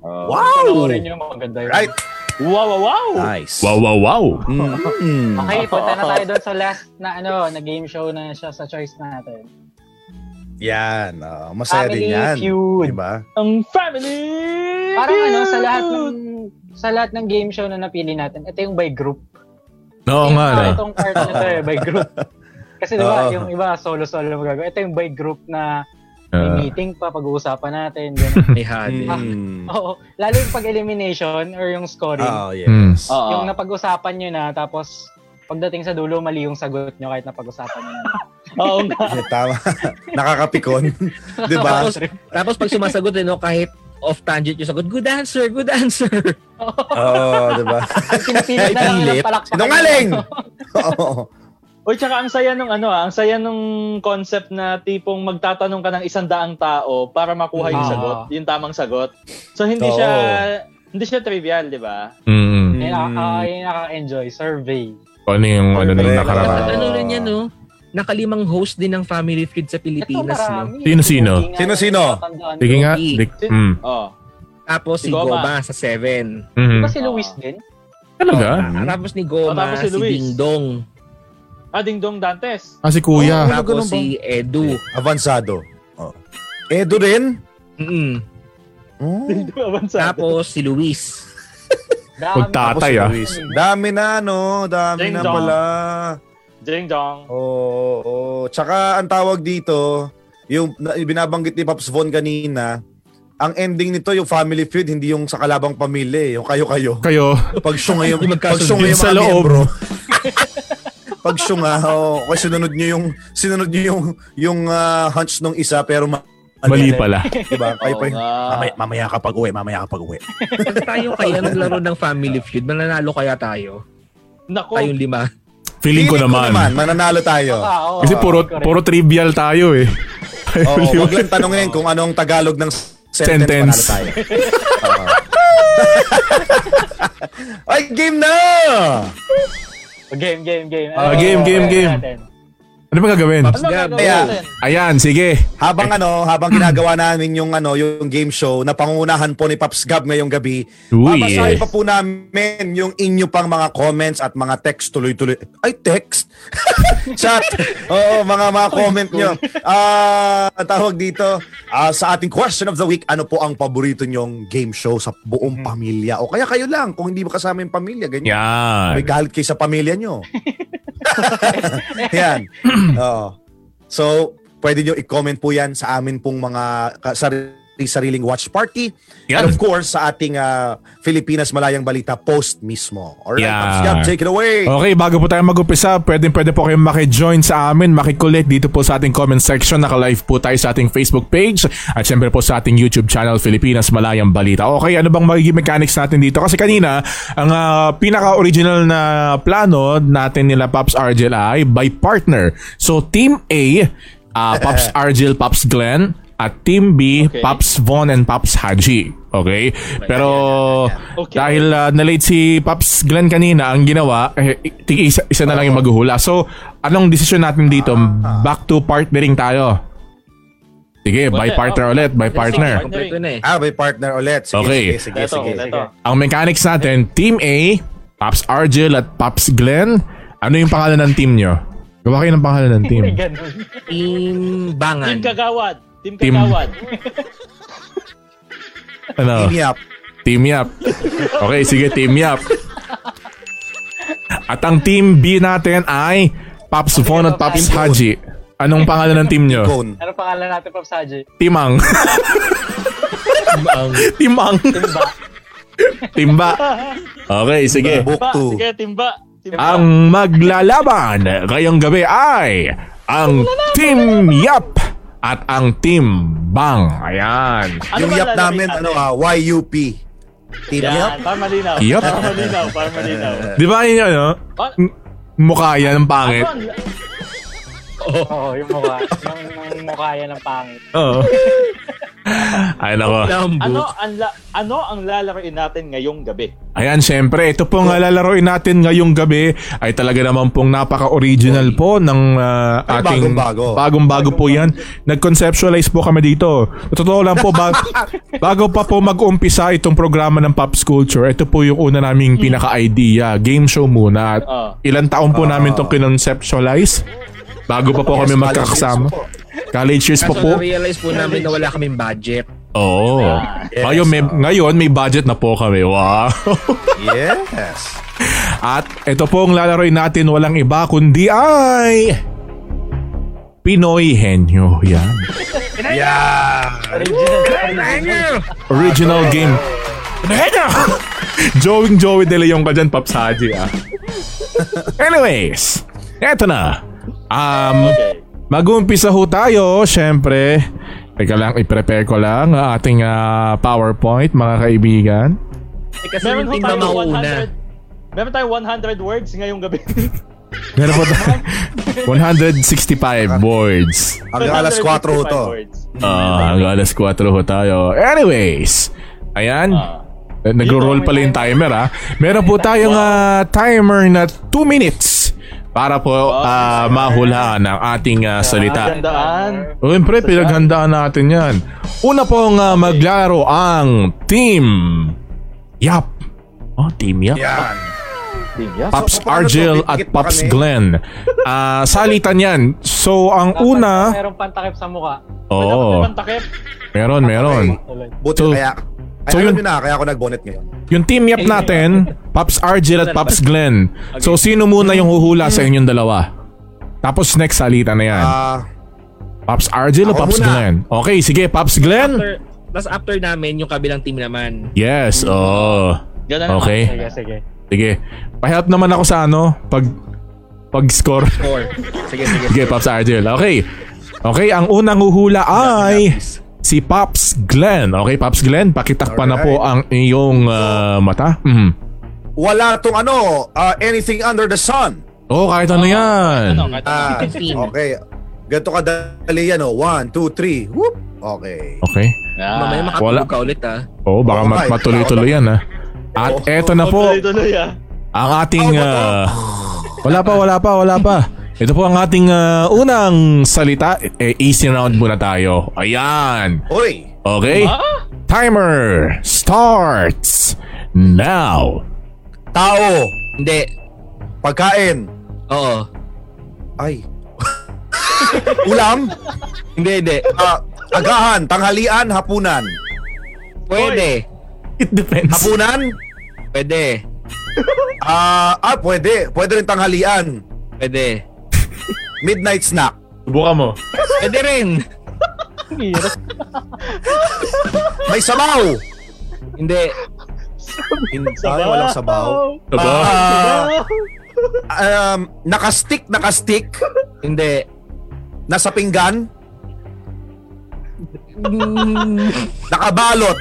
Speaker 5: Wow!
Speaker 4: Panoorin nyo, maganda yun.
Speaker 5: Right.
Speaker 2: Wow, wow, wow.
Speaker 5: Nice.
Speaker 1: Wow, wow, wow.
Speaker 5: Mm.
Speaker 4: Okay, punta na tayo doon sa last na ano, na game show na siya sa choice natin.
Speaker 5: Yan. oo, masaya din
Speaker 4: Family
Speaker 5: yan.
Speaker 4: feud.
Speaker 5: Diba?
Speaker 2: Ang family.
Speaker 4: Parang ano, sa lahat
Speaker 2: feud.
Speaker 4: ng sa lahat ng game show na napili natin, ito yung by group.
Speaker 1: Oo nga na.
Speaker 4: Ito Itong part na to eh, by group. Kasi diba,
Speaker 5: Oo.
Speaker 4: yung iba solo-solo na magagawa. Ito yung by group na may
Speaker 1: Ah.
Speaker 4: meeting pa, pag-uusapan natin. ganun.
Speaker 3: Ay,
Speaker 2: Hmm.
Speaker 3: hadi.
Speaker 2: Ah,
Speaker 5: Mm.
Speaker 4: Oo. Lalo yung pag-elimination or yung scoring.
Speaker 5: Oh, yeah.
Speaker 1: Mm.
Speaker 2: Oo.
Speaker 4: Yung napag-usapan nyo na, tapos pagdating sa dulo, mali yung sagot nyo kahit napag-usapan nyo na.
Speaker 2: Oo nga.
Speaker 5: Yeah, tama. Nakakapikon. diba?
Speaker 3: Tapos, tapos pag sumasagot, eh, no, kahit off-tangent yung sagot, good answer, good answer.
Speaker 5: Oo, diba?
Speaker 4: Pinipilit na lang
Speaker 5: Pilit.
Speaker 4: ng palakpakan.
Speaker 5: Sinungaling! Oo.
Speaker 2: Uy, tsaka ang saya nung ano ah, ang saya nung concept na tipong magtatanong ka ng isang daang tao para makuha yung
Speaker 4: Ah.
Speaker 2: sagot, yung tamang sagot. So hindi
Speaker 5: Oo.
Speaker 2: siya hindi siya trivial, di ba?
Speaker 1: Mm.
Speaker 4: Yun ang- ah, yun ang nakaka-enjoy. Survey.
Speaker 1: Ano yung ano nung
Speaker 5: Correct.
Speaker 1: nakaraan?
Speaker 3: At
Speaker 5: Oo.
Speaker 3: ano rin yan, no? Nakalimang host din ng Family Feud sa Pilipinas, no?
Speaker 1: Sino-sino?
Speaker 5: Sino-sino?
Speaker 1: Sige nga. Di- mm.
Speaker 2: Oh.
Speaker 3: Tapos si
Speaker 2: Si Goma.
Speaker 3: Goma sa 7.
Speaker 1: Mhm.
Speaker 4: Kasi Luis din.
Speaker 1: Talaga?
Speaker 3: Tapos ni
Speaker 2: Oh,
Speaker 3: Goma,
Speaker 2: tapos si
Speaker 3: si,
Speaker 2: Luis.
Speaker 3: Dingdong.
Speaker 2: Ah, Ding Dong Dantes.
Speaker 1: Ah, si Kuya.
Speaker 5: Ano, ganun
Speaker 3: Tapos
Speaker 5: ba?
Speaker 3: si Edu.
Speaker 5: Avansado. Oh. Edo rin?
Speaker 3: Mm.
Speaker 5: Mm.
Speaker 2: Ding Dong Avansado.
Speaker 3: Tapos si Luis.
Speaker 4: Dami.
Speaker 1: Magtata- Patay, ah.
Speaker 5: Luis. Dami na, no? Dami
Speaker 2: Ding
Speaker 5: na
Speaker 2: dong.
Speaker 5: pala.
Speaker 2: Ding Dong.
Speaker 5: Oo, oo, oo. Tsaka ang tawag dito, yung na- yung binabanggit ni Pops Von kanina, ang ending nito yung family feud, hindi yung sa kalabang pamilya, eh, yung kayo-kayo.
Speaker 1: Kayo.
Speaker 5: Pag syunga yung,
Speaker 3: Hindi
Speaker 5: pag
Speaker 3: magkasundo
Speaker 5: syunga yung
Speaker 1: sa
Speaker 5: mga
Speaker 1: loob.
Speaker 5: miyembro. pag syunga, oh, kasi sinunod nyo yung, sinunod nyo yung, yung ah, hunch nung isa, pero ma-
Speaker 1: Mali pala.
Speaker 5: Diba? Kayo pa yung,
Speaker 2: Oo nga.
Speaker 5: mamaya, mamaya ka pag uwi, mamaya ka pag uwi.
Speaker 3: Pag tayo kaya naglaro ng Family Feud, mananalo kaya tayo?
Speaker 2: Nako.
Speaker 3: Tayong lima.
Speaker 1: Feeling ko naman.
Speaker 5: mananalo tayo.
Speaker 4: Ah, oo,
Speaker 1: Kasi
Speaker 4: oo,
Speaker 1: puro
Speaker 4: correct.
Speaker 1: puro trivial tayo eh.
Speaker 5: Oo, wag lang tanungin kung anong Tagalog ng s- sentence,
Speaker 1: Sentence.
Speaker 5: panalo tayo. Oo. Ay, game na!
Speaker 4: Game, game, game.
Speaker 1: Ah,
Speaker 4: Ano,
Speaker 1: game, game,
Speaker 4: ano
Speaker 1: game.
Speaker 4: natin?
Speaker 1: Ano ba gagawin?
Speaker 3: Paps
Speaker 2: Ano
Speaker 3: Gab.
Speaker 2: gagawin
Speaker 5: Kaya-
Speaker 2: natin?
Speaker 1: Ayan, sige.
Speaker 5: Habang ano, habang ginagawa namin yung ano, yung game show na pangunahan po ni Pops Gab ngayong gabi,
Speaker 1: Uy, eh.
Speaker 5: babasahin pa po namin yung inyo pang mga comments at mga text tuloy-tuloy. Ay, text? Chat. Oo, mga mga comment nyo. Ah, ang tawag dito, ah, sa ating question of the week, ano po ang paborito nyong game show sa buong pamilya? O kaya kayo lang, kung hindi kasama yung pamilya, ganyan.
Speaker 1: Yan.
Speaker 5: May galit kayo sa pamilya nyo. yan. Oo. So, pwede nyo i-comment po yan sa amin pong mga ka- sarili-sariling watch party.
Speaker 1: Yan.
Speaker 5: And of course, sa ating ah, Filipinas Malayang Balita post mismo. Alright,
Speaker 1: Yeah.
Speaker 5: Pops Gab, take it away.
Speaker 1: Okay, bago po tayo mag-umpisa, pwede, pwede po kayong makijoin sa amin, makikulit dito po sa ating comment section. Naka-live po tayo sa ating Facebook page at syempre po sa ating YouTube channel, Filipinas Malayang Balita. Okay, ano bang magiging mechanics natin dito? Kasi kanina, ang ah, pinaka-original na plano natin nila Pops Argel ay by partner. So, Team A, ah, Pops Argel, Pops Glenn, at Team B,
Speaker 2: Okay.
Speaker 1: Pops Von and Pops Haji. Okay? Pero
Speaker 2: Okay.
Speaker 1: dahil uh, na-late si Pops Glenn kanina, ang ginawa, eh, tig- isa, isa na lang yung maghuhula. So, anong decision natin dito? Back to partnering tayo. Sige, by
Speaker 2: Wala,
Speaker 1: partner
Speaker 2: okay.
Speaker 1: ulit, by partner.
Speaker 3: Kompleto na eh.
Speaker 5: Ah, may partner ulit. Sige,
Speaker 1: Okay.
Speaker 5: sige, sige,
Speaker 2: Ito,
Speaker 5: sige.
Speaker 2: ito.
Speaker 1: Ang mechanics natin, Team A, Pops Argel at Pops Glenn. Ano yung pangalan ng team nyo? Gawa kayo ng pangalan ng team.
Speaker 4: Ganun.
Speaker 3: Team
Speaker 2: Team
Speaker 3: Bangan.
Speaker 2: Kagawad. Team
Speaker 1: Team-
Speaker 2: Kagawad.
Speaker 1: Ano? Oh.
Speaker 5: Team Yap.
Speaker 1: Team Yap. Okay, sige, Team Yap. At ang Team B natin ay Pops Von at Pops Haji. Anong pangalan ng team nyo?
Speaker 5: Cone.
Speaker 4: Ano pangalan natin, Prof. Saji?
Speaker 1: Timang. Timang. Timba. Okay, sige.
Speaker 5: Book
Speaker 2: Ba,
Speaker 5: 2.
Speaker 2: sige, Timba. Timba.
Speaker 1: Ang maglalaban ngayong gabi ay ang Team Yap at ang Team Bang. Ayan.
Speaker 2: Ano
Speaker 5: yung
Speaker 2: ba
Speaker 5: Yap
Speaker 2: lalagay
Speaker 5: namin, ano ah, YUP. Team Yap.
Speaker 2: Yan, para malinaw.
Speaker 1: Yup.
Speaker 2: Para malinaw, para malinaw.
Speaker 1: Di ba yun yun, no?
Speaker 2: Ah,
Speaker 1: M- Mukha yan, ang pangit.
Speaker 2: Ron,
Speaker 1: Oh.
Speaker 4: Oo, yung mukha. yung, yung mukha yan ang pangit.
Speaker 1: Oo. Ay, nako.
Speaker 2: ano
Speaker 3: Lambo.
Speaker 2: ang la- ano ang lalaroin natin ngayong gabi?
Speaker 1: Ayan, syempre, ito pong uh, lalaroin natin ngayong gabi ay talaga naman pong napaka-original po ng uh,
Speaker 5: Ay,
Speaker 1: ating...
Speaker 5: bagong-bago.
Speaker 1: Bagong-bago po yan. Nag-conceptualize po kami dito. Totoo lang po, ba- bago pa po mag-umpisa itong programa ng Pops Culture, ito po yung una
Speaker 5: Hmm.
Speaker 1: naming pinaka-idea. Game show muna.
Speaker 5: Ah.
Speaker 2: Oo.
Speaker 1: Ilan taon po namin itong kinonceptualize bago pa po kami
Speaker 5: Yes,
Speaker 1: magkakasama. College years po
Speaker 3: Kaso
Speaker 1: po.
Speaker 3: na-realize po namin na wala kaming budget.
Speaker 1: Oo. Ngayon, may, ngayon, may budget na po kami. Wow.
Speaker 5: Yes.
Speaker 1: At ito pong lalaroin natin walang iba kundi ay... Pinoy Henyo. Yan.
Speaker 5: Yeah.
Speaker 1: Original game. Ano, Henyo! Joey Joey De Leon ka dyan, Pops Haji, ah. Anyways, eto na. Um,
Speaker 2: Okay.
Speaker 1: Mag-umpisa ho tayo, syempre. Teka lang, i-prepare ko lang ang ating ah, PowerPoint, mga kaibigan.
Speaker 3: Eh, kasi
Speaker 2: Meron
Speaker 3: yung
Speaker 2: ho
Speaker 3: team na
Speaker 2: tayong
Speaker 3: mauuna.
Speaker 2: 100 Meron tayong 100 words ngayong gabi.
Speaker 1: Meron po tayo 165 words.
Speaker 5: Hanggang alas 4 ho to.
Speaker 1: Ah, hanggang alas 4 ho tayo. Anyways, ayan.
Speaker 5: Ah.
Speaker 2: Ah.
Speaker 1: Eh, Nagro-roll pala yung timer ha. Meron po tayong ah, timer na 2 minutes para po ah, mahulhaan ang ating ah, salita. ah.
Speaker 2: Gandaan.
Speaker 1: Siyempre, pinaghandaan natin yan. Una pong ah, maglaro ang Team Yap. Oh, Team Yap.
Speaker 5: Yan.
Speaker 1: Pops
Speaker 5: So, paano
Speaker 1: Argel
Speaker 5: to?
Speaker 1: at
Speaker 5: Dikit pa
Speaker 1: Pops
Speaker 5: kami.
Speaker 1: Glenn. Ah, salitan yan. So, ang una...
Speaker 4: Merong pantakip sa mukha.
Speaker 1: Oo,
Speaker 2: Pantakip.
Speaker 1: meron, meron.
Speaker 5: Buti
Speaker 1: So-
Speaker 5: kaya. Ay,
Speaker 1: so
Speaker 5: alam
Speaker 1: yun-
Speaker 5: nyo na, kaya ako nag-bonnet ngayon.
Speaker 1: Yung Team Yap natin, Pops Argel at Pops Glenn. So, sino muna yung huhula sa inyong dalawa? Tapos next salitan na yan.
Speaker 5: Ah,
Speaker 1: Pops Argel o
Speaker 5: ako
Speaker 1: Pops
Speaker 5: muna.
Speaker 1: Glenn? Okay, sige, Pops Glenn.
Speaker 3: After, tapos after namin, yung kabilang team naman.
Speaker 1: Yes, oo.
Speaker 2: Ganun naman.
Speaker 1: Okay.
Speaker 4: Sige, sige.
Speaker 1: Sige. Pahelp naman ako sa ano, pag pag-score.
Speaker 3: Four. Sige, sige.
Speaker 1: Sige, Pops Argel. Okay. Okay, ang unang huhula ay si Pops Glenn. Okay, Pops Glenn, pakitak pa na po ang iyong ah, mata. Mm.
Speaker 5: wala tong ano, ah, anything under the sun.
Speaker 1: Oh, kahit ano yan.
Speaker 5: Ah, okay. Ganito kadali yan, oh. One, two, three. Whoop. Okay.
Speaker 1: Okay.
Speaker 2: Ah.
Speaker 3: Mamaya
Speaker 1: Wala.
Speaker 3: makatulog ka ulit ah.
Speaker 1: Oh, baka Oh,
Speaker 5: Okay.
Speaker 1: mat- matuloy-tuloy yan ha. At eto na po
Speaker 2: Tuloy-tuloy ah.
Speaker 1: ang ating ah, wala pa, wala pa, wala pa. Ito po ang ating ah, unang salita. Eh, easy round muna tayo. Ayan.
Speaker 5: Uy.
Speaker 1: Okay? Timer starts now.
Speaker 5: Tao.
Speaker 3: Hindi.
Speaker 5: Pagkain.
Speaker 3: Oo.
Speaker 5: Ay. Ulam.
Speaker 3: Hindi, hindi.
Speaker 5: Ah, agahan. Tanghalian. Hapunan.
Speaker 3: Pwede.
Speaker 1: It depends.
Speaker 5: Hapunan.
Speaker 3: Pwede.
Speaker 5: Ah, ah, pwede. Pwede rin tanghalian.
Speaker 3: Pwede.
Speaker 5: Midnight snack.
Speaker 1: Subukan mo.
Speaker 3: Pwede rin.
Speaker 5: May sabaw.
Speaker 3: Hindi.
Speaker 5: Ay, walang sabaw.
Speaker 1: Sabaw.
Speaker 5: Ah, um, nakastick, nakastick.
Speaker 3: Hindi.
Speaker 5: Nasa pinggan. Nakabalot.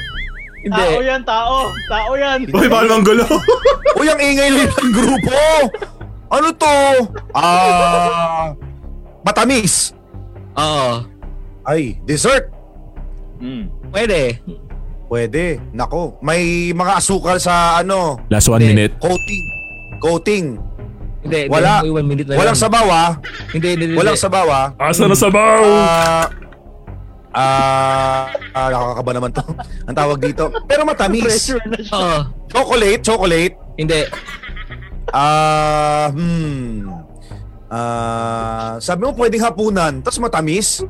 Speaker 3: Hindi.
Speaker 2: Tao yan, tao. Tao yan.
Speaker 1: Uy, bawal ang gulo.
Speaker 5: Uy, ang ingay nila ng grupo! Ano to? Ah... matamis!
Speaker 3: Oo.
Speaker 5: Ay, dessert!
Speaker 2: Mm.
Speaker 3: Pwede.
Speaker 5: Pwede. Nako, may mga asukal sa ano,
Speaker 1: Last one
Speaker 3: Hindi.
Speaker 1: minute.
Speaker 5: coating. Coating.
Speaker 3: Hindi. hindi.
Speaker 5: Wala.
Speaker 3: Uy, one minute na lang.
Speaker 5: Walang sabaw ah.
Speaker 3: Hindi, hindi, hindi.
Speaker 5: Walang sabaw ah.
Speaker 1: Asa na sabaw?
Speaker 5: Ah... Ah... ah, nakakakaba naman to. Ang tawag dito. Pero matamis.
Speaker 3: Oo.
Speaker 5: Chocolate, chocolate.
Speaker 3: Hindi.
Speaker 5: Ah... hmm. Ah... sabi mo pwedeng hapunan, tapos matamis?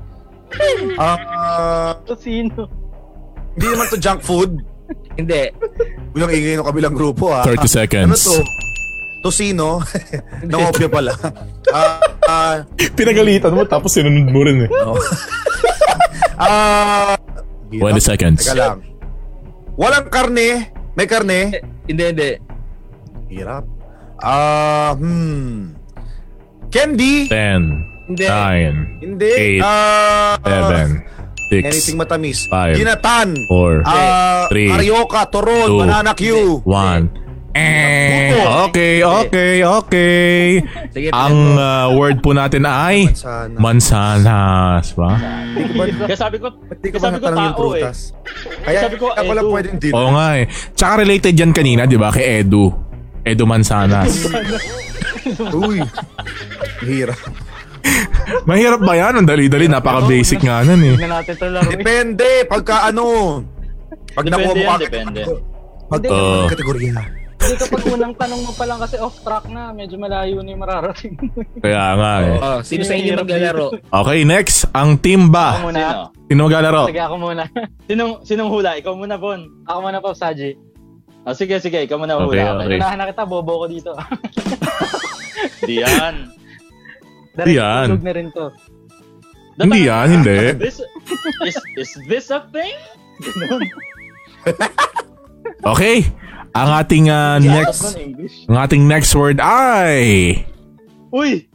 Speaker 5: Ah...
Speaker 2: Ito sino?
Speaker 5: Hindi naman to junk food.
Speaker 3: Hindi.
Speaker 5: Bilang ingay ng kabilang grupo ah.
Speaker 1: 30 seconds.
Speaker 5: Ano to? Tosino? Nangopya pala. Ah, ah,
Speaker 1: Pinagalitan mo tapos sinunod mo rin eh.
Speaker 5: ah,
Speaker 1: 20 seconds.
Speaker 5: Teka lang. Walang karne. May karne.
Speaker 3: Hindi, hindi.
Speaker 5: Hirap. Ah, hmm. Candy?
Speaker 1: 10,
Speaker 3: Hindi.
Speaker 1: 9,
Speaker 5: Hindi.
Speaker 1: Eight.
Speaker 5: Ah,
Speaker 1: 7,
Speaker 5: anything
Speaker 1: 6,
Speaker 5: matamis.
Speaker 1: Five.
Speaker 5: Ginatan.
Speaker 1: 4,
Speaker 5: Ah,
Speaker 1: Three.
Speaker 5: Arioka, Toron,
Speaker 1: Two.
Speaker 5: Banana Q.
Speaker 1: 1. Okay, okay, okay.
Speaker 3: Sige,
Speaker 1: Ang uh, word po natin ay
Speaker 5: Sana.
Speaker 1: mansanas, ba?
Speaker 2: Kaya sabi ko,
Speaker 5: Hindi ko
Speaker 2: Sabi
Speaker 5: ba
Speaker 2: ko
Speaker 5: natanong yung
Speaker 2: tao, eh.
Speaker 5: prutas? Kaya
Speaker 2: Sabi ko,
Speaker 5: ako lang
Speaker 2: edo.
Speaker 5: pwedeng din.
Speaker 1: Oo nga eh. Tsaka related yan kanina, di ba? Kay Edu. Edu Mansanas. Oh.
Speaker 5: Uy. Hirap.
Speaker 1: Mahirap ba yan? Ang dali-dali. Napaka-basic nga nun eh.
Speaker 4: Tingnan natin ito laro.
Speaker 5: Depende pagka ano. Pag nakuha
Speaker 2: depende
Speaker 5: mo
Speaker 2: yan,
Speaker 5: agad.
Speaker 2: depende.
Speaker 5: Pag
Speaker 1: Oo.
Speaker 5: uh, kategorya.
Speaker 4: Hindi kapag unang tanong mo pa lang kasi off track na, medyo malayo na yung mararating mo.
Speaker 1: Kaya nga eh.
Speaker 3: Oh, sino sa inyo maglalaro?
Speaker 1: Okay, next. Ang timba.
Speaker 2: Sino?
Speaker 4: muna.
Speaker 1: Ah,
Speaker 4: Oh.
Speaker 1: Sino maglalaro?
Speaker 4: Sige, ako muna.
Speaker 2: Sinong, sinong hula? Ikaw muna, Bon.
Speaker 4: Ako muna pa, Saji.
Speaker 2: Ah, sige, sige. Ikaw muna
Speaker 1: Okay,
Speaker 2: hula.
Speaker 1: okay.
Speaker 4: Unahan na kita, bobo ko dito.
Speaker 2: Diyan.
Speaker 4: Direct
Speaker 1: Yan.
Speaker 4: tulog na rin to.
Speaker 1: Hindi ano yan, hindi.
Speaker 2: This, is, is this a thing?
Speaker 1: Okay. Ang ating ah,
Speaker 2: Ano
Speaker 1: next
Speaker 2: ng English?
Speaker 1: ang ating next word ay
Speaker 2: Uy!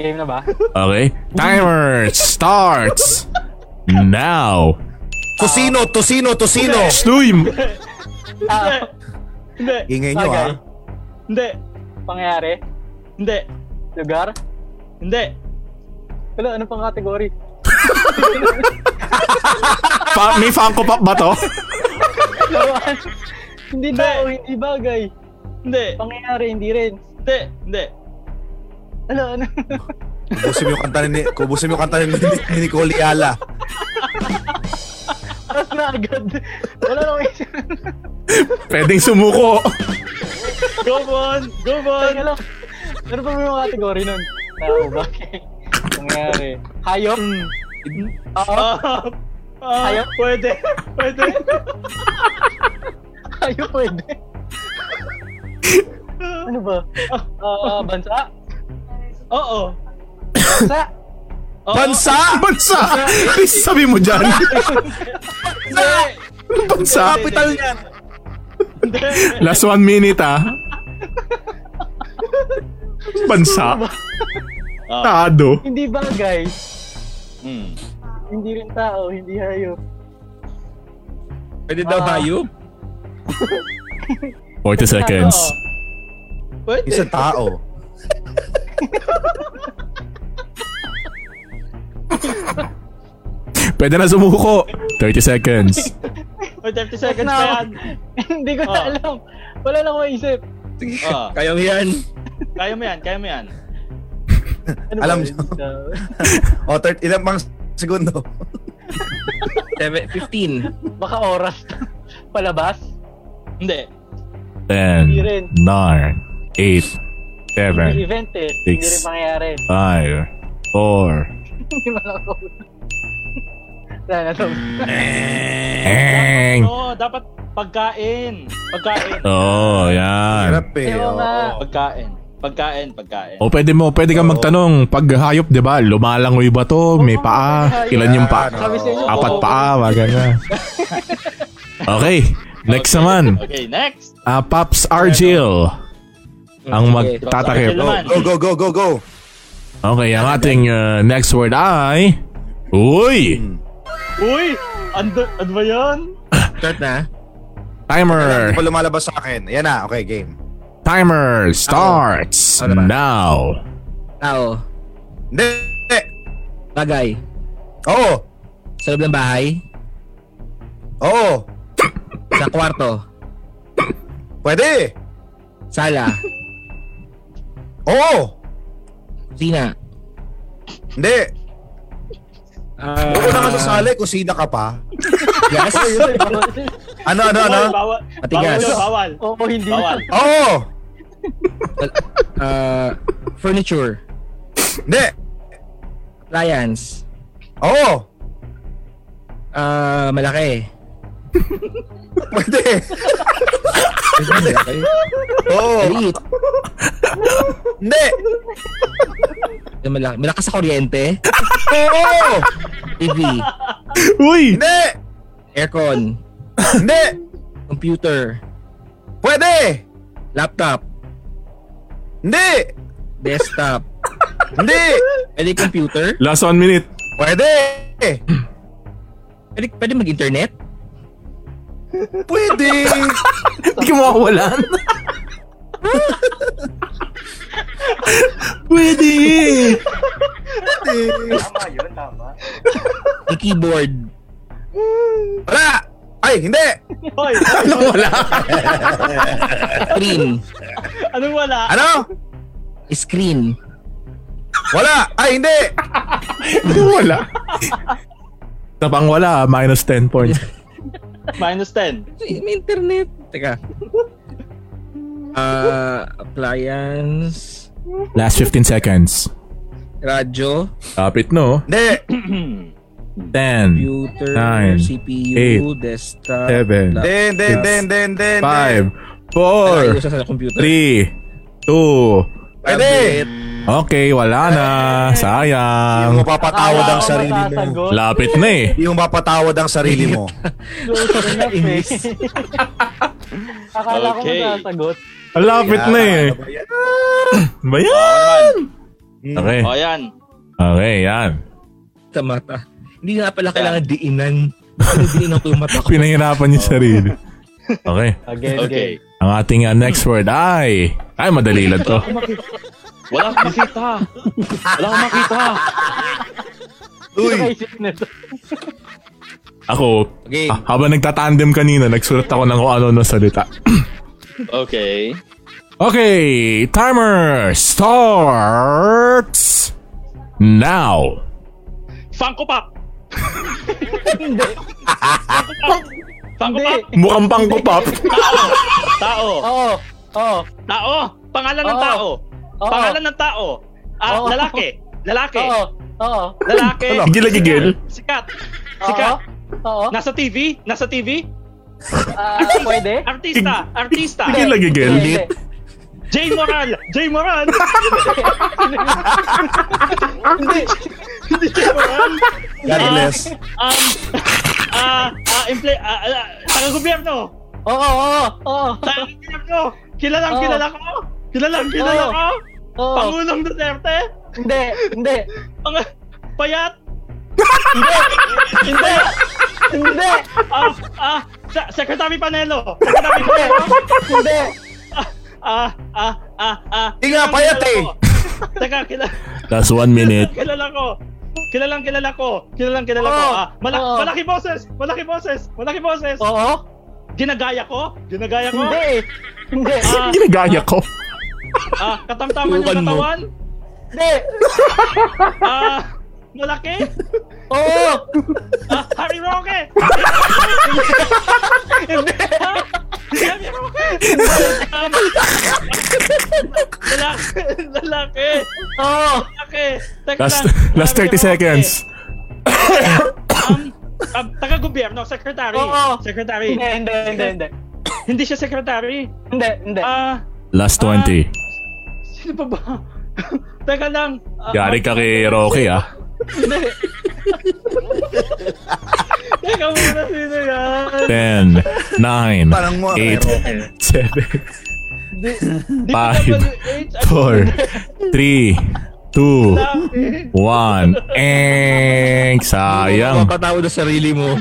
Speaker 4: Game na ba?
Speaker 1: Okay. Timer starts now.
Speaker 5: Tosino, tosino, tosino.
Speaker 1: Sloim.
Speaker 4: Ah,
Speaker 2: Hindi.
Speaker 5: Ingay nyo
Speaker 2: Tagay.
Speaker 5: ah.
Speaker 2: Hindi.
Speaker 4: pangyari?
Speaker 2: Hindi.
Speaker 4: Lugar?
Speaker 2: Hindi.
Speaker 4: Wala, ano pang category?
Speaker 1: Pa- may Funko Pop ba to?
Speaker 4: Laruan. hindi tao, hindi bagay.
Speaker 2: Hindi.
Speaker 4: Pangyayari, hindi rin.
Speaker 2: Hindi. Hindi.
Speaker 4: Wala, ano?
Speaker 5: Kubusin mo yung kanta ni, kubusin mo yung kanta ni, ni Nicole Yala.
Speaker 4: Aras na agad. Wala nang isip.
Speaker 1: Pwedeng sumuko.
Speaker 2: Go on! Go on!
Speaker 4: Teka lang. Ano ba yung category nun? Tao, bagay. Pangyayari. Hayop? Oo.
Speaker 2: Ah, ah,
Speaker 4: Ayaw?
Speaker 2: Pwede. Pwede.
Speaker 4: Hayop pwede. ano ba? Ah, bansa?
Speaker 2: Oo.
Speaker 4: Bansa?
Speaker 2: Oo.
Speaker 5: Bansa!
Speaker 1: Bansa! Please sabi mo dyan.
Speaker 2: Hindi.
Speaker 1: Anong Bansa!
Speaker 5: Capital niyan!
Speaker 2: Hindi.
Speaker 1: Last one minute ah. Bansa. Ah. Tado.
Speaker 4: Hindi bagay.
Speaker 2: Ah, Hmm.
Speaker 4: Hindi rin tao, hindi hayop.
Speaker 6: Pwede daw
Speaker 4: Ah.
Speaker 6: hayop.
Speaker 1: 40 seconds.
Speaker 2: Pwede.
Speaker 5: Isa tao.
Speaker 1: Pwede na sumuko. 30 seconds.
Speaker 2: Or 30 seconds pa yan.
Speaker 4: hindi ko na
Speaker 2: Ah.
Speaker 4: alam. Wala lang maisip.
Speaker 2: Oo.
Speaker 6: Kayang yan.
Speaker 2: Ah, Kaya mo yan. Kaya mo yan.
Speaker 4: Ano
Speaker 5: Alam
Speaker 4: ba?
Speaker 5: niyo. O, 30, Oh, ilang pang segundo?
Speaker 3: Seven- 15.
Speaker 4: Baka oras. Palabas?
Speaker 2: Hindi.
Speaker 1: 10, 9, 8,
Speaker 4: Hindi
Speaker 1: 7,
Speaker 4: event eh.
Speaker 1: Six.
Speaker 4: Hindi rin mangyayari.
Speaker 1: 5, 4,
Speaker 4: Hindi mo lang ako. Sana to.
Speaker 1: Eng!
Speaker 2: No, dapat pagkain. Pagkain.
Speaker 1: Oo, oh, yan.
Speaker 5: Hirap eh.
Speaker 4: Ewan nga.
Speaker 5: oo.
Speaker 2: Pagkain. Pagkain. Pagkain.
Speaker 1: O pwede mo, pwede kang magtanong, pag hayop, di ba, lumalangoy ba to, may paa, ilan yung paa,
Speaker 5: Yan,
Speaker 4: Sabi sa inyo,
Speaker 1: apat
Speaker 4: oo.
Speaker 1: paa, maganda. Okay, next
Speaker 2: Okay.
Speaker 1: naman,
Speaker 2: Okay, next.
Speaker 1: ah, Pops Argil ang
Speaker 2: Argel
Speaker 1: magtatakip.
Speaker 2: naman.
Speaker 5: Go, go, go, go, go.
Speaker 1: Okay, ang ating ah, next word ay, Uy!
Speaker 2: Uy! Ando, ano ba yan?
Speaker 3: Start na.
Speaker 1: Timer!
Speaker 5: Ako lumalabas sa akin. Ayan na, okay, game.
Speaker 1: Timer starts
Speaker 3: Ano ba?
Speaker 1: now.
Speaker 3: Tao.
Speaker 5: Hindi, hindi.
Speaker 3: Bagay.
Speaker 5: Oo,
Speaker 3: Sa loob ng bahay.
Speaker 5: oo.
Speaker 3: Sa kwarto.
Speaker 5: Pwede.
Speaker 3: Sala.
Speaker 5: Oo,
Speaker 3: Kusina.
Speaker 5: hindi.
Speaker 3: Ah,
Speaker 5: Huwag ko na kasasali, kusina ka pa.
Speaker 3: Yes.
Speaker 5: Ano, ano, ano?
Speaker 2: Bawal, bawal.
Speaker 3: Matigas.
Speaker 2: Bawal, bawal.
Speaker 4: Oo, hindi.
Speaker 2: Bawal.
Speaker 5: Oo,
Speaker 3: Ah, furniture.
Speaker 5: hindi.
Speaker 3: Appliance.
Speaker 5: Oo,
Speaker 3: Ah, malaki.
Speaker 5: pwede.
Speaker 3: Malaki.
Speaker 5: Oo,
Speaker 3: Maliit.
Speaker 5: hindi.
Speaker 3: Malaki. Malakas sa kuryente.
Speaker 5: Oo,
Speaker 3: TV.
Speaker 1: Uy!
Speaker 5: hindi.
Speaker 3: Aircon.
Speaker 5: Hindi,
Speaker 3: Computer.
Speaker 5: pwede.
Speaker 3: Laptop.
Speaker 5: Hindi,
Speaker 3: Desktop.
Speaker 5: hindi.
Speaker 3: Pwede computer?
Speaker 1: Last one minute.
Speaker 5: Pwede.
Speaker 3: Pwede, pwede mag-internet?
Speaker 5: Pwede.
Speaker 1: Hindi ka makawalan. Pwede!
Speaker 3: May keyboard?
Speaker 5: Wala. Ay, hindi.
Speaker 2: Hoy,
Speaker 1: Anong wala?
Speaker 3: Screen.
Speaker 2: anong wala?
Speaker 5: Ano?
Speaker 3: Screen.
Speaker 5: Wala. Ay, hindi.
Speaker 1: Anong wala? Sa pang wala, minus 10 points.
Speaker 2: Minus 10.
Speaker 3: May internet. Teka. Ah, appliance.
Speaker 1: Last 15 seconds.
Speaker 3: Radyo.
Speaker 1: Kapit no?
Speaker 5: Hindi.
Speaker 1: 10,
Speaker 3: Computer.
Speaker 1: Nine.
Speaker 3: CPU.
Speaker 1: Eight.
Speaker 3: desktop.
Speaker 1: Seven.
Speaker 3: laptop.
Speaker 5: Den, den, den, den, den.
Speaker 1: 5, 4,
Speaker 3: Ayos na sa computer.
Speaker 1: 3, 2.
Speaker 5: Pwede.
Speaker 3: Tablet.
Speaker 1: Okay, wala na.
Speaker 5: Hindi
Speaker 1: Sayang.
Speaker 5: mo mapapatawad ang sarili mo.
Speaker 4: Matasagot.
Speaker 1: Lapit na eh.
Speaker 5: Hindi mo mapatawad ang sarili mo.
Speaker 4: Close enough eh. Akala ko
Speaker 2: Okay.
Speaker 4: matasagot.
Speaker 1: Lapit na eh.
Speaker 5: Ah, ano
Speaker 1: Ba
Speaker 2: Oo
Speaker 1: yan?
Speaker 2: naman.
Speaker 1: Okay.
Speaker 2: O yan.
Speaker 1: Okay, yan.
Speaker 3: Sa mata. Hindi nga pala kailangan diinan. Diinan ko yung mata ko.
Speaker 1: Pinahirapan yung sarili. Okay.
Speaker 4: Again,
Speaker 2: Okay.
Speaker 1: Ang ating uh, next word ay... Ay, madali lang to.
Speaker 2: Wala akong makita. Wala akong makita.
Speaker 5: Uy,
Speaker 4: Nakaisip nito.
Speaker 1: Ako,
Speaker 3: Okay.
Speaker 1: ah, habang nagtatandem kanina, nagsulat ako ng kung ano na salita.
Speaker 2: Okay.
Speaker 1: Okay, timer starts now.
Speaker 2: Funko Pop! Funko Pop!
Speaker 1: Mukhang pang pop.
Speaker 2: Tao!
Speaker 4: Oo. Oo.
Speaker 2: Tao! Pangalan ng
Speaker 4: Oo.
Speaker 2: tao!
Speaker 4: Oo.
Speaker 2: Pangalan ng tao! Ah,
Speaker 4: Oo.
Speaker 2: lalaki! Lalaki!
Speaker 4: Oo. Oo.
Speaker 2: Lalaki!
Speaker 1: Ano, Gigil na gigil.
Speaker 2: Sikat!
Speaker 4: Oo.
Speaker 2: Sikat!
Speaker 4: Oo.
Speaker 2: Nasa TV? Nasa TV?
Speaker 4: Ah, pwede?
Speaker 2: Artista! Artista!
Speaker 1: Gigil na gigil.
Speaker 4: Hindi.
Speaker 2: Jay Moral! Jay Moral!
Speaker 4: Hindi.
Speaker 2: Hindi Jay Moral!
Speaker 5: God bless.
Speaker 2: Um, ah, ah, emple, ah, ah, taga-gobyerno!
Speaker 4: Oo. Oo. Oo.
Speaker 2: Taga-gobyerno! Kilalang
Speaker 4: Oo.
Speaker 2: kilala ko! Kilalang kilala
Speaker 4: Oo.
Speaker 2: ko!
Speaker 4: Oo.
Speaker 2: Pangulong Duterte!
Speaker 4: Hindi. Hindi.
Speaker 2: Pang payat!
Speaker 4: Hindi. Hindi.
Speaker 2: Ah, ah, sa Secretary Panelo! Secretary
Speaker 4: Hindi.
Speaker 2: Panelo!
Speaker 4: Hindi.
Speaker 2: Ah, ah, ah, ah.
Speaker 5: Di nga, payat eh.
Speaker 2: Teka, kilala,
Speaker 1: That's one minute.
Speaker 2: kilala ko. Kilalang kilala ko. Kilalang kilala ko.
Speaker 4: Oo.
Speaker 2: Ah, mala-
Speaker 4: Oo.
Speaker 2: malaki boses. Malaki boses. Malaki boses.
Speaker 4: Oo.
Speaker 2: Ginagaya ko. Ginagaya ko.
Speaker 4: Hindi. Hindi.
Speaker 2: Ah,
Speaker 1: Ginagaya ko.
Speaker 2: ah, katamtaman yung
Speaker 5: Iwan mo.
Speaker 2: katawan.
Speaker 4: Hindi.
Speaker 2: Ah, malaki.
Speaker 4: Oo.
Speaker 2: Ah, Harry Roque. Ah, si Harry Roque. Um, lalaki. Lalaki.
Speaker 4: Oo.
Speaker 2: Lalaki. Teka
Speaker 1: Last,
Speaker 2: lang.
Speaker 1: last 30
Speaker 2: Harry Roque.
Speaker 1: seconds.
Speaker 2: um, um, taga-gobyerno, secretary.
Speaker 4: Oo.
Speaker 2: Secretary.
Speaker 4: Hindi. Hindi. Hindi. Hindi.
Speaker 2: Hindi siya secretary.
Speaker 4: Hindi. Hindi.
Speaker 2: Ah,
Speaker 1: Last 20.
Speaker 2: sino pa ba? Teka lang. Ah,
Speaker 1: Yari ka kay Roque ah.
Speaker 2: Hindi. Teka muna, sino yan?
Speaker 1: 10, 9,
Speaker 5: Parang mo, kay
Speaker 1: 8, 7, Five,
Speaker 2: DPWH, ano
Speaker 1: 4, 3, 2,
Speaker 2: lang?
Speaker 1: 1. Eng! Sayang.
Speaker 3: Mapatawa na sarili mo.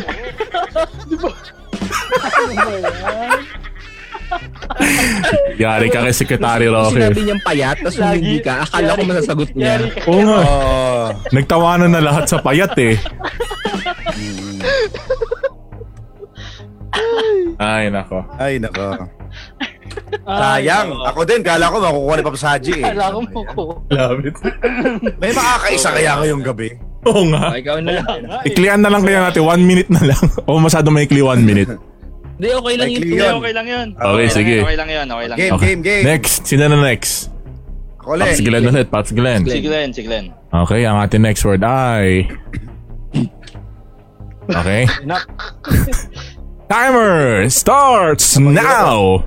Speaker 1: Yari ka kay Secretary Roque.
Speaker 3: Sinabi niyang payat, tapos hindi ka. Akala ko masasagot niya.
Speaker 4: Yari ka.
Speaker 1: Oo nga.
Speaker 5: Oh,
Speaker 1: Nagtawanan na lahat sa payat eh. Ay, nako.
Speaker 5: ay, nako.
Speaker 4: Ay,
Speaker 5: Sayang.
Speaker 4: oo.
Speaker 5: Ako din, kala ko makukuha ni Papa Saji eh.
Speaker 4: Akala ko mo ko.
Speaker 1: Love it.
Speaker 5: May makakaisa kaya ngayong gabi.
Speaker 1: Oo nga.
Speaker 3: Oh, ikaw na.
Speaker 1: Iklian na lang kaya natin. One minute na lang. o masyado maikli one minute.
Speaker 3: Hindi, okay lang yun.
Speaker 5: Likely
Speaker 2: Hindi,
Speaker 5: yun.
Speaker 2: okay lang yun.
Speaker 1: Okay, sige.
Speaker 2: Okay lang yun, okay lang yun.
Speaker 5: Game, game, game.
Speaker 1: Next. Sino na next?
Speaker 5: Ako ulit.
Speaker 1: Paps Glenn ulit. Paps Glenn.
Speaker 2: Si Glenn, si Glenn.
Speaker 1: Okay, ang ating next word ay... Okay. Timer starts now!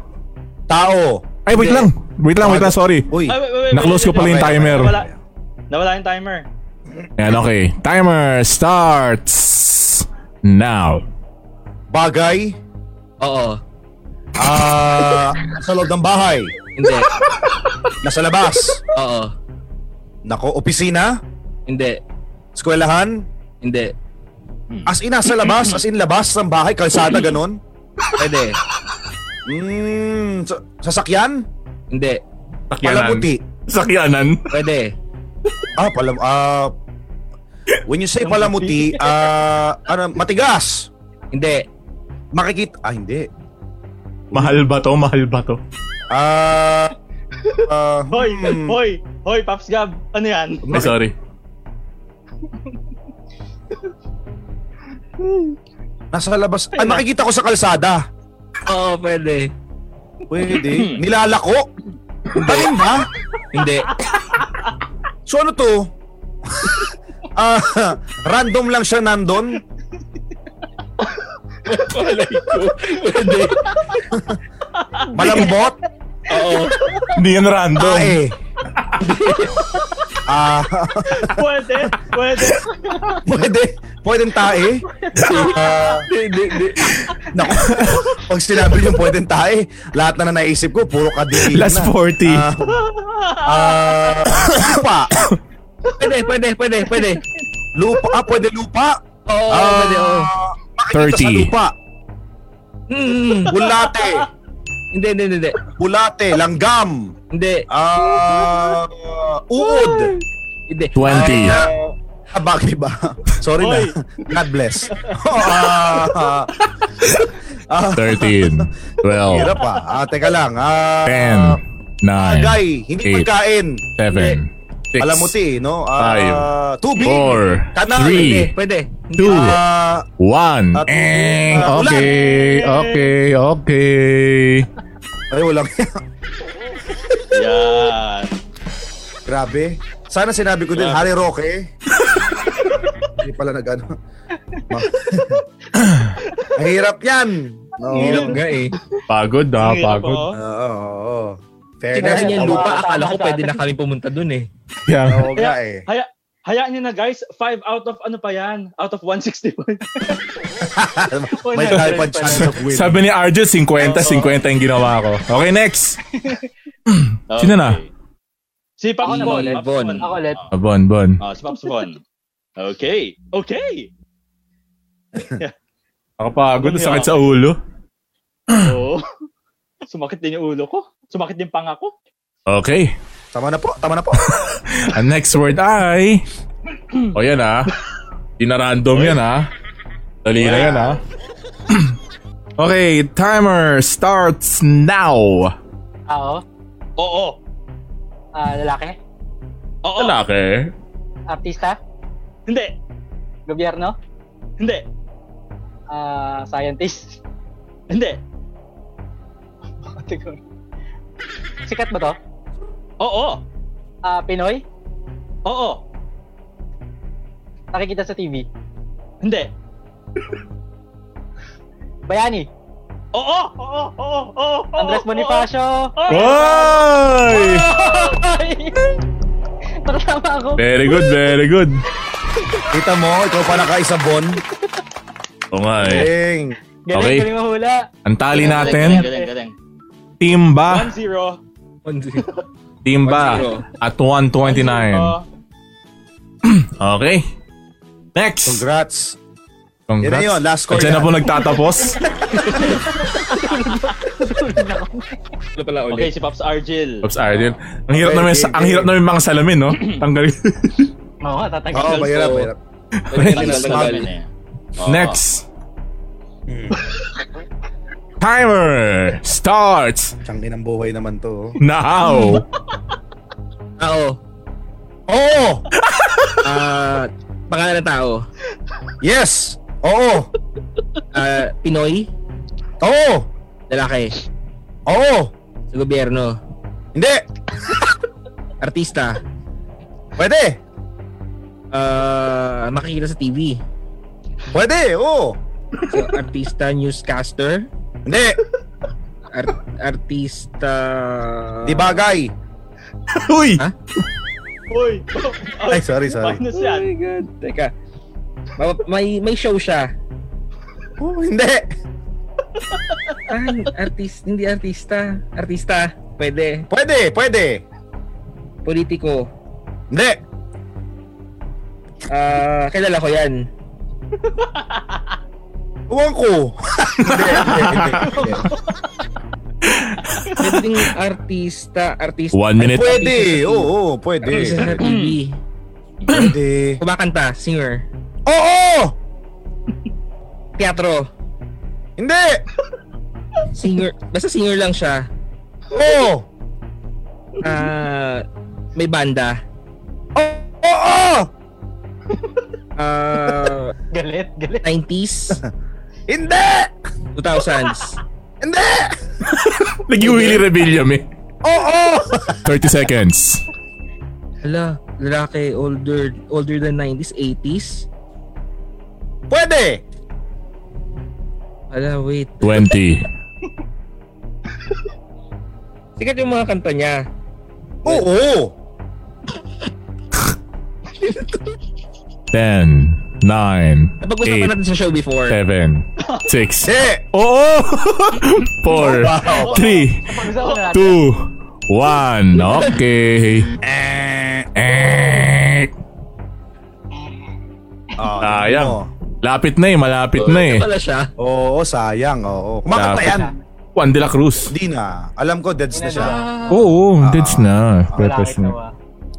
Speaker 5: Tao.
Speaker 1: Ay, wait lang. Wait lang, wait lang. Sorry.
Speaker 5: Uy.
Speaker 2: Ay, wait, wait, wait,
Speaker 1: Na-close
Speaker 2: wait,
Speaker 1: ko pala
Speaker 2: wait,
Speaker 1: yung
Speaker 2: wait, wait,
Speaker 1: timer.
Speaker 2: Nawala, nawala yung timer.
Speaker 1: Ayan, okay. Timer starts now.
Speaker 5: Bagay.
Speaker 3: Oo.
Speaker 5: Ah, sa loob ng bahay.
Speaker 3: Hindi.
Speaker 5: Nasa labas.
Speaker 3: Oo.
Speaker 5: Nako, opisina.
Speaker 3: Hindi.
Speaker 5: Eskwelahan.
Speaker 3: Hindi.
Speaker 5: As in, nasa labas. As in, labas ng bahay. Kalsada, ganun.
Speaker 3: Pwede.
Speaker 5: Mm, sa- sasakyan?
Speaker 3: Hindi.
Speaker 5: Palamuti.
Speaker 1: Sakyanan.
Speaker 3: Pwede.
Speaker 5: Ah, palam... Ah... when you say palamuti, ah... ano, matigas.
Speaker 3: Hindi.
Speaker 5: Makikita... Ah, hindi.
Speaker 1: Mahal ba to? Mahal ba to?
Speaker 5: Ah... ah,
Speaker 2: Hoy,
Speaker 5: hmm.
Speaker 2: hoy, hoy, Paps Gab, ano yan?
Speaker 1: Ay, sorry.
Speaker 5: Nasa labas. Ay, makikita ko sa kalsada.
Speaker 3: Oo, pwede.
Speaker 5: Pwede. Nilalako? Talim ba?
Speaker 3: Hindi.
Speaker 5: So ano to? Ah, random lang siya nandun?
Speaker 3: Pwede.
Speaker 5: Malambot?
Speaker 3: Oo.
Speaker 1: Hindi yan random.
Speaker 5: Tae. Ah,
Speaker 2: Pwede, pwede.
Speaker 5: pwede. Pwedeng tae. Ah,
Speaker 3: Hindi. Hindi.
Speaker 5: Naku, pag sinabi yung pwedeng tae, eh, lahat na na naisip ko, puro kadiri
Speaker 1: Last
Speaker 5: na.
Speaker 1: 40.
Speaker 5: Ah, ah, lupa.
Speaker 3: Pwede. Pwede. Pwede. Pwede.
Speaker 5: Lupa. Ah, pwede lupa.
Speaker 3: Oo.
Speaker 5: Ah,
Speaker 3: Pwede. Oo.
Speaker 5: makikita sa
Speaker 1: 30.
Speaker 5: lupa.
Speaker 3: Mm.
Speaker 5: Bulate.
Speaker 3: Mm-hmm. Hindi. Hindi. Hindi.
Speaker 5: Bulate. Langgam.
Speaker 3: Hindi,
Speaker 5: Ah, uod.
Speaker 3: hindi.
Speaker 1: 20.
Speaker 5: Ah, bakit ba? Sorry na. God bless. Oh, Ah,
Speaker 1: 13. 12.
Speaker 5: hirap pa. Ah, teka lang. Ah,
Speaker 1: 10. 9.
Speaker 5: Tagay, hindi
Speaker 1: eight,
Speaker 5: pagkain.
Speaker 1: 7. 6.
Speaker 5: Palamuti, no? Ah,
Speaker 1: Five,
Speaker 5: tubig.
Speaker 1: 4.
Speaker 5: Kanal.
Speaker 3: Hindi,
Speaker 1: 3.
Speaker 3: pwede.
Speaker 1: 2.
Speaker 5: Ah,
Speaker 1: One.
Speaker 5: At-
Speaker 1: Eng.
Speaker 5: Ah, ulan.
Speaker 1: Okay, okay, okay.
Speaker 5: ay, walang.
Speaker 2: Yan.
Speaker 5: Grabe. Sana sinabi ko din, Harry Roque. Hindi pala nag ano. Ma- Ang hirap yan. No.
Speaker 3: Hirap nga eh.
Speaker 1: Pagod ah,
Speaker 2: Hirap,
Speaker 1: pagod.
Speaker 2: oh.
Speaker 5: Oo, oo, oo.
Speaker 3: Kasi
Speaker 5: Fairness.
Speaker 3: niya
Speaker 5: oo,
Speaker 3: lupa, akala ko pwede na kami pumunta dun eh.
Speaker 1: Yeah.
Speaker 5: Oo nga eh.
Speaker 2: Haya, hayaan nyo na guys, 5 out of ano pa yan? Out of 161.
Speaker 5: May type of chance of win.
Speaker 1: Sabi ni Arjo, 50, 50 yung ginawa ko. Okay, next. Sino na?
Speaker 2: Si Pops
Speaker 4: Ako na,
Speaker 2: Bon.
Speaker 3: Led
Speaker 2: Pops
Speaker 3: Bon.
Speaker 2: Bon.
Speaker 4: Ako ulit.
Speaker 1: Ah, Bon, Bon.
Speaker 2: Ah, si Pops Bon. Okay. Okay.
Speaker 1: Ako pagod, ang sakit sa ulo.
Speaker 2: Oo. Sumakit din yung ulo ko. Sumakit din panga ko.
Speaker 1: Okay.
Speaker 5: Tama na po, tama na po.
Speaker 1: Ang next word ay... O yan ah. Di na random yan ah. Dali na yan ah. okay, timer starts now.
Speaker 4: Ako.
Speaker 2: Oo.
Speaker 4: Ah, lalaki.
Speaker 2: Oo.
Speaker 1: Lalaki.
Speaker 4: Artista.
Speaker 2: Hindi.
Speaker 4: Gobyerno.
Speaker 2: Hindi.
Speaker 4: Ah, scientist.
Speaker 2: Hindi.
Speaker 4: Sikat ba to?
Speaker 2: Oo.
Speaker 4: Ah, Pinoy.
Speaker 2: Oo.
Speaker 4: Nakikita sa TV.
Speaker 2: Hindi.
Speaker 4: Bayani.
Speaker 2: Oo. Oo. Oo. Oo. Oo.
Speaker 4: Andres
Speaker 2: Oo.
Speaker 4: Bonifacio.
Speaker 2: Oo.
Speaker 1: Oy!
Speaker 4: Nakasama ako.
Speaker 1: Very good, very good.
Speaker 5: Kita mo, ikaw pa nakaisa bon.
Speaker 1: O nga eh.
Speaker 5: Ding.
Speaker 4: Galing,
Speaker 1: Okay.
Speaker 4: galing mahula.
Speaker 1: Ang tali
Speaker 2: Galing,
Speaker 1: natin,
Speaker 4: Eh.
Speaker 2: galing, galing.
Speaker 1: team ba?
Speaker 2: 1-0.
Speaker 1: Team ba? At 129.
Speaker 2: Oo.
Speaker 1: Okay. Next.
Speaker 5: Congrats. Yan na
Speaker 1: Congrats.
Speaker 5: yun, last score
Speaker 1: Diyan na
Speaker 5: yan.
Speaker 1: po nagtatapos.
Speaker 3: Ano pala
Speaker 2: Okay,
Speaker 3: ulit?
Speaker 2: si Pops Argil.
Speaker 1: Oops, Ardil. Ang hirap
Speaker 5: Okay,
Speaker 1: naman,
Speaker 5: game,
Speaker 1: ang
Speaker 5: game.
Speaker 1: hirap naman yung mga salamin, no? Tanggalin.
Speaker 4: Oo, nga, tatagal.
Speaker 5: Oo, mahirap,
Speaker 3: so-
Speaker 5: mahirap.
Speaker 3: Original
Speaker 2: Tagal
Speaker 3: na
Speaker 2: naman
Speaker 3: galing.
Speaker 2: eh.
Speaker 1: Next. Timer starts
Speaker 5: Tsang din ang buhay naman to. oh.
Speaker 1: now.
Speaker 3: Tao.
Speaker 5: Oo!
Speaker 3: Ah, pangalan ng tao.
Speaker 5: Yes! Oo!
Speaker 3: Ah, Pinoy,
Speaker 5: Oo!
Speaker 3: lalaki,
Speaker 5: Oo!
Speaker 3: sa gobyerno,
Speaker 5: Hindi!
Speaker 3: artista,
Speaker 5: Pwede!
Speaker 3: ah, makikita sa TV,
Speaker 5: Pwede! Oo!
Speaker 3: so, artista, newscaster,
Speaker 5: Hindi!
Speaker 3: ar- artista...
Speaker 5: Di bagay!
Speaker 1: Uy!
Speaker 2: Uy.
Speaker 5: Ay, sorry, sorry.
Speaker 2: Minus
Speaker 3: Oh
Speaker 2: yan.
Speaker 3: my God. Teka. Ma- May, may show siya.
Speaker 5: Oo, hindi!
Speaker 3: Ay, artist, hindi artista. Artista. Pwede.
Speaker 5: Pwede! Pwede!
Speaker 3: Politiko.
Speaker 5: Hindi!
Speaker 3: Ah, kilala ko yan.
Speaker 5: Uwang ko! hindi, hindi, hindi, hindi.
Speaker 3: Pwedeng artista, artista.
Speaker 1: One minute.
Speaker 5: Pwede! Oo, pwede!
Speaker 3: Artista sa TV.
Speaker 5: Pwede!
Speaker 3: Kumakanta, singer.
Speaker 5: Oo!
Speaker 3: Teatro.
Speaker 5: Hindi!
Speaker 3: Singer. Basta singer lang siya.
Speaker 5: Oo!
Speaker 3: Ah, may banda.
Speaker 5: Oo!
Speaker 3: Ah,
Speaker 4: Galit, galit.
Speaker 3: 90s,
Speaker 5: Hindi!
Speaker 3: 2000s.
Speaker 5: Hindi!
Speaker 1: Nag-Willie Rebellion eh.
Speaker 5: Oo!
Speaker 1: 30 seconds.
Speaker 3: Hala, lalaki, older, older than 90s, 80s.
Speaker 5: Pwede!
Speaker 3: Hala, wait.
Speaker 1: 20.
Speaker 3: Sikat yung mga kanta niya.
Speaker 5: Oo!
Speaker 1: 10. 9.
Speaker 3: Napag-usapan Eh, natin sa show before.
Speaker 1: 7. 6.
Speaker 5: Hindi!
Speaker 1: Oo! 4, 3,
Speaker 4: Pag-usapan na natin.
Speaker 1: 2, 1. Okay. Eh, eh.
Speaker 5: Ah,
Speaker 1: Sayang.
Speaker 5: ano?
Speaker 1: Lapit na eh, malapit na eh.
Speaker 3: Wala siya.
Speaker 5: Oo, sayang. Oo.
Speaker 1: Dapat.
Speaker 5: Kumakanta yan.
Speaker 1: Juan de la Cruz.
Speaker 5: Di na. Alam ko, deads na siya.
Speaker 1: Oo, that's na. Purpose na.
Speaker 4: Malaki daw, ah.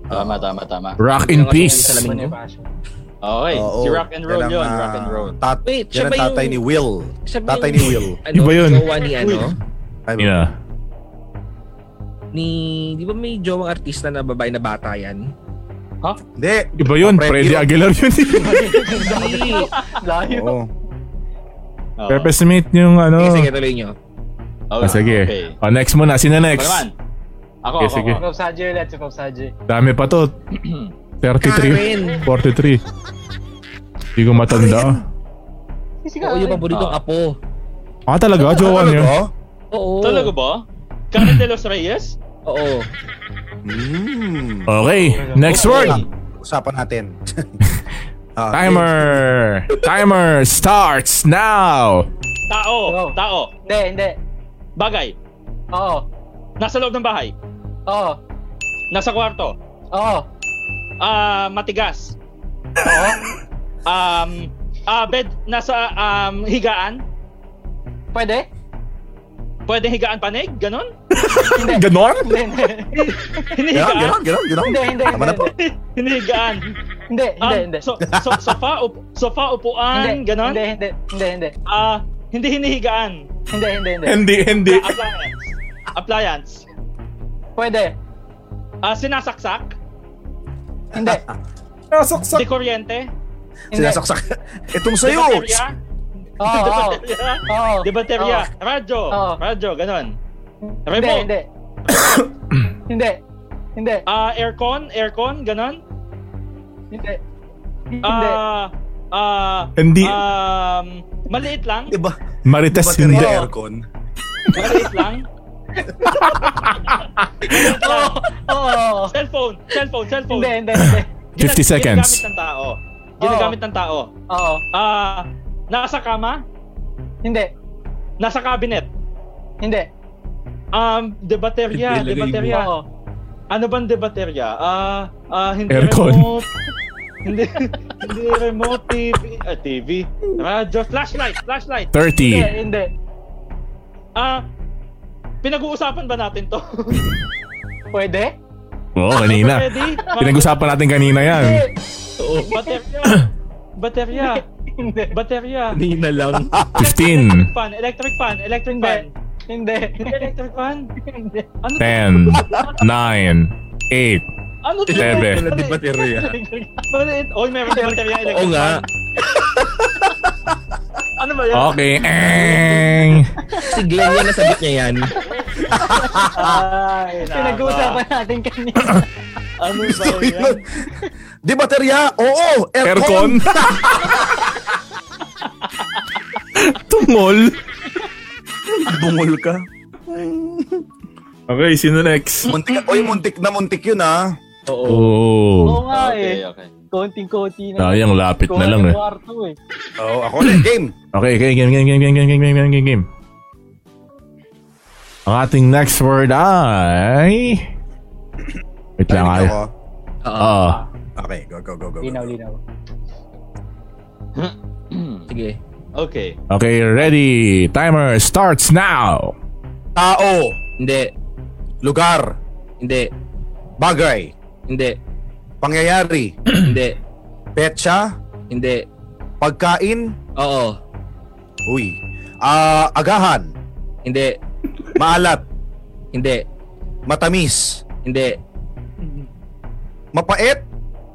Speaker 2: Tama, tama, tama.
Speaker 1: Rock in peace.
Speaker 3: Salamin mo.
Speaker 4: Bonifacio.
Speaker 2: Okay, si rock and roll yun, rock and roll.
Speaker 5: ah, Tat
Speaker 3: Wait, siya
Speaker 5: yan
Speaker 3: ba
Speaker 5: ang tatay
Speaker 3: yung-
Speaker 5: ni Will.
Speaker 3: Siya ba
Speaker 5: Tatay ni
Speaker 3: yung-
Speaker 5: Will.
Speaker 3: Ano,
Speaker 1: Iba yun.
Speaker 3: Jowa ni ano?
Speaker 5: Ay,
Speaker 1: Yeah.
Speaker 3: Ni, di ba may jowang artista na babae na bata yan?
Speaker 5: Hindi.
Speaker 1: Iba yun, Freddy Aguilar yun.
Speaker 3: Hindi.
Speaker 1: Oh.
Speaker 4: Layo.
Speaker 5: Oo.
Speaker 2: Oo.
Speaker 1: Purpose Smith yung ano.
Speaker 3: Sige, sige, tuloy nyo.
Speaker 2: Oo,
Speaker 1: Ah, sige.
Speaker 2: Okay.
Speaker 1: O, next muna. Sino
Speaker 2: Ako
Speaker 1: next?
Speaker 2: naman. Ako,
Speaker 1: Okay,
Speaker 2: ako,
Speaker 1: sige.
Speaker 2: ako.
Speaker 4: Ikaw, Sajay, ulit. Ikaw, Sajay.
Speaker 1: Dami pa to. 33. 43. Hindi ko matanda.
Speaker 3: Oo, yung paboritong
Speaker 2: Ah.
Speaker 3: apo.
Speaker 1: Ah, talaga? Jowa
Speaker 5: Ano
Speaker 1: niya?
Speaker 5: to?
Speaker 3: Oo.
Speaker 2: Talaga ba? Karen de los Reyes?
Speaker 3: Oo.
Speaker 5: Hmm.
Speaker 1: Okay, next word.
Speaker 5: Usapan natin. Ah,
Speaker 1: Timer. Timer starts now.
Speaker 2: Tao,
Speaker 4: Oo.
Speaker 2: tao,
Speaker 4: Hindi, hindi.
Speaker 2: bagay,
Speaker 4: Oo.
Speaker 2: nasa loob ng bahay,
Speaker 4: Oo.
Speaker 2: nasa kwarto,
Speaker 4: Oo.
Speaker 2: ah, matigas,
Speaker 4: Oo.
Speaker 2: um, ah, bed, nasa um, higaan,
Speaker 4: Pwede?
Speaker 2: pwedeng higaan panig, ganun?
Speaker 1: Ganon?
Speaker 4: Hindi, hindi.
Speaker 5: Ganon,
Speaker 2: Hinihigaan?
Speaker 5: eh, ganon, ganon, ganon.
Speaker 4: Hindi, hindi,
Speaker 5: Tama na po.
Speaker 4: hindi.
Speaker 2: Hinihigaan.
Speaker 4: Hindi, hindi,
Speaker 2: Um,
Speaker 4: hindi.
Speaker 2: so, ah, so, sofa, up, sofa, upuan,
Speaker 4: Hindi,
Speaker 2: ganun?
Speaker 4: Hindi, hindi, hindi, hindi.
Speaker 2: Ah, hindi hinihigaan.
Speaker 4: Hindi, hindi, hindi.
Speaker 1: Hindi, hindi.
Speaker 2: Appliance. Appliance.
Speaker 4: Pwede.
Speaker 2: Ah, sinasaksak,
Speaker 4: Hindi.
Speaker 2: di
Speaker 1: Nasaksak.
Speaker 2: kuryente,
Speaker 4: Hindi.
Speaker 5: Sinasaksak. Itong
Speaker 2: di
Speaker 5: sayo.
Speaker 2: baterya,
Speaker 4: Oo,
Speaker 2: di
Speaker 4: oo.
Speaker 2: baterya,
Speaker 4: Oo.
Speaker 2: di baterya, radyo,
Speaker 4: Oo.
Speaker 2: radyo, ganun.
Speaker 4: Oo. Hindi,
Speaker 2: Remote.
Speaker 4: hindi. Hindi. Hindi.
Speaker 2: Ah, aircon, aircon, ganun.
Speaker 4: Hindi. Hindi.
Speaker 2: Ah, ah,
Speaker 1: Hindi.
Speaker 2: um, maliit lang,
Speaker 5: Diba?
Speaker 1: Marites
Speaker 5: Baterya
Speaker 1: hindi.
Speaker 5: aircon.
Speaker 2: maliit lang. Maliit lang.
Speaker 4: Oo.
Speaker 2: Cellphone, cellphone, cellphone.
Speaker 4: Hindi, hindi, hindi.
Speaker 1: 50 seconds.
Speaker 2: Ginagamit ng tao. Ginagamit ng tao.
Speaker 4: Oo.
Speaker 2: Ah, nasa kama,
Speaker 4: Hindi.
Speaker 2: nasa cabinet.
Speaker 4: Hindi.
Speaker 2: Um, debaterya,
Speaker 5: Ilalagay mo.
Speaker 2: debaterya.
Speaker 4: Oo.
Speaker 2: Ano bang debaterya? Ah, ah, hindi
Speaker 1: Aircon.
Speaker 2: remote. hindi, hindi remote TV. Ah, TV. Radyo, flashlight, flashlight.
Speaker 1: 30.
Speaker 4: Hindi, hindi.
Speaker 2: Ah, pinag-uusapan ba natin to?
Speaker 4: Pwede?
Speaker 1: Oo, oh, kanina.
Speaker 2: Ready?
Speaker 1: Pinag-usapan natin kanina yan.
Speaker 4: Hindi.
Speaker 2: Baterya. Baterya.
Speaker 4: Hindi.
Speaker 2: Baterya.
Speaker 3: Nina lang.
Speaker 1: 15,
Speaker 2: Fan, electric fan, electric
Speaker 4: Hindi.
Speaker 2: fan.
Speaker 4: Hindi.
Speaker 2: Hindi electric fan.
Speaker 4: Hindi.
Speaker 2: Ano
Speaker 1: 10, 9, 8,
Speaker 2: Ano to?
Speaker 1: Sebe.
Speaker 2: Maliit.
Speaker 5: Wala di baterya.
Speaker 2: Maliit. Oy, meron din baterya electric
Speaker 3: nga.
Speaker 2: fan. Ano ba yan?
Speaker 1: Okay. Eng.
Speaker 3: Si Glenn yan, nasagot niya yan.
Speaker 2: Ay,
Speaker 4: Pinag-uusapan natin kanina.
Speaker 2: Ano ba
Speaker 5: Gusto
Speaker 2: yan?
Speaker 5: yun. Di baterya? Oo,
Speaker 1: Aircon.
Speaker 5: aircon.
Speaker 1: Tungol.
Speaker 5: Bungol ka.
Speaker 1: Okay, sino next?
Speaker 5: Muntik, oy, muntik na muntik yun ah.
Speaker 3: Oo.
Speaker 4: Oo
Speaker 1: Oo.
Speaker 4: nga eh.
Speaker 2: Okay, okay.
Speaker 4: Konting-konti
Speaker 1: Oh.
Speaker 4: na.
Speaker 1: Sayang, lapit na lang eh.
Speaker 4: Kwarto eh.
Speaker 5: Oo, ako na. Game.
Speaker 1: Okay, okay, game, game, game, game, game, game, game, game, game, game. Ang ating next word ay... Wait lang ah.
Speaker 5: Ay,
Speaker 1: ay.
Speaker 5: ako.
Speaker 1: Oo.
Speaker 5: Okay, go, go, go, go. go.
Speaker 4: Linaw, linaw.
Speaker 3: Sige.
Speaker 2: Okay.
Speaker 1: Okay, ready. Timer starts now.
Speaker 5: Tao,
Speaker 3: Hindi.
Speaker 5: lugar,
Speaker 3: Hindi.
Speaker 5: bagay,
Speaker 3: Hindi.
Speaker 5: pangyayari,
Speaker 3: Hindi.
Speaker 5: petsa,
Speaker 3: Hindi.
Speaker 5: pagkain,
Speaker 3: Oo.
Speaker 5: uy, ah, agahan,
Speaker 3: Hindi.
Speaker 5: maalat,
Speaker 3: Hindi.
Speaker 5: matamis,
Speaker 3: Hindi.
Speaker 5: mapait,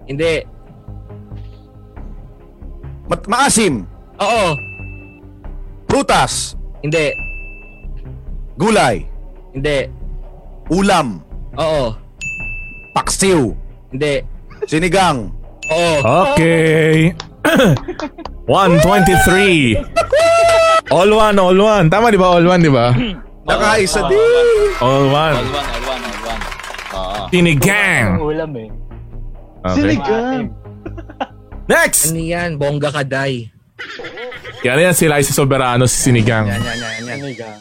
Speaker 3: Hindi.
Speaker 5: mat- maasim,
Speaker 3: Oo.
Speaker 5: prutas,
Speaker 3: Hindi.
Speaker 5: gulay,
Speaker 3: Hindi.
Speaker 5: ulam,
Speaker 3: Oo.
Speaker 5: paksiw,
Speaker 3: Hindi.
Speaker 5: sinigang,
Speaker 3: Oo.
Speaker 1: Okay. 123. All one, all one. Tama di ba? All one, di ba?
Speaker 5: nakaisa
Speaker 2: Oo,
Speaker 5: din.
Speaker 1: All one.
Speaker 2: All one, all one, all one. Oo.
Speaker 4: Ang
Speaker 1: Tinigang.
Speaker 4: ulam eh.
Speaker 1: Okay.
Speaker 4: Sinigang.
Speaker 1: Next!
Speaker 3: Ano yan? Bongga kaday.
Speaker 1: Yan yan sila si Soberano, si Sinigang.
Speaker 3: Yan, yan, yan,
Speaker 2: Ano
Speaker 3: yan.
Speaker 4: Sinigang.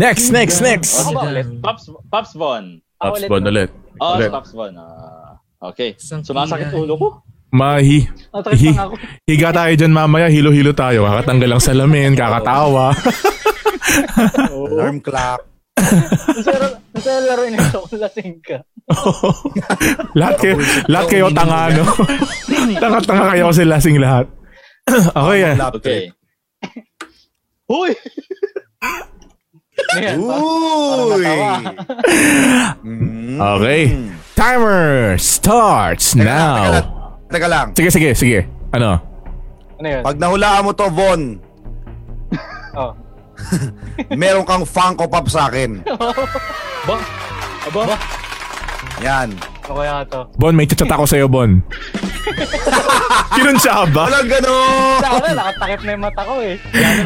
Speaker 1: Next, next, next.
Speaker 4: Ako ba ulit?
Speaker 2: Pops, Pops Von.
Speaker 4: Ako
Speaker 1: Pops Bon ulit.
Speaker 2: Oh,
Speaker 1: Ulit.
Speaker 2: Pops Von. Ah, okay.
Speaker 3: Isang
Speaker 2: Sumasakit
Speaker 3: kilay.
Speaker 2: ulo ko.
Speaker 1: Mahi.
Speaker 4: Ang sakit
Speaker 1: Hi-
Speaker 4: lang ako.
Speaker 1: higa tayo dyan mamaya, hilo-hilo tayo. Kakatanggal ang salamin, kakatawa.
Speaker 5: Alarm clock.
Speaker 4: Ang sarang laro yun ito kung lasing ka.
Speaker 1: lahat kayo, lahat kayo tanga, no? Tanga-tanga kayo kasi lasing lahat. okay, eh. yan.
Speaker 5: Laptop.
Speaker 2: Okay. Uy!
Speaker 4: Ayan, pa-
Speaker 5: Uy!
Speaker 1: Okay. Timer starts
Speaker 5: Teka lang, teka
Speaker 1: now.
Speaker 5: lang. Teka lang.
Speaker 1: Sige, sige, sige. Ano?
Speaker 4: Ano yun?
Speaker 5: Pag nahulaan mo to, Von,
Speaker 4: Oh.
Speaker 5: meron kang Funko Pop sa akin.
Speaker 2: Ba? Aba?
Speaker 5: Yan.
Speaker 4: Ano kaya to?
Speaker 1: Bon, may chat ako sa'yo, Bon. Kinunsya ka ba?
Speaker 5: Walang gano'n!
Speaker 4: Sa akin, nakatakip na yung mata ko eh.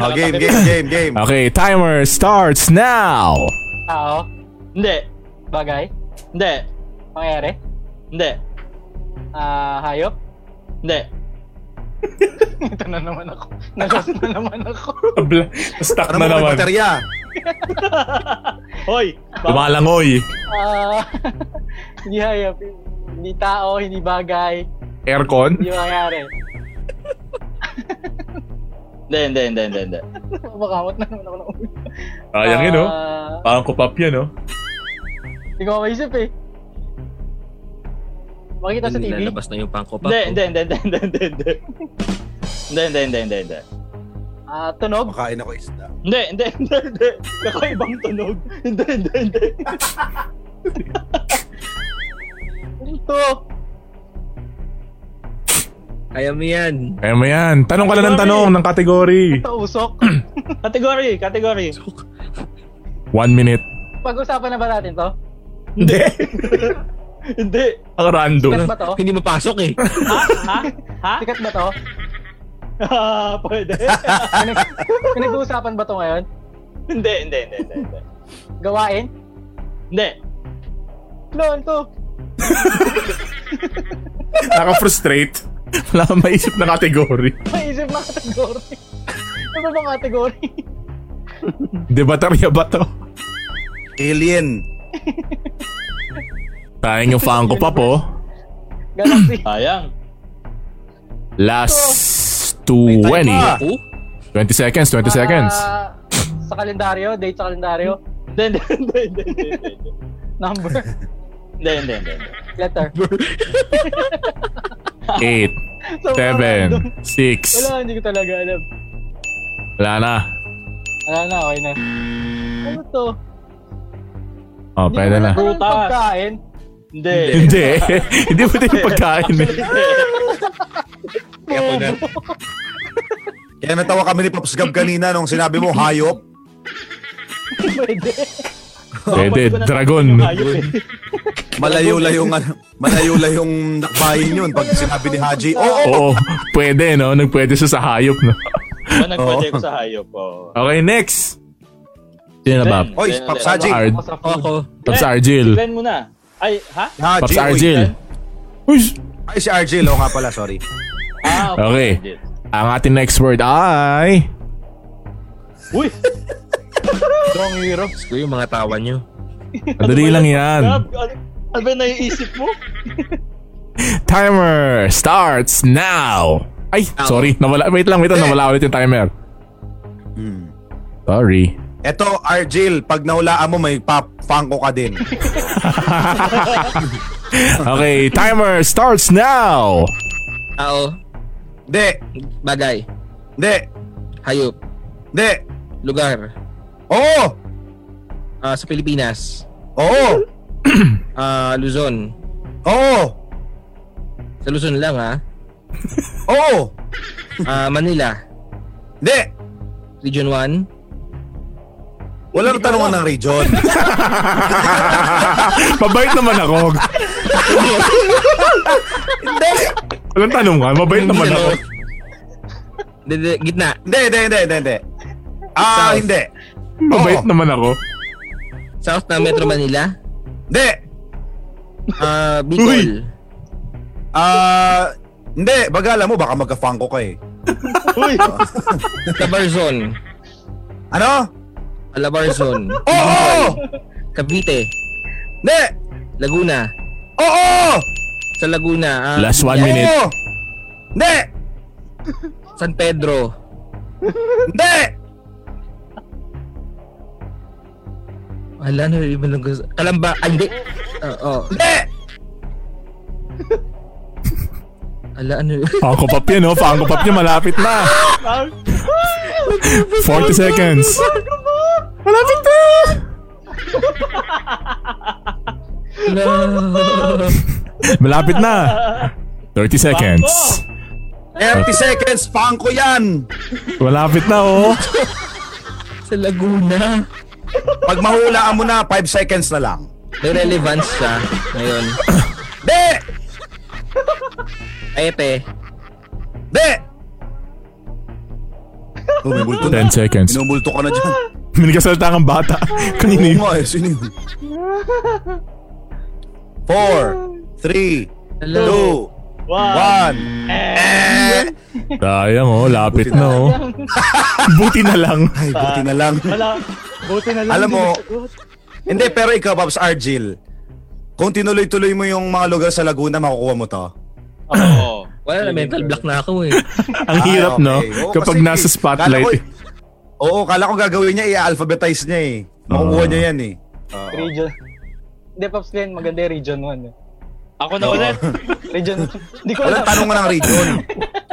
Speaker 5: Oh, game, game, game, game.
Speaker 1: Okay, timer starts now!
Speaker 4: Tao?
Speaker 2: Hindi.
Speaker 4: Bagay?
Speaker 2: Hindi.
Speaker 4: Pangyayari?
Speaker 2: Hindi.
Speaker 4: Ah, hayop?
Speaker 2: Hindi.
Speaker 4: Ito na naman ako. Nagas na naman ako.
Speaker 1: Stuck
Speaker 5: Ano mo may baterya?
Speaker 2: Hoy! Ba-
Speaker 1: Lumalangoy.
Speaker 4: Ah, hindi hayop. Hindi tao, hindi bagay.
Speaker 1: Aircon?
Speaker 4: Hindi mangyayari.
Speaker 2: Hindi, hindi, hindi, hindi, hindi.
Speaker 4: Makawat na naman ako ng ulo.
Speaker 1: Sayang yun, oh. no?
Speaker 4: Ah,
Speaker 1: Parang kupap yan, no?
Speaker 4: Hindi ko maisip eh. Makita sa TV?
Speaker 3: Nilalabas na yung pangko pa.
Speaker 2: Hindi, hindi, hindi, hindi, hindi, hindi, hindi. Hindi, hindi, hindi, hindi, hindi.
Speaker 4: Ah, tunog?
Speaker 5: Makain ako isda.
Speaker 2: Hindi, hindi, hindi, hindi. Kakaibang tunog. Hindi, hindi, hindi.
Speaker 4: Ito!
Speaker 3: Kaya mo yan.
Speaker 1: Kaya mo yan. Tanong ka na ng tanong ng category.
Speaker 4: Ito usok.
Speaker 2: Category, category.
Speaker 1: One minute.
Speaker 4: Pag-usapan na ba natin to?
Speaker 1: Hindi.
Speaker 2: Hindi.
Speaker 1: Ang random.
Speaker 4: Sikat ba to?
Speaker 3: Hindi mapasok eh.
Speaker 2: Ha? Ha?
Speaker 4: Sikat ba to?
Speaker 2: Ah, pwede.
Speaker 4: Pinag- Pinag-uusapan ba to ngayon?
Speaker 2: Hindi, hindi, hindi, hindi, hindi.
Speaker 4: Gawain?
Speaker 2: Hindi.
Speaker 4: Lol, to!
Speaker 1: Naka-frustrate. Wala kang maisip na category.
Speaker 4: Maisip na kategory. Ano ba kategory?
Speaker 1: Di baterya ba to?
Speaker 5: Alien.
Speaker 1: Tayang yung fan ko pa po.
Speaker 4: Galaxy.
Speaker 2: Sayang.
Speaker 1: Last
Speaker 5: Time
Speaker 1: 20.
Speaker 5: pa.
Speaker 3: Oh?
Speaker 1: 20 seconds, 20 seconds.
Speaker 4: Ah, sa kalendaryo, date sa kalendaryo,
Speaker 2: Hindi, hindi, hindi, hindi, hindi, hindi.
Speaker 4: number,
Speaker 2: Hindi, hindi, hindi, hindi.
Speaker 4: letter.
Speaker 1: 8,
Speaker 4: So,
Speaker 1: 7,
Speaker 4: Wala,
Speaker 1: 6.
Speaker 4: hindi ko talaga alam.
Speaker 1: Wala na.
Speaker 4: Wala na, okay na. Ano to?
Speaker 1: Oh, pwede na.
Speaker 4: Ano yung
Speaker 2: Prutas.
Speaker 4: pagkain?
Speaker 2: Hindi.
Speaker 1: Hindi. Hindi mo din yung pagkain. eh.
Speaker 5: Kaya po na. Kaya natawa kami ni Pops Gab kanina nung sinabi mo, hayop.
Speaker 4: Pwede.
Speaker 1: Pwede. Dragon.
Speaker 2: Ayun eh.
Speaker 5: Malayo-layong, ano- malayo-layong nakbayin yun pag sinabi ni Haji. Oo, oh,
Speaker 1: Oo. Pwede, no? Nagpwede siya sa hayop, no?
Speaker 2: Ba, nagpwede ko sa hayop. oo.
Speaker 1: Okay, next. Sino na, Bob?
Speaker 2: Glenn,
Speaker 5: Oy,
Speaker 2: Glenn,
Speaker 5: Pops
Speaker 2: Glenn.
Speaker 5: Haji.
Speaker 1: Ar-
Speaker 4: Ako sa food.
Speaker 3: Ako.
Speaker 1: Pops
Speaker 2: Glenn,
Speaker 1: Argil.
Speaker 2: Glenn muna. Ay, ha?
Speaker 5: Haji,
Speaker 1: Pops
Speaker 5: uy.
Speaker 1: Argil. Uy!
Speaker 5: Ay, si Argil. Oo nga pala, sorry.
Speaker 2: Ah,
Speaker 1: Okay.
Speaker 2: Argil.
Speaker 1: Ang ating next word ay...
Speaker 2: Uy!
Speaker 4: Strong hero.
Speaker 3: Diyos ko yung mga tawa nyo.
Speaker 1: Madali lang yan.
Speaker 2: Gab, ano, ano ba naiisip mo?
Speaker 1: Timer starts now. Ay, sorry. Nawala. Wait lang, wait lang. Nawala ulit yung timer. Sorry.
Speaker 5: Eto, Argil, pag nahulaan mo, may pap-funko ka din.
Speaker 1: Okay, timer starts now.
Speaker 3: Tao.
Speaker 5: Hindi,
Speaker 3: Ah, Bagay.
Speaker 5: hindi,
Speaker 3: Hayop.
Speaker 5: hindi.
Speaker 3: Lugar.
Speaker 5: Oo!
Speaker 3: Ah, sa Pilipinas.
Speaker 5: Oo!
Speaker 3: Ah, Luzon.
Speaker 5: Oo!
Speaker 3: Sa Luzon lang ha.
Speaker 5: Oo!
Speaker 3: Ah, Manila.
Speaker 5: Hindi!
Speaker 3: Region 1.
Speaker 5: Walang tanungan ng region.
Speaker 1: Mabait naman ako.
Speaker 5: Hindi!
Speaker 1: Walang tanong ka.
Speaker 5: Ano
Speaker 1: Mabait naman ako.
Speaker 3: Dede, gitna.
Speaker 5: Hindi, hindi, hindi, hindi, hindi. Ah, hindi.
Speaker 1: Mabait
Speaker 5: Oo.
Speaker 1: naman ako.
Speaker 3: South na Metro Manila.
Speaker 5: Hindi!
Speaker 3: Ah, Bicol.
Speaker 5: Ah, hindi. Bagala mo, baka magka-funko ka eh.
Speaker 2: Uy!
Speaker 3: Calabarzon.
Speaker 5: Ano?
Speaker 3: Calabarzon.
Speaker 5: Oo!
Speaker 3: Cavite.
Speaker 5: Hindi!
Speaker 3: Laguna.
Speaker 5: Oo!
Speaker 3: Sa Laguna. ah,
Speaker 1: Last one
Speaker 3: Binyag.
Speaker 1: minute.
Speaker 5: Oo! Hindi!
Speaker 3: San Pedro.
Speaker 5: Hindi!
Speaker 3: Wala na rin lang gusto. Kalamba, ah, hindi. Oo. Hindi! Ala, ano
Speaker 1: Funko Pop yun, oh. Funko Pop yun, malapit na. 40 seconds. Malapit na!
Speaker 3: Ala.
Speaker 1: Malapit na. 30 seconds.
Speaker 5: 30 seconds, pang ko yan!
Speaker 1: Malapit na, oh.
Speaker 3: Sa Laguna.
Speaker 5: Pag mahulaan mo na, 5 seconds na lang.
Speaker 3: May relevance siya ngayon.
Speaker 5: De!
Speaker 3: Epe.
Speaker 5: De! Oh, may bulto na.
Speaker 1: 10 seconds.
Speaker 5: Minumulto ka na dyan.
Speaker 1: Minigkasalta kang bata. Kanina
Speaker 5: Oo
Speaker 1: yun.
Speaker 5: nga eh, sino yun? 4, 3,
Speaker 3: Hello.
Speaker 5: 2, 1. Eh!
Speaker 1: Sayang, oh. Lapit na, oh. Buti na lang.
Speaker 5: Ay, Eh, buti na lang.
Speaker 2: Wala. Buti na lang.
Speaker 5: Alam
Speaker 2: hindi
Speaker 5: mo,
Speaker 2: nasagot.
Speaker 5: Hindi, pero ikaw, Pops Argil, kung tinuloy-tuloy mo yung mga lugar sa Laguna, makukuha mo to.
Speaker 2: Oo.
Speaker 3: Wala na, mental block na ako eh.
Speaker 1: Ang
Speaker 5: Ah,
Speaker 1: hirap,
Speaker 5: okay.
Speaker 1: no?
Speaker 5: Oo,
Speaker 1: Kapag
Speaker 5: kasi
Speaker 1: nasa
Speaker 5: kala ko
Speaker 1: spotlight.
Speaker 5: eh- oo, kala ko gagawin niya, i-alphabetize niya eh. Makukuha
Speaker 1: Ah.
Speaker 5: niya yan eh.
Speaker 4: Region. Hindi, Pops Glenn, maganda yung region 1. eh.
Speaker 2: Ako na ulit.
Speaker 4: Region, hindi ko alam.
Speaker 5: Walang tanong nga ng region.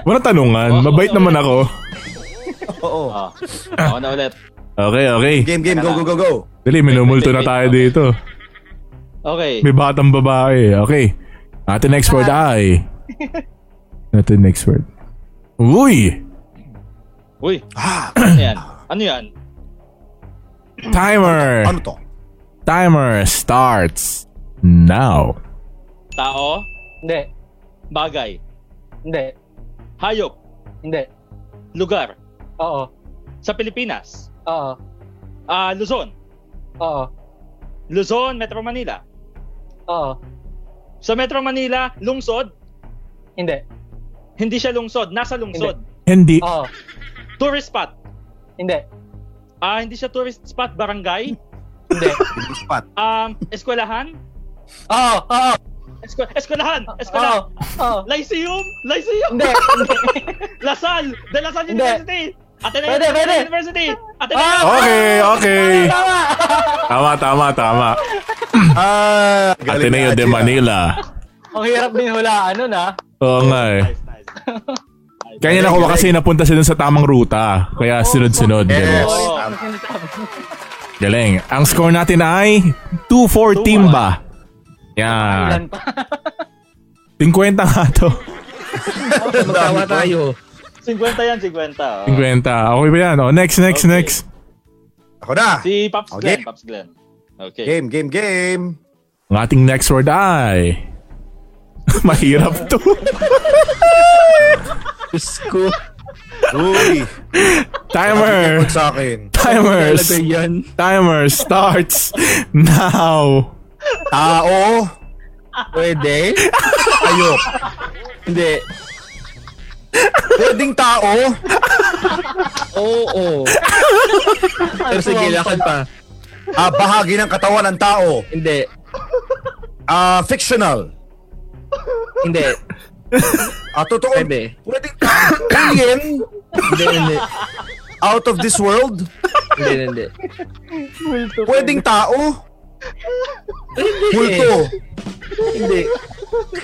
Speaker 1: Walang tanungan. Mabait naman ako.
Speaker 5: Oo.
Speaker 2: Ah, ako na ulit.
Speaker 1: Okay, okay.
Speaker 5: Game, game, go, go, go, go.
Speaker 1: Dali, minumulto na tayo dito.
Speaker 2: Okay.
Speaker 1: May batang babae. Okay. Natin next word ay... Natin next word. Uy!
Speaker 2: Uy.
Speaker 5: Ah,
Speaker 2: Ano yan? Ano yan?
Speaker 1: Timer!
Speaker 5: Ano to?
Speaker 1: Timer starts now.
Speaker 2: Tao?
Speaker 4: Hindi,
Speaker 2: Bagay?
Speaker 4: hindi,
Speaker 2: Hayop?
Speaker 4: hindi.
Speaker 2: Lugar?
Speaker 4: Oo,
Speaker 2: Sa Pilipinas?
Speaker 4: oo,
Speaker 2: Ah, Luzon?
Speaker 4: oo,
Speaker 2: Luzon, Metro Manila?
Speaker 4: oo,
Speaker 2: Sa Metro Manila, lungsod?
Speaker 4: hindi,
Speaker 2: Hindi siya lungsod, nasa lungsod.
Speaker 1: Hindi.
Speaker 5: Ah!
Speaker 4: oo,
Speaker 2: Tourist spot.
Speaker 4: hindi,
Speaker 2: Ah, hindi siya tourist spot, barangay.
Speaker 4: hindi.
Speaker 5: Spot.
Speaker 2: Um, eskwelahan?
Speaker 4: Oo, oo,
Speaker 2: Esku- eskwelahan!
Speaker 4: oo,
Speaker 2: Eskwelahan!
Speaker 4: oo.
Speaker 2: Lyceum!
Speaker 4: Ah,
Speaker 2: Lyceum!
Speaker 4: Hindi, hindi.
Speaker 2: Lasal! De La Salle
Speaker 4: Hindi.
Speaker 2: University! Ateneo
Speaker 4: Pwede,
Speaker 2: Ateneo
Speaker 4: pwede.
Speaker 2: University!
Speaker 4: Ah!
Speaker 2: Ateneo!
Speaker 1: Okay, okay. Tama, tama, tama.
Speaker 5: Ah, galing
Speaker 1: Ateneo de
Speaker 5: na, Argil, ah.
Speaker 1: Manila.
Speaker 4: Ang hirap din hulaan nun ah.
Speaker 1: Oo nga eh.
Speaker 2: Nice, nice.
Speaker 1: Kanya nakuha kasi napunta sila sa tamang ruta. Kaya sunod-sunod. Galing.
Speaker 5: Yes.
Speaker 2: Oo.
Speaker 4: Ah!
Speaker 5: tama.
Speaker 1: Galing. Ang score natin ay 2-4 Timba. Yan. Ah,
Speaker 4: Ilan pa?
Speaker 1: 50 nga to.
Speaker 3: Magkawa tayo.
Speaker 2: 50 yan, 50. oh.
Speaker 1: 50. Okay ba yan? O, next, next,
Speaker 2: Okay.
Speaker 1: next.
Speaker 5: Ako na.
Speaker 2: Si Pops
Speaker 5: Okay.
Speaker 2: Glenn, Pops Glenn. Okay.
Speaker 5: Game, game, game.
Speaker 1: Ang ating next word ay... Mahirap to.
Speaker 3: Diyos ko.
Speaker 5: Uy,
Speaker 1: Timer.
Speaker 5: ikot sa akin.
Speaker 1: Timers.
Speaker 3: Talaga yan.
Speaker 1: Timer starts now.
Speaker 5: Tao,
Speaker 3: Pwede?
Speaker 5: hayop.
Speaker 3: Hindi.
Speaker 5: Pwedeng tao,
Speaker 3: Oo. Pero sige, lakad pa.
Speaker 5: ah, bahagi ng katawan ng tao.
Speaker 3: Hindi.
Speaker 5: Ah, fictional.
Speaker 3: Hindi.
Speaker 5: Ah, totoo.
Speaker 3: Pwede.
Speaker 5: Pwedeng tao. Alien,
Speaker 3: Hindi, hindi.
Speaker 5: out of this world.
Speaker 3: Hindi, hindi.
Speaker 5: Pwedeng tao. Multo.
Speaker 3: Hindi.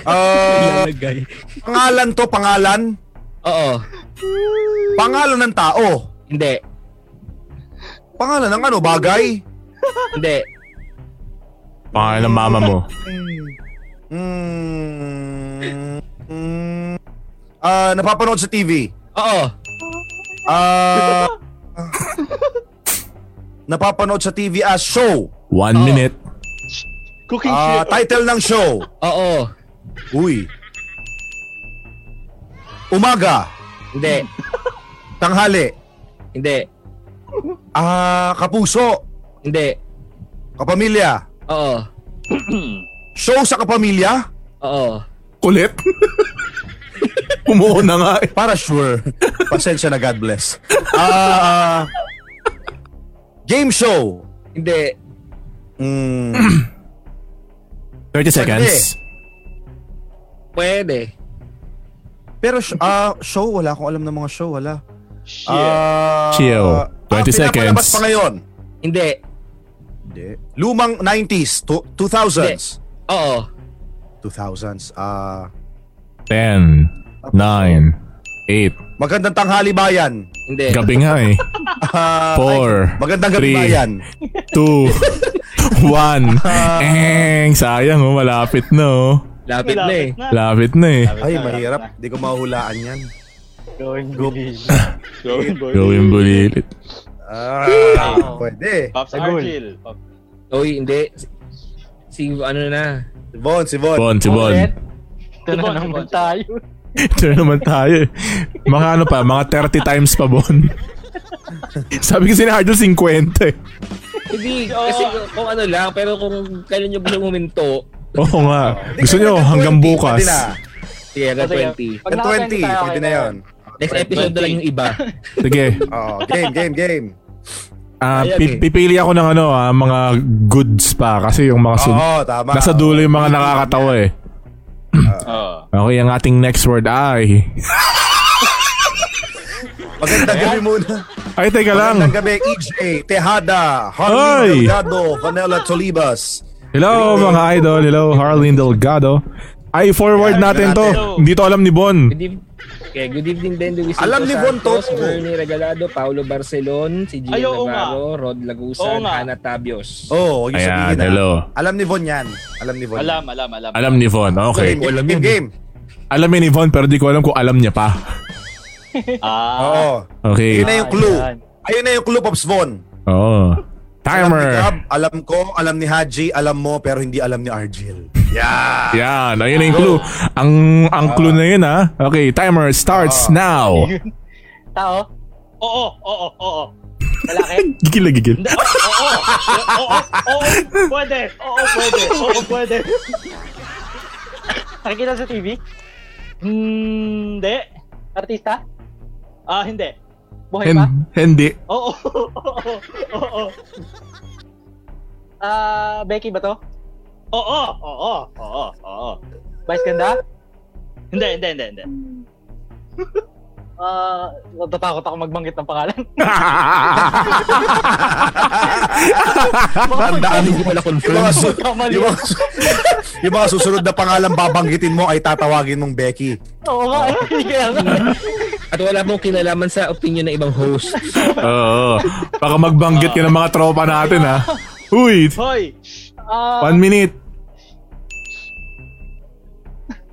Speaker 5: Ah,
Speaker 3: eh.
Speaker 5: pangalan to, pangalan.
Speaker 3: Oo.
Speaker 5: Pangalan ng tao.
Speaker 3: Hindi.
Speaker 5: Pangalan ng ano, bagay.
Speaker 3: Hindi.
Speaker 1: Pangalan ng mama mo.
Speaker 5: Mm. Mm. Ah, napapanood sa TV.
Speaker 3: Oo.
Speaker 5: Ah. napapanood sa TV as show.
Speaker 1: One minute.
Speaker 2: Cooking show.
Speaker 5: Ah, title ng show.
Speaker 3: Oo.
Speaker 5: Uy. Umaga,
Speaker 3: Hindi.
Speaker 5: tanghali.
Speaker 3: Hindi.
Speaker 5: Ah, kapuso,
Speaker 3: Hindi.
Speaker 5: kapamilya.
Speaker 3: Oo.
Speaker 5: Show sa kapamilya?
Speaker 3: Oo.
Speaker 1: Kulit? Umuo na nga eh.
Speaker 5: Para sure. Pasensya na God bless. Ah, game show.
Speaker 3: Hindi.
Speaker 5: Mm,
Speaker 1: 30 seconds.
Speaker 3: Pwede.
Speaker 5: pero sh- ah, show wala akong alam ng mga show, wala.
Speaker 2: Shit.
Speaker 5: Ah,
Speaker 1: Chill. 20
Speaker 5: pinapalabas
Speaker 1: seconds.
Speaker 5: pa ngayon.
Speaker 3: Hindi.
Speaker 5: Hindi. Lumang 90s, to, 2000s.
Speaker 3: Oo.
Speaker 5: 2000s. Ah,
Speaker 1: 10, 9, 8.
Speaker 5: magandang tanghali bayan.
Speaker 3: Hindi.
Speaker 1: Gabi nga eh.
Speaker 5: Ah,
Speaker 1: Four,
Speaker 5: ay, magandang
Speaker 1: three.
Speaker 5: gabi bayan.
Speaker 1: 2, 1. Eng, sayang oh, malapit na oh.
Speaker 3: Lapit na eh.
Speaker 1: Lapit na eh.
Speaker 5: Ay, mahirap. Hindi ko mahuhulaan yan.
Speaker 2: Going
Speaker 5: Go.
Speaker 2: bullish.
Speaker 1: Gawin bulilit.
Speaker 5: Ah,
Speaker 2: Wow.
Speaker 5: pwede.
Speaker 2: Pops
Speaker 4: Sagol.
Speaker 2: Archil. Oh. Pops-
Speaker 3: Uy, hindi. Si ano na.
Speaker 5: Si Bon, si Bon.
Speaker 1: Bon, si Bon.
Speaker 4: Ulit. Ito
Speaker 2: Diba,
Speaker 4: na naman
Speaker 2: diba?
Speaker 4: tayo.
Speaker 1: Ito na naman tayo. eh. Mga ano pa, mga 30 times pa, Bon. Sabi kasi ni Hardel 50 eh.
Speaker 3: Hindi. Kasi kung ano lang. Pero kung kailan nyo bilang huminto.
Speaker 1: Oo nga. Gusto nyo hanggang bukas.
Speaker 5: Pwede na.
Speaker 3: Sige, hanggang
Speaker 4: Sige.
Speaker 3: 20.
Speaker 4: Pag
Speaker 5: At
Speaker 4: naka-twenty
Speaker 5: 20,
Speaker 4: tayo,
Speaker 5: pwede
Speaker 4: okay
Speaker 5: na
Speaker 4: tayo.
Speaker 5: yun.
Speaker 3: Next episode na lang yung iba.
Speaker 1: Sige.
Speaker 5: Oh, game, game, game.
Speaker 1: Ah,
Speaker 3: Ayan
Speaker 1: pi-
Speaker 3: eh.
Speaker 1: pipili ako ng ano, ah, mga goods pa kasi yung mga sun-
Speaker 5: Oo, tama.
Speaker 1: nasa dulo yung mga nakakatawa eh.
Speaker 2: Ah.
Speaker 1: Okay, ang ating next word ay
Speaker 5: Magandang gabi muna.
Speaker 1: Ay, teka
Speaker 5: Magandang
Speaker 1: lang.
Speaker 5: gabi, EJ, Tejada,
Speaker 1: Oy!
Speaker 5: Harley Delgado, Vanella Tolibas.
Speaker 1: Hello mga idol, hello Harleen Delgado. Ay, forward natin to. Hindi to alam ni Bon.
Speaker 3: Good evening. Okay, good evening din to Luisito
Speaker 5: Alam ni Von
Speaker 3: Santos,
Speaker 5: Toto.
Speaker 3: Bernie Regalado, Paulo Barcelon, si Gio
Speaker 2: Ay, oo
Speaker 3: Navarro, Rod
Speaker 2: Oo
Speaker 3: Lagusan,
Speaker 2: nga.
Speaker 3: Ana Tabios.
Speaker 5: Oh, yung
Speaker 1: Ayan,
Speaker 5: sabihin na.
Speaker 1: hello.
Speaker 5: Alam ni Von yan. Alam ni Von.
Speaker 2: Alam, alam, alam.
Speaker 1: Alam ni Von, okay.
Speaker 5: Game, game, game, game.
Speaker 1: Alam ni Von pero di ko alam kung alam niya pa.
Speaker 2: Ah.
Speaker 5: Oo.
Speaker 1: Okay.
Speaker 5: Yun na yung clue.
Speaker 4: Ayan.
Speaker 5: Ayun na yung clue, Pops Von.
Speaker 1: Oo.
Speaker 5: Alam ni Gab,
Speaker 1: Timer.
Speaker 5: alam ko, alam ni Haji, alam mo, pero hindi alam ni Argel. Yeah.
Speaker 1: Yan, ayun na yung clue. Ang ang clue na yun ha. Okay, timer starts
Speaker 5: Ah.
Speaker 1: now.
Speaker 4: Tao?
Speaker 2: Oo, oo, oo.
Speaker 4: Lalaki?
Speaker 1: Gigil na gigil.
Speaker 2: Hindi, Oo, oo. Oo, oo. Pwede. Oo, pwede. Oo, pwede.
Speaker 4: Nakikita sa TV?
Speaker 2: Hmm, Hindi.
Speaker 4: Artista?
Speaker 2: Ah, hindi.
Speaker 4: Buhay pa?
Speaker 1: Hen- Hindi.
Speaker 2: Oo, oo, oo. Oo,
Speaker 4: Ah, Becky ba to?
Speaker 2: oo. Oo, oo, oo.
Speaker 4: Vice Ganda?
Speaker 2: Hindi, hindi, hindi, hindi.
Speaker 4: Ah, natatakot ako magbanggit ng pangalan.
Speaker 5: Tandaan mo.
Speaker 3: Hindi ko na
Speaker 5: Yung
Speaker 3: confirm.
Speaker 5: mga, su- yung, mga su- yung mga susunod na pangalan babanggitin mo ay tatawagin mong Becky.
Speaker 4: Oo nga, eh. Kaya nga.
Speaker 3: At wala mong kinalaman sa opinion ng ibang host.
Speaker 1: Oo. Baka magbanggit ka ng mga tropa natin ha. Uy,
Speaker 2: Hoy!
Speaker 4: Ah,
Speaker 1: one minute.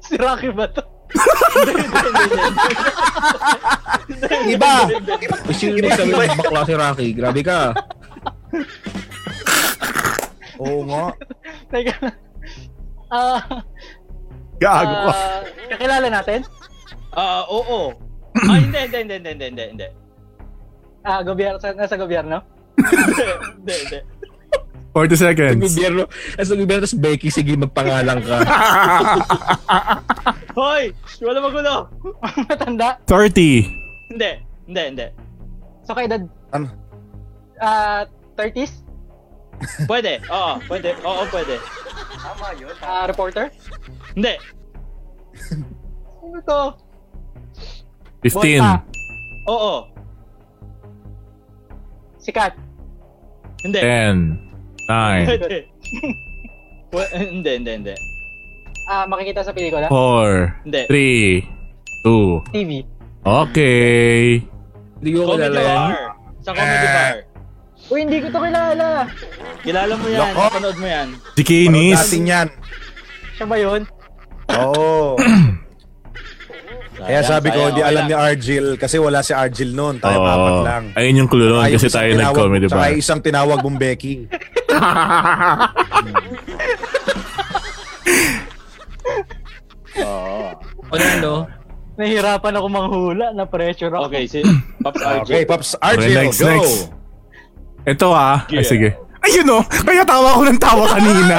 Speaker 4: si Rocky ba to?
Speaker 5: Iba!
Speaker 3: Uy, Sino na sabi ng bakla si Rocky? Grabe ka.
Speaker 5: Oo nga.
Speaker 4: Teka. Ah,
Speaker 1: Gago ka.
Speaker 4: ah, kakilala natin?
Speaker 2: Ah, oo. Ah, hindi, hindi, hindi, hindi, hindi, hindi.
Speaker 4: Ah, gobyerno, sa, nasa gobyerno?
Speaker 2: Hindi, hindi, hindi.
Speaker 1: 40 seconds.
Speaker 3: Gobyerno. Tapos ang gobyerno, tapos Becky, sige, magpangalan ka.
Speaker 2: Hoy! Wala magulo!
Speaker 4: Matanda?
Speaker 1: 30.
Speaker 2: Hindi, hindi, hindi.
Speaker 4: So, kaedad?
Speaker 5: Ano?
Speaker 4: Ah, 30s?
Speaker 2: Pwede, oo, pwede, oo, pwede.
Speaker 4: Ah, reporter?
Speaker 2: Hindi,
Speaker 4: Ano to?
Speaker 1: 15.
Speaker 4: Boy pa.
Speaker 2: oo,
Speaker 4: Sikat?
Speaker 2: hindi.
Speaker 1: 10. 9.
Speaker 2: Pwede. Pwe- hindi, hindi, hindi.
Speaker 4: Ah, makikita sa pelikula?
Speaker 1: 4.
Speaker 2: Hindi.
Speaker 1: 3. 2.
Speaker 4: TV?
Speaker 1: Okay.
Speaker 3: Hindi ko kilala
Speaker 2: Comedy
Speaker 3: yan.
Speaker 2: bar. Sa comedy bar.
Speaker 4: Uy, hindi ko to kilala!
Speaker 2: Kilala mo yan,
Speaker 5: Lako.
Speaker 2: napanood mo yan.
Speaker 1: Si Kinis.
Speaker 5: Dating yan.
Speaker 4: Siya ba yun?
Speaker 5: Oo. Kaya sabi ko, hindi alam ni Argel kasi wala si Argel noon. Tayo apat lang.
Speaker 1: Ayun yung clue nun
Speaker 5: Tsaka yung
Speaker 1: kasi
Speaker 5: isang
Speaker 1: tayo
Speaker 5: tinawag-
Speaker 1: nag-comedy
Speaker 5: tsaka
Speaker 1: ba?
Speaker 5: yung isang tinawag mong Becky.
Speaker 3: O na ano?
Speaker 4: Nahirapan ako manghula, na-pressure ako.
Speaker 2: Okay, si Pops RJ.
Speaker 5: Okay, Pops Argel,
Speaker 1: Okay, next,
Speaker 5: go!
Speaker 1: next. Ito ah. Ay,
Speaker 2: Yeah.
Speaker 1: sige. Ayun oh. Kaya tawa ko ng tawa kanina.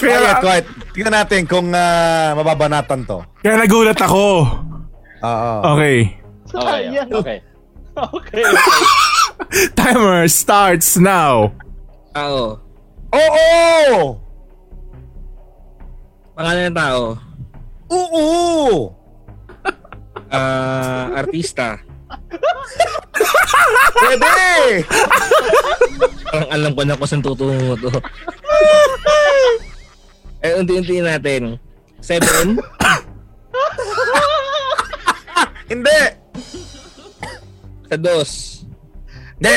Speaker 5: Quiet,
Speaker 1: kaya,
Speaker 5: quiet. Tingnan natin kung ah, mababanatan to.
Speaker 1: kaya nagulat ako.
Speaker 5: Oo.
Speaker 1: Okay.
Speaker 2: Okay,
Speaker 4: Ayan.
Speaker 2: okay. Okay, okay.
Speaker 1: Timer starts now.
Speaker 3: Ah, Oo.
Speaker 5: Oo!
Speaker 3: Pangalan ng tao.
Speaker 5: Oo!
Speaker 3: Ah, artista.
Speaker 5: Pwede!
Speaker 3: Parang alam ko na kung saan tutungo to. eh, unti-unti natin. Seven?
Speaker 5: Hindi!
Speaker 3: sa dos?
Speaker 5: Hindi!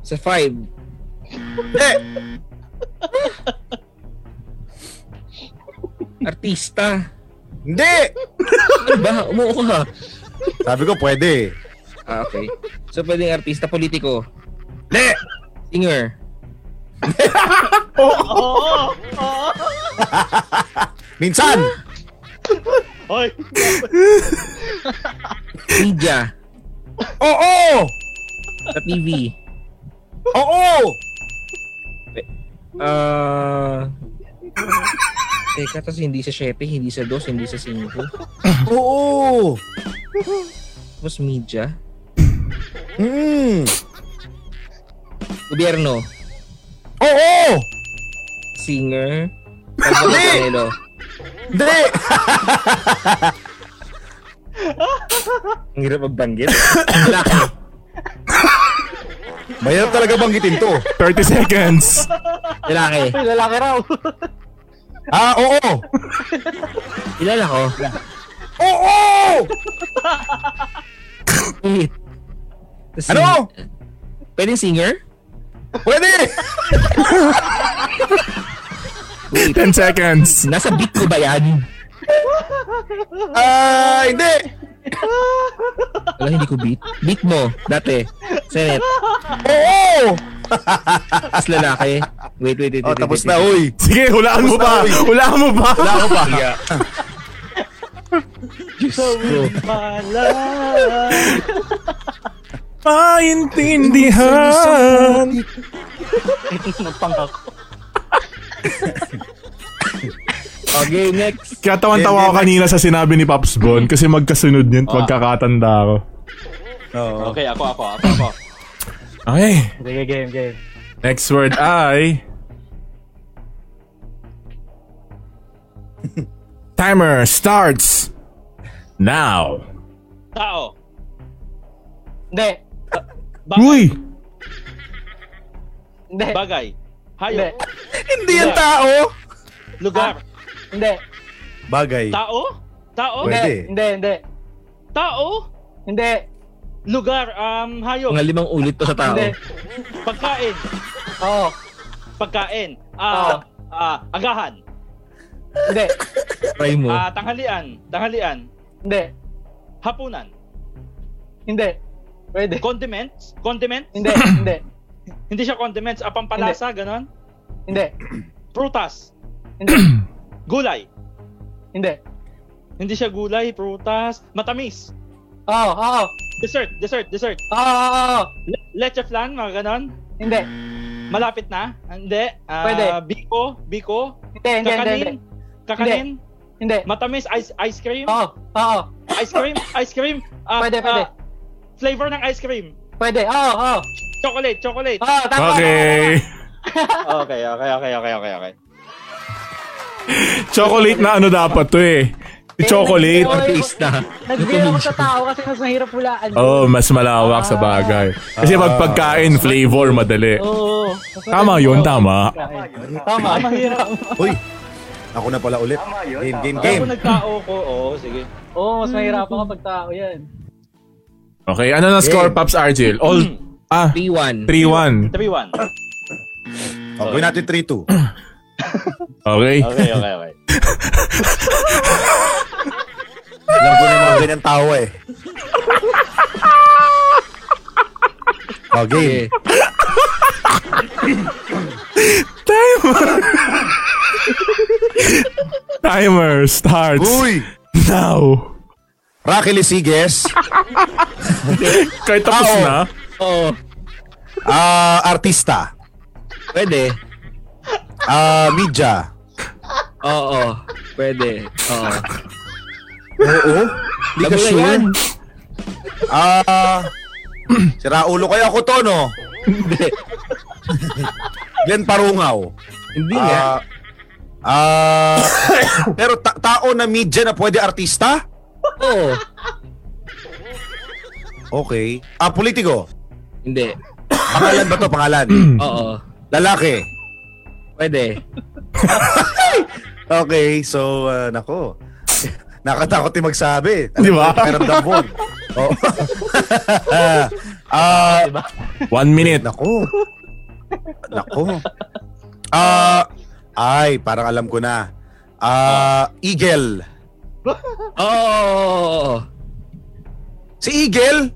Speaker 3: Sa five?
Speaker 5: Hindi!
Speaker 3: Artista?
Speaker 5: Hindi!
Speaker 3: Ano ba? Umuo ka.
Speaker 5: Sabi ko, pwede.
Speaker 3: Ah, okay. So, pwedeng artista, politiko,
Speaker 5: Hindi!
Speaker 3: singer.
Speaker 5: Minsan!
Speaker 2: Hoy!
Speaker 3: media,
Speaker 5: Oo!
Speaker 3: sa TV.
Speaker 5: Oo!
Speaker 3: Ah... Teka, tapos hindi sa 7, hindi sa 2, hindi sa 5.
Speaker 5: Oo!
Speaker 3: Tapos media.
Speaker 5: Mm.
Speaker 3: Gobyerno.
Speaker 5: Oo!
Speaker 3: Singer. Pablo Coelho.
Speaker 5: Hindi!
Speaker 3: Ang hirap magbanggit.
Speaker 5: Mahirap talaga banggitin to.
Speaker 1: 30 seconds.
Speaker 3: Lalaki.
Speaker 4: Ay, lalaki raw.
Speaker 5: Ah, oo!
Speaker 3: Kilala ko.
Speaker 5: Oo!
Speaker 3: Wait. Tas sing-
Speaker 5: Ano?
Speaker 3: Pwedeng singer?
Speaker 5: Pwede!
Speaker 3: Wait.
Speaker 1: 10 seconds.
Speaker 3: Nasa beat ko ba yan?
Speaker 5: Ah, hindi!
Speaker 3: Wala, hindi ko beat. Beat mo. Dati. Senet.
Speaker 5: Oo!
Speaker 3: Tapos lalaki. Wait, wait, wait.
Speaker 5: Oh,
Speaker 3: wait,
Speaker 5: tapos
Speaker 3: wait,
Speaker 5: na,
Speaker 3: wait.
Speaker 5: uy!
Speaker 1: Sige, hulaan mo pa. Hulaan mo pa.
Speaker 5: Wala ko pa.
Speaker 3: Diyos ko.
Speaker 1: Paintindihan.
Speaker 4: Nagpangako.
Speaker 3: Okay, next.
Speaker 1: Kaya tawan-tawa ako kanina sa sinabi ni Pops Bon kasi magkasunod yun
Speaker 2: Ah.
Speaker 1: at magkakatanda ako.
Speaker 2: Okay, ako, ako, ako, ako.
Speaker 1: Okay.
Speaker 4: Sige, game, game.
Speaker 1: Next word ay... Timer starts now.
Speaker 2: Tao!
Speaker 4: Hindi.
Speaker 2: Bagay!
Speaker 4: Hindi.
Speaker 2: Bagay!
Speaker 4: Hindi.
Speaker 2: Hayop!
Speaker 5: Hindi yan tao!
Speaker 2: Lugar!
Speaker 4: Hindi.
Speaker 5: Bagay.
Speaker 2: Tao? Tao?
Speaker 4: Hindi.
Speaker 5: Pwede.
Speaker 4: Hindi. Hindi.
Speaker 2: Tao?
Speaker 4: Hindi.
Speaker 2: Lugar, um, hayop,
Speaker 3: Mga limang ulit to sa tao.
Speaker 4: Hindi.
Speaker 2: pagkain,
Speaker 4: Oo.
Speaker 2: pagkain, ah, ah, agahan,
Speaker 4: Hindi.
Speaker 3: Try mo.
Speaker 2: ah, tanghalian, tanghalian,
Speaker 4: Hindi.
Speaker 2: hapunan,
Speaker 4: Hindi. Pwede.
Speaker 2: condiments, condiments,
Speaker 4: Hindi. Hindi.
Speaker 2: hindi siya condiments, ah, pampalasa, ganon,
Speaker 4: Hindi.
Speaker 2: prutas,
Speaker 4: Hindi.
Speaker 2: gulay,
Speaker 4: Hindi.
Speaker 2: hindi siya gulay, prutas, matamis,
Speaker 4: Oo. Oo.
Speaker 2: dessert, dessert, dessert,
Speaker 4: Oo. Oo. oo.
Speaker 2: Le- leche flan, mga ganon,
Speaker 4: Hindi.
Speaker 2: malapit na, hindi, ah,
Speaker 4: Pwede.
Speaker 2: biko, biko,
Speaker 4: Hindi. Hindi. Hindi. Hindi.
Speaker 2: kakanin, kakanin,
Speaker 4: Hindi.
Speaker 2: matamis, ice, ice cream,
Speaker 4: Oo. Oo.
Speaker 2: ice cream, ice cream, ah,
Speaker 4: Pwede,
Speaker 2: ah,
Speaker 4: pwede.
Speaker 2: flavor ng ice cream,
Speaker 4: Pwede. Oo. Oo.
Speaker 2: Chocolate, chocolate.
Speaker 4: Oo. Tama.
Speaker 1: Okay.
Speaker 2: Okay, okay, okay, okay, okay, okay.
Speaker 1: Chocolate na ano dapat to eh. Chocolate.
Speaker 3: Artista.
Speaker 4: Nagbigay ako sa tao kasi mas mahirap hulaan.
Speaker 1: Oh, mas malawak sa bagay. Kasi pag pagkain, flavor, madali.
Speaker 4: Oo.
Speaker 1: Tama yun, tama.
Speaker 4: Tama. Mahirap.
Speaker 5: Uy! Ako na pala ulit. Game, game,
Speaker 2: Kaya
Speaker 5: game.
Speaker 2: kung nagtao ko, oo, sige.
Speaker 4: Oo, mas mahirap ako pag tao yan.
Speaker 1: Okay, ano na score, Pops Argel? All, ah,
Speaker 3: 3-1.
Speaker 1: 3-1.
Speaker 2: 3-1.
Speaker 5: Oh, gawin natin 3-2.
Speaker 1: Okay.
Speaker 2: Okay, okay, okay.
Speaker 5: Alam ko na yung mga ganyan tao eh. Oh, game.
Speaker 3: Okay.
Speaker 1: Timer! Timer starts
Speaker 5: Uy!
Speaker 1: now.
Speaker 5: Rocky Lisiges.
Speaker 1: Kahit tapos
Speaker 5: Tao.
Speaker 1: na.
Speaker 3: Oo.
Speaker 5: Ah, artista.
Speaker 3: Pwede.
Speaker 5: Ah, media.
Speaker 3: Oo. Pwede. Oo.
Speaker 5: Oo. Hindi ka
Speaker 3: Alam mo na
Speaker 5: sure?
Speaker 3: yan.
Speaker 5: Ah, sira ulo kayo ako to, no?
Speaker 3: Hindi.
Speaker 5: Glenn Parungaw.
Speaker 3: Hindi nga.
Speaker 5: Ah, ah, pero ta- tao na media na pwede artista?
Speaker 3: Oo.
Speaker 5: Okay. Ah, politiko.
Speaker 3: Hindi.
Speaker 5: Pangalan ba to? Pangalan.
Speaker 3: Oo.
Speaker 5: Lalaki.
Speaker 3: Pwede.
Speaker 5: Okay, so, ah, nako. Nakatakot yung magsabi. Ano
Speaker 1: Di ba?
Speaker 5: yung pakiramdam mo? Oo. Ah,
Speaker 1: One minute.
Speaker 5: Nako. Nako. Ah, ay, parang alam ko na. Ah, Eagle.
Speaker 3: Oo.
Speaker 5: Si Eagle?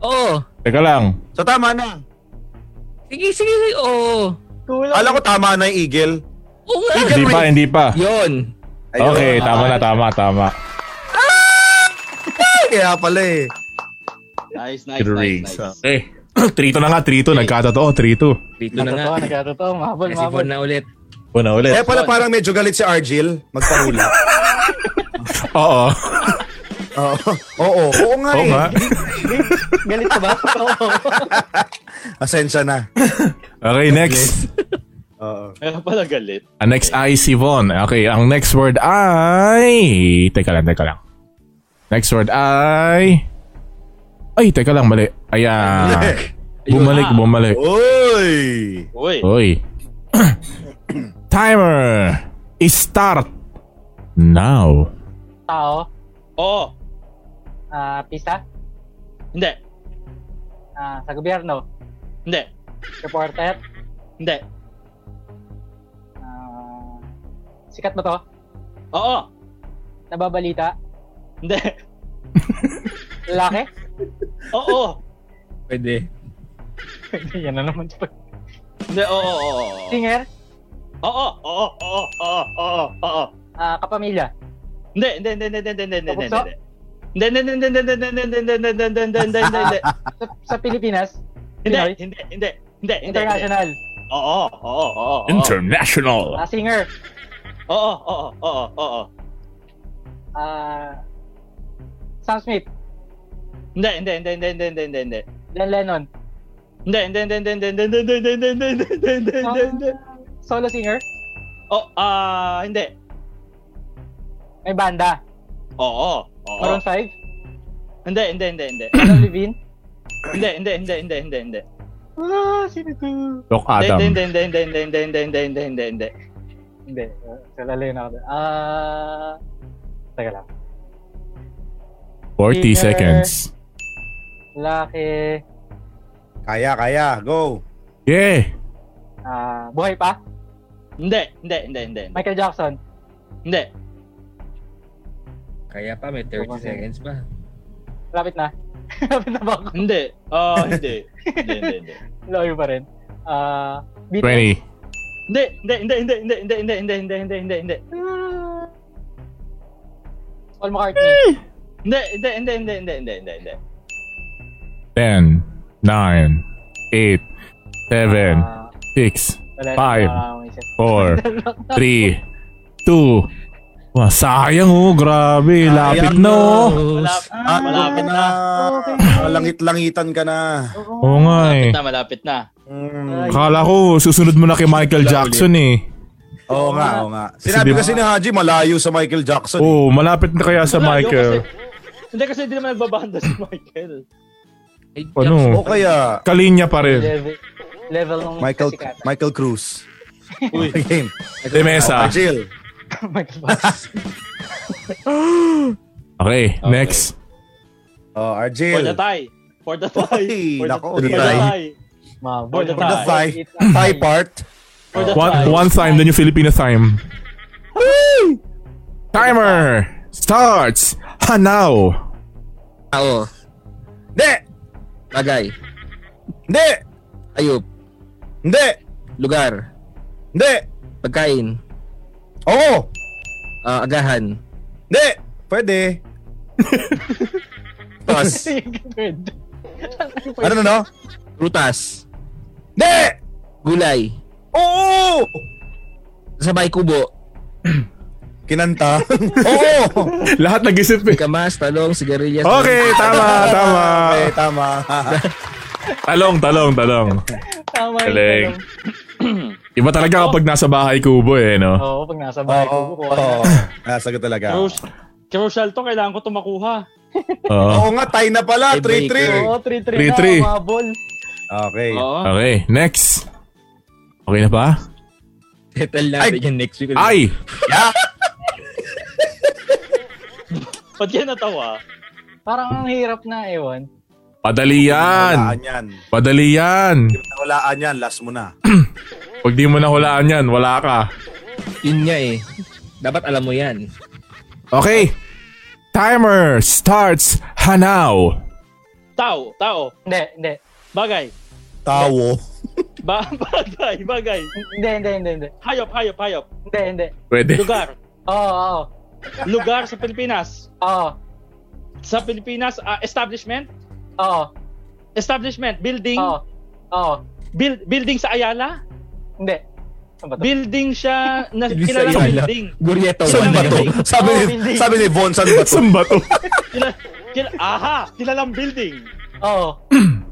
Speaker 3: Oo.
Speaker 1: Teka lang.
Speaker 5: So tama na.
Speaker 3: Sige, sige, sige. Oo.
Speaker 5: Alam ko tama na yung Eagle.
Speaker 3: Oo nga.
Speaker 1: Hindi pa, hindi pa.
Speaker 3: Yun.
Speaker 5: Ayun.
Speaker 1: Okay, tama na, tama, tama.
Speaker 5: Ay, Kaya pala eh.
Speaker 2: Nice, nice,
Speaker 1: Three.
Speaker 2: nice, nice.
Speaker 1: Okay. Trito na nga, trito. Nagkatotoo, trito.
Speaker 3: Dito na nga.
Speaker 4: Nagkatotoo, nagkatotoo. Mahabol,
Speaker 3: Kasi
Speaker 4: mahabol.
Speaker 3: phone na ulit.
Speaker 1: Una ulit.
Speaker 5: Kaya pala parang medyo galit si Argil. Magpahula.
Speaker 1: Oo.
Speaker 5: Oo. Oo. Oo nga
Speaker 1: Oo
Speaker 5: eh.
Speaker 1: nga.
Speaker 4: Galit ka ba? Oo.
Speaker 5: Asensya na.
Speaker 1: Okay, next.
Speaker 5: Oo.
Speaker 2: Kaya pala galit.
Speaker 1: Ang Ah, next ay si Von. Okay, ang next word ay... Teka lang, teka lang. Next word ay... Ay, teka lang, mali. Ayan. Bumalik, bumalik.
Speaker 5: Uy!
Speaker 2: Uy.
Speaker 1: Uy. Timer. Start. Now.
Speaker 4: Tao.
Speaker 2: Oo.
Speaker 4: Ah, pista.
Speaker 2: Hindi.
Speaker 4: Ah, sa gobyerno.
Speaker 2: Hindi.
Speaker 4: Reporter.
Speaker 2: Hindi.
Speaker 4: Ah, sikat ba to?
Speaker 2: Oo.
Speaker 4: Nababalita.
Speaker 2: Hindi.
Speaker 4: Lalaki?
Speaker 2: Oo.
Speaker 3: Pwede.
Speaker 4: Yan na naman.
Speaker 2: Hindi. Oo. Oo.
Speaker 4: Singer?
Speaker 2: Oo. Oo. Oo. Oo. Oo. Oo.
Speaker 4: Ah, kapamilya.
Speaker 2: Hindi. Hindi. Hindi. Hindi. Hindi. Hindi. Hindi. Hindi. Hindi, hindi, hindi, hindi, hindi, hindi, hindi, hindi, hindi, hindi, hindi, hindi, hindi.
Speaker 4: Sa, sa Pilipinas?
Speaker 2: Hindi,
Speaker 4: Pinoy?
Speaker 2: hindi, hindi, hindi, hindi.
Speaker 4: International.
Speaker 2: Oo, oo, oo, oo.
Speaker 1: International.
Speaker 4: Ah, singer.
Speaker 2: Oo, oo, oo, oo.
Speaker 4: Ah, Sam Smith.
Speaker 2: Hindi, hindi, hindi, hindi, hindi, hindi, hindi, hindi.
Speaker 4: John Lennon.
Speaker 2: Hindi, hindi, hindi, hindi, hindi, hindi, hindi, hindi, hindi, hindi, hindi, hindi,
Speaker 4: Ah,
Speaker 2: hindi, hindi.
Speaker 4: solo singer?
Speaker 2: Oh, ah, hindi.
Speaker 4: May banda.
Speaker 2: Oo, oo.
Speaker 4: Maroon 5?
Speaker 2: Hindi, hindi, hindi, hindi.
Speaker 4: Adam Levine?
Speaker 2: Hindi, hindi, hindi, hindi, hindi, hindi.
Speaker 4: Ah, sino to?
Speaker 1: Doc
Speaker 2: Hindi,
Speaker 1: Adam.
Speaker 2: hindi, hindi, hindi, hindi, hindi, hindi, hindi, hindi, hindi.
Speaker 4: Hindi. ah, Kalala yun ako. Ah, teka lang.
Speaker 1: 40 seconds.
Speaker 4: Laki.
Speaker 5: Kaya, kaya. Go.
Speaker 1: Yeah.
Speaker 4: Ah, buhay pa?
Speaker 2: Hindi, hindi, hindi, hindi, hindi.
Speaker 4: Michael Jackson.
Speaker 2: Hindi.
Speaker 3: Kaya pa, may 30 seconds pa.
Speaker 4: Lapit na. Lapit na ba ako?
Speaker 2: Hindi. Ah, hindi. Hindi, hindi, hindi.
Speaker 4: Layo pa rin. Ah, beat.
Speaker 1: 20.
Speaker 2: Hindi, hindi, hindi, hindi, hindi, hindi, hindi, hindi, hindi, hindi, hindi, hindi.
Speaker 4: Ah. Paul McCartney.
Speaker 2: Hindi, hindi, hindi, hindi, hindi, hindi, hindi, hindi.
Speaker 1: 10, 9, 8, 7,
Speaker 4: Ah,
Speaker 1: 6,
Speaker 4: wala na,
Speaker 1: Hmm. Five.
Speaker 4: wala akong isip.
Speaker 1: 4, 3, 2, Wah, sayang oh, grabe. Lapit na oh.
Speaker 2: Malapit,
Speaker 5: Ah,
Speaker 2: malapit na.
Speaker 5: Malangit-langitan ka na.
Speaker 1: Oo nga eh.
Speaker 2: Na, malapit na.
Speaker 5: Mm.
Speaker 1: Akala ko, susunod mo na kay Michael Jackson eh.
Speaker 5: Oo nga, oo nga.
Speaker 1: Sabi
Speaker 5: Sinabi
Speaker 1: mo-
Speaker 5: kasi ni Haji, malayo sa Michael Jackson.
Speaker 1: Oo, oh, malapit na kaya sa
Speaker 2: Wala, yung
Speaker 1: Michael.
Speaker 2: kasi- Hindi kasi hindi naman nagbabanda si Michael.
Speaker 3: Ay,
Speaker 5: O
Speaker 1: Ano?
Speaker 5: kaya,
Speaker 1: Kalinya pa rin.
Speaker 4: Level, level ng
Speaker 5: Michael
Speaker 4: kasikatan.
Speaker 5: Michael Cruz. Uy. Game.
Speaker 1: Lemesa.
Speaker 5: Argel.
Speaker 4: Michael Jackson.
Speaker 1: Okay, next.
Speaker 2: For
Speaker 5: Oh,
Speaker 2: the
Speaker 5: Argel.
Speaker 2: tie. For the tie.
Speaker 5: Ay,
Speaker 2: For the-
Speaker 5: nako,
Speaker 2: for the
Speaker 5: tie.
Speaker 2: tie.
Speaker 4: Mabol.
Speaker 2: For the
Speaker 5: For the
Speaker 2: Thai.
Speaker 5: thigh. Thigh part.
Speaker 2: For the
Speaker 1: One,
Speaker 2: tie.
Speaker 1: one time, then yung Filipino time. Timer starts now.
Speaker 3: Tao.
Speaker 5: Hindi!
Speaker 3: Bagay.
Speaker 5: Hindi!
Speaker 3: Ayup.
Speaker 5: Hindi!
Speaker 3: Lugar.
Speaker 5: Hindi!
Speaker 3: Pagkain.
Speaker 5: Oo!
Speaker 3: ah, agahan.
Speaker 5: Hindi! Pwede. Pass. ano na no?
Speaker 3: Rutas.
Speaker 5: Hindi!
Speaker 3: Gulay.
Speaker 5: Oo!
Speaker 3: Sabay kubo.
Speaker 5: Kinanta. Oo!
Speaker 1: Lahat nag-isip eh.
Speaker 3: Kamas, talong, sigarilyas.
Speaker 1: Okay, tama, tama.
Speaker 5: Okay, tama.
Speaker 1: Talong, talong, talong.
Speaker 4: Tama yun.
Speaker 1: Galing.
Speaker 4: tanong.
Speaker 1: Iba talaga kapag nasa bahay kubo eh, no?
Speaker 4: Oo, pag nasa bahay
Speaker 5: Oo.
Speaker 4: ko,
Speaker 5: Oo.
Speaker 4: kukuha na.
Speaker 5: Ah, sagot talaga.
Speaker 2: Crucial. Crucial to. Kailangan ko tumakuha.
Speaker 1: Oo.
Speaker 5: Oo nga, tie na pala. 3-3.
Speaker 2: breaker.
Speaker 6: Oo, 3-3
Speaker 1: Three,
Speaker 6: na,
Speaker 1: three.
Speaker 6: umabol.
Speaker 5: Okay.
Speaker 2: Oo.
Speaker 1: Okay, next. Okay na ba?
Speaker 3: Settle natin yan next week.
Speaker 1: Ay!
Speaker 2: Ba't yan natawa?
Speaker 4: Parang ang hirap na, ewan.
Speaker 1: Padali yan!
Speaker 5: Walaan yan.
Speaker 1: Padali yan!
Speaker 5: Walaan yan. Last mo na.
Speaker 1: Pag di mo nahulaan yan, wala ka.
Speaker 3: Yun nga eh. Dapat alam mo yan.
Speaker 1: Okay. Timer starts now.
Speaker 2: Tao, tao.
Speaker 4: Hindi, hindi.
Speaker 2: Bagay.
Speaker 5: Tawo.
Speaker 2: Ba bagay, bagay.
Speaker 4: Hindi, hindi, hindi, hindi.
Speaker 2: Hayop, hayop, hayop.
Speaker 4: Hindi, hindi.
Speaker 1: Pwede.
Speaker 2: Lugar.
Speaker 4: Oo, oo.
Speaker 2: Lugar sa Pilipinas.
Speaker 4: Oo,
Speaker 2: Sa Pilipinas, ah, establishment.
Speaker 4: oo,
Speaker 2: Establishment. Building.
Speaker 4: oo, oo.
Speaker 2: Build, building sa Ayala.
Speaker 4: Hindi. Ano ba to?
Speaker 2: Building siya na
Speaker 3: Hindi
Speaker 2: kilala
Speaker 3: sa
Speaker 2: sa
Speaker 3: Ayala.
Speaker 2: building.
Speaker 3: Gurieta
Speaker 5: Saan ba to? Sabi ni, sabi ni Von, saan ba to?
Speaker 1: Saan ba to?
Speaker 2: Kila, kila, aha! Kilalang building.
Speaker 4: Oo,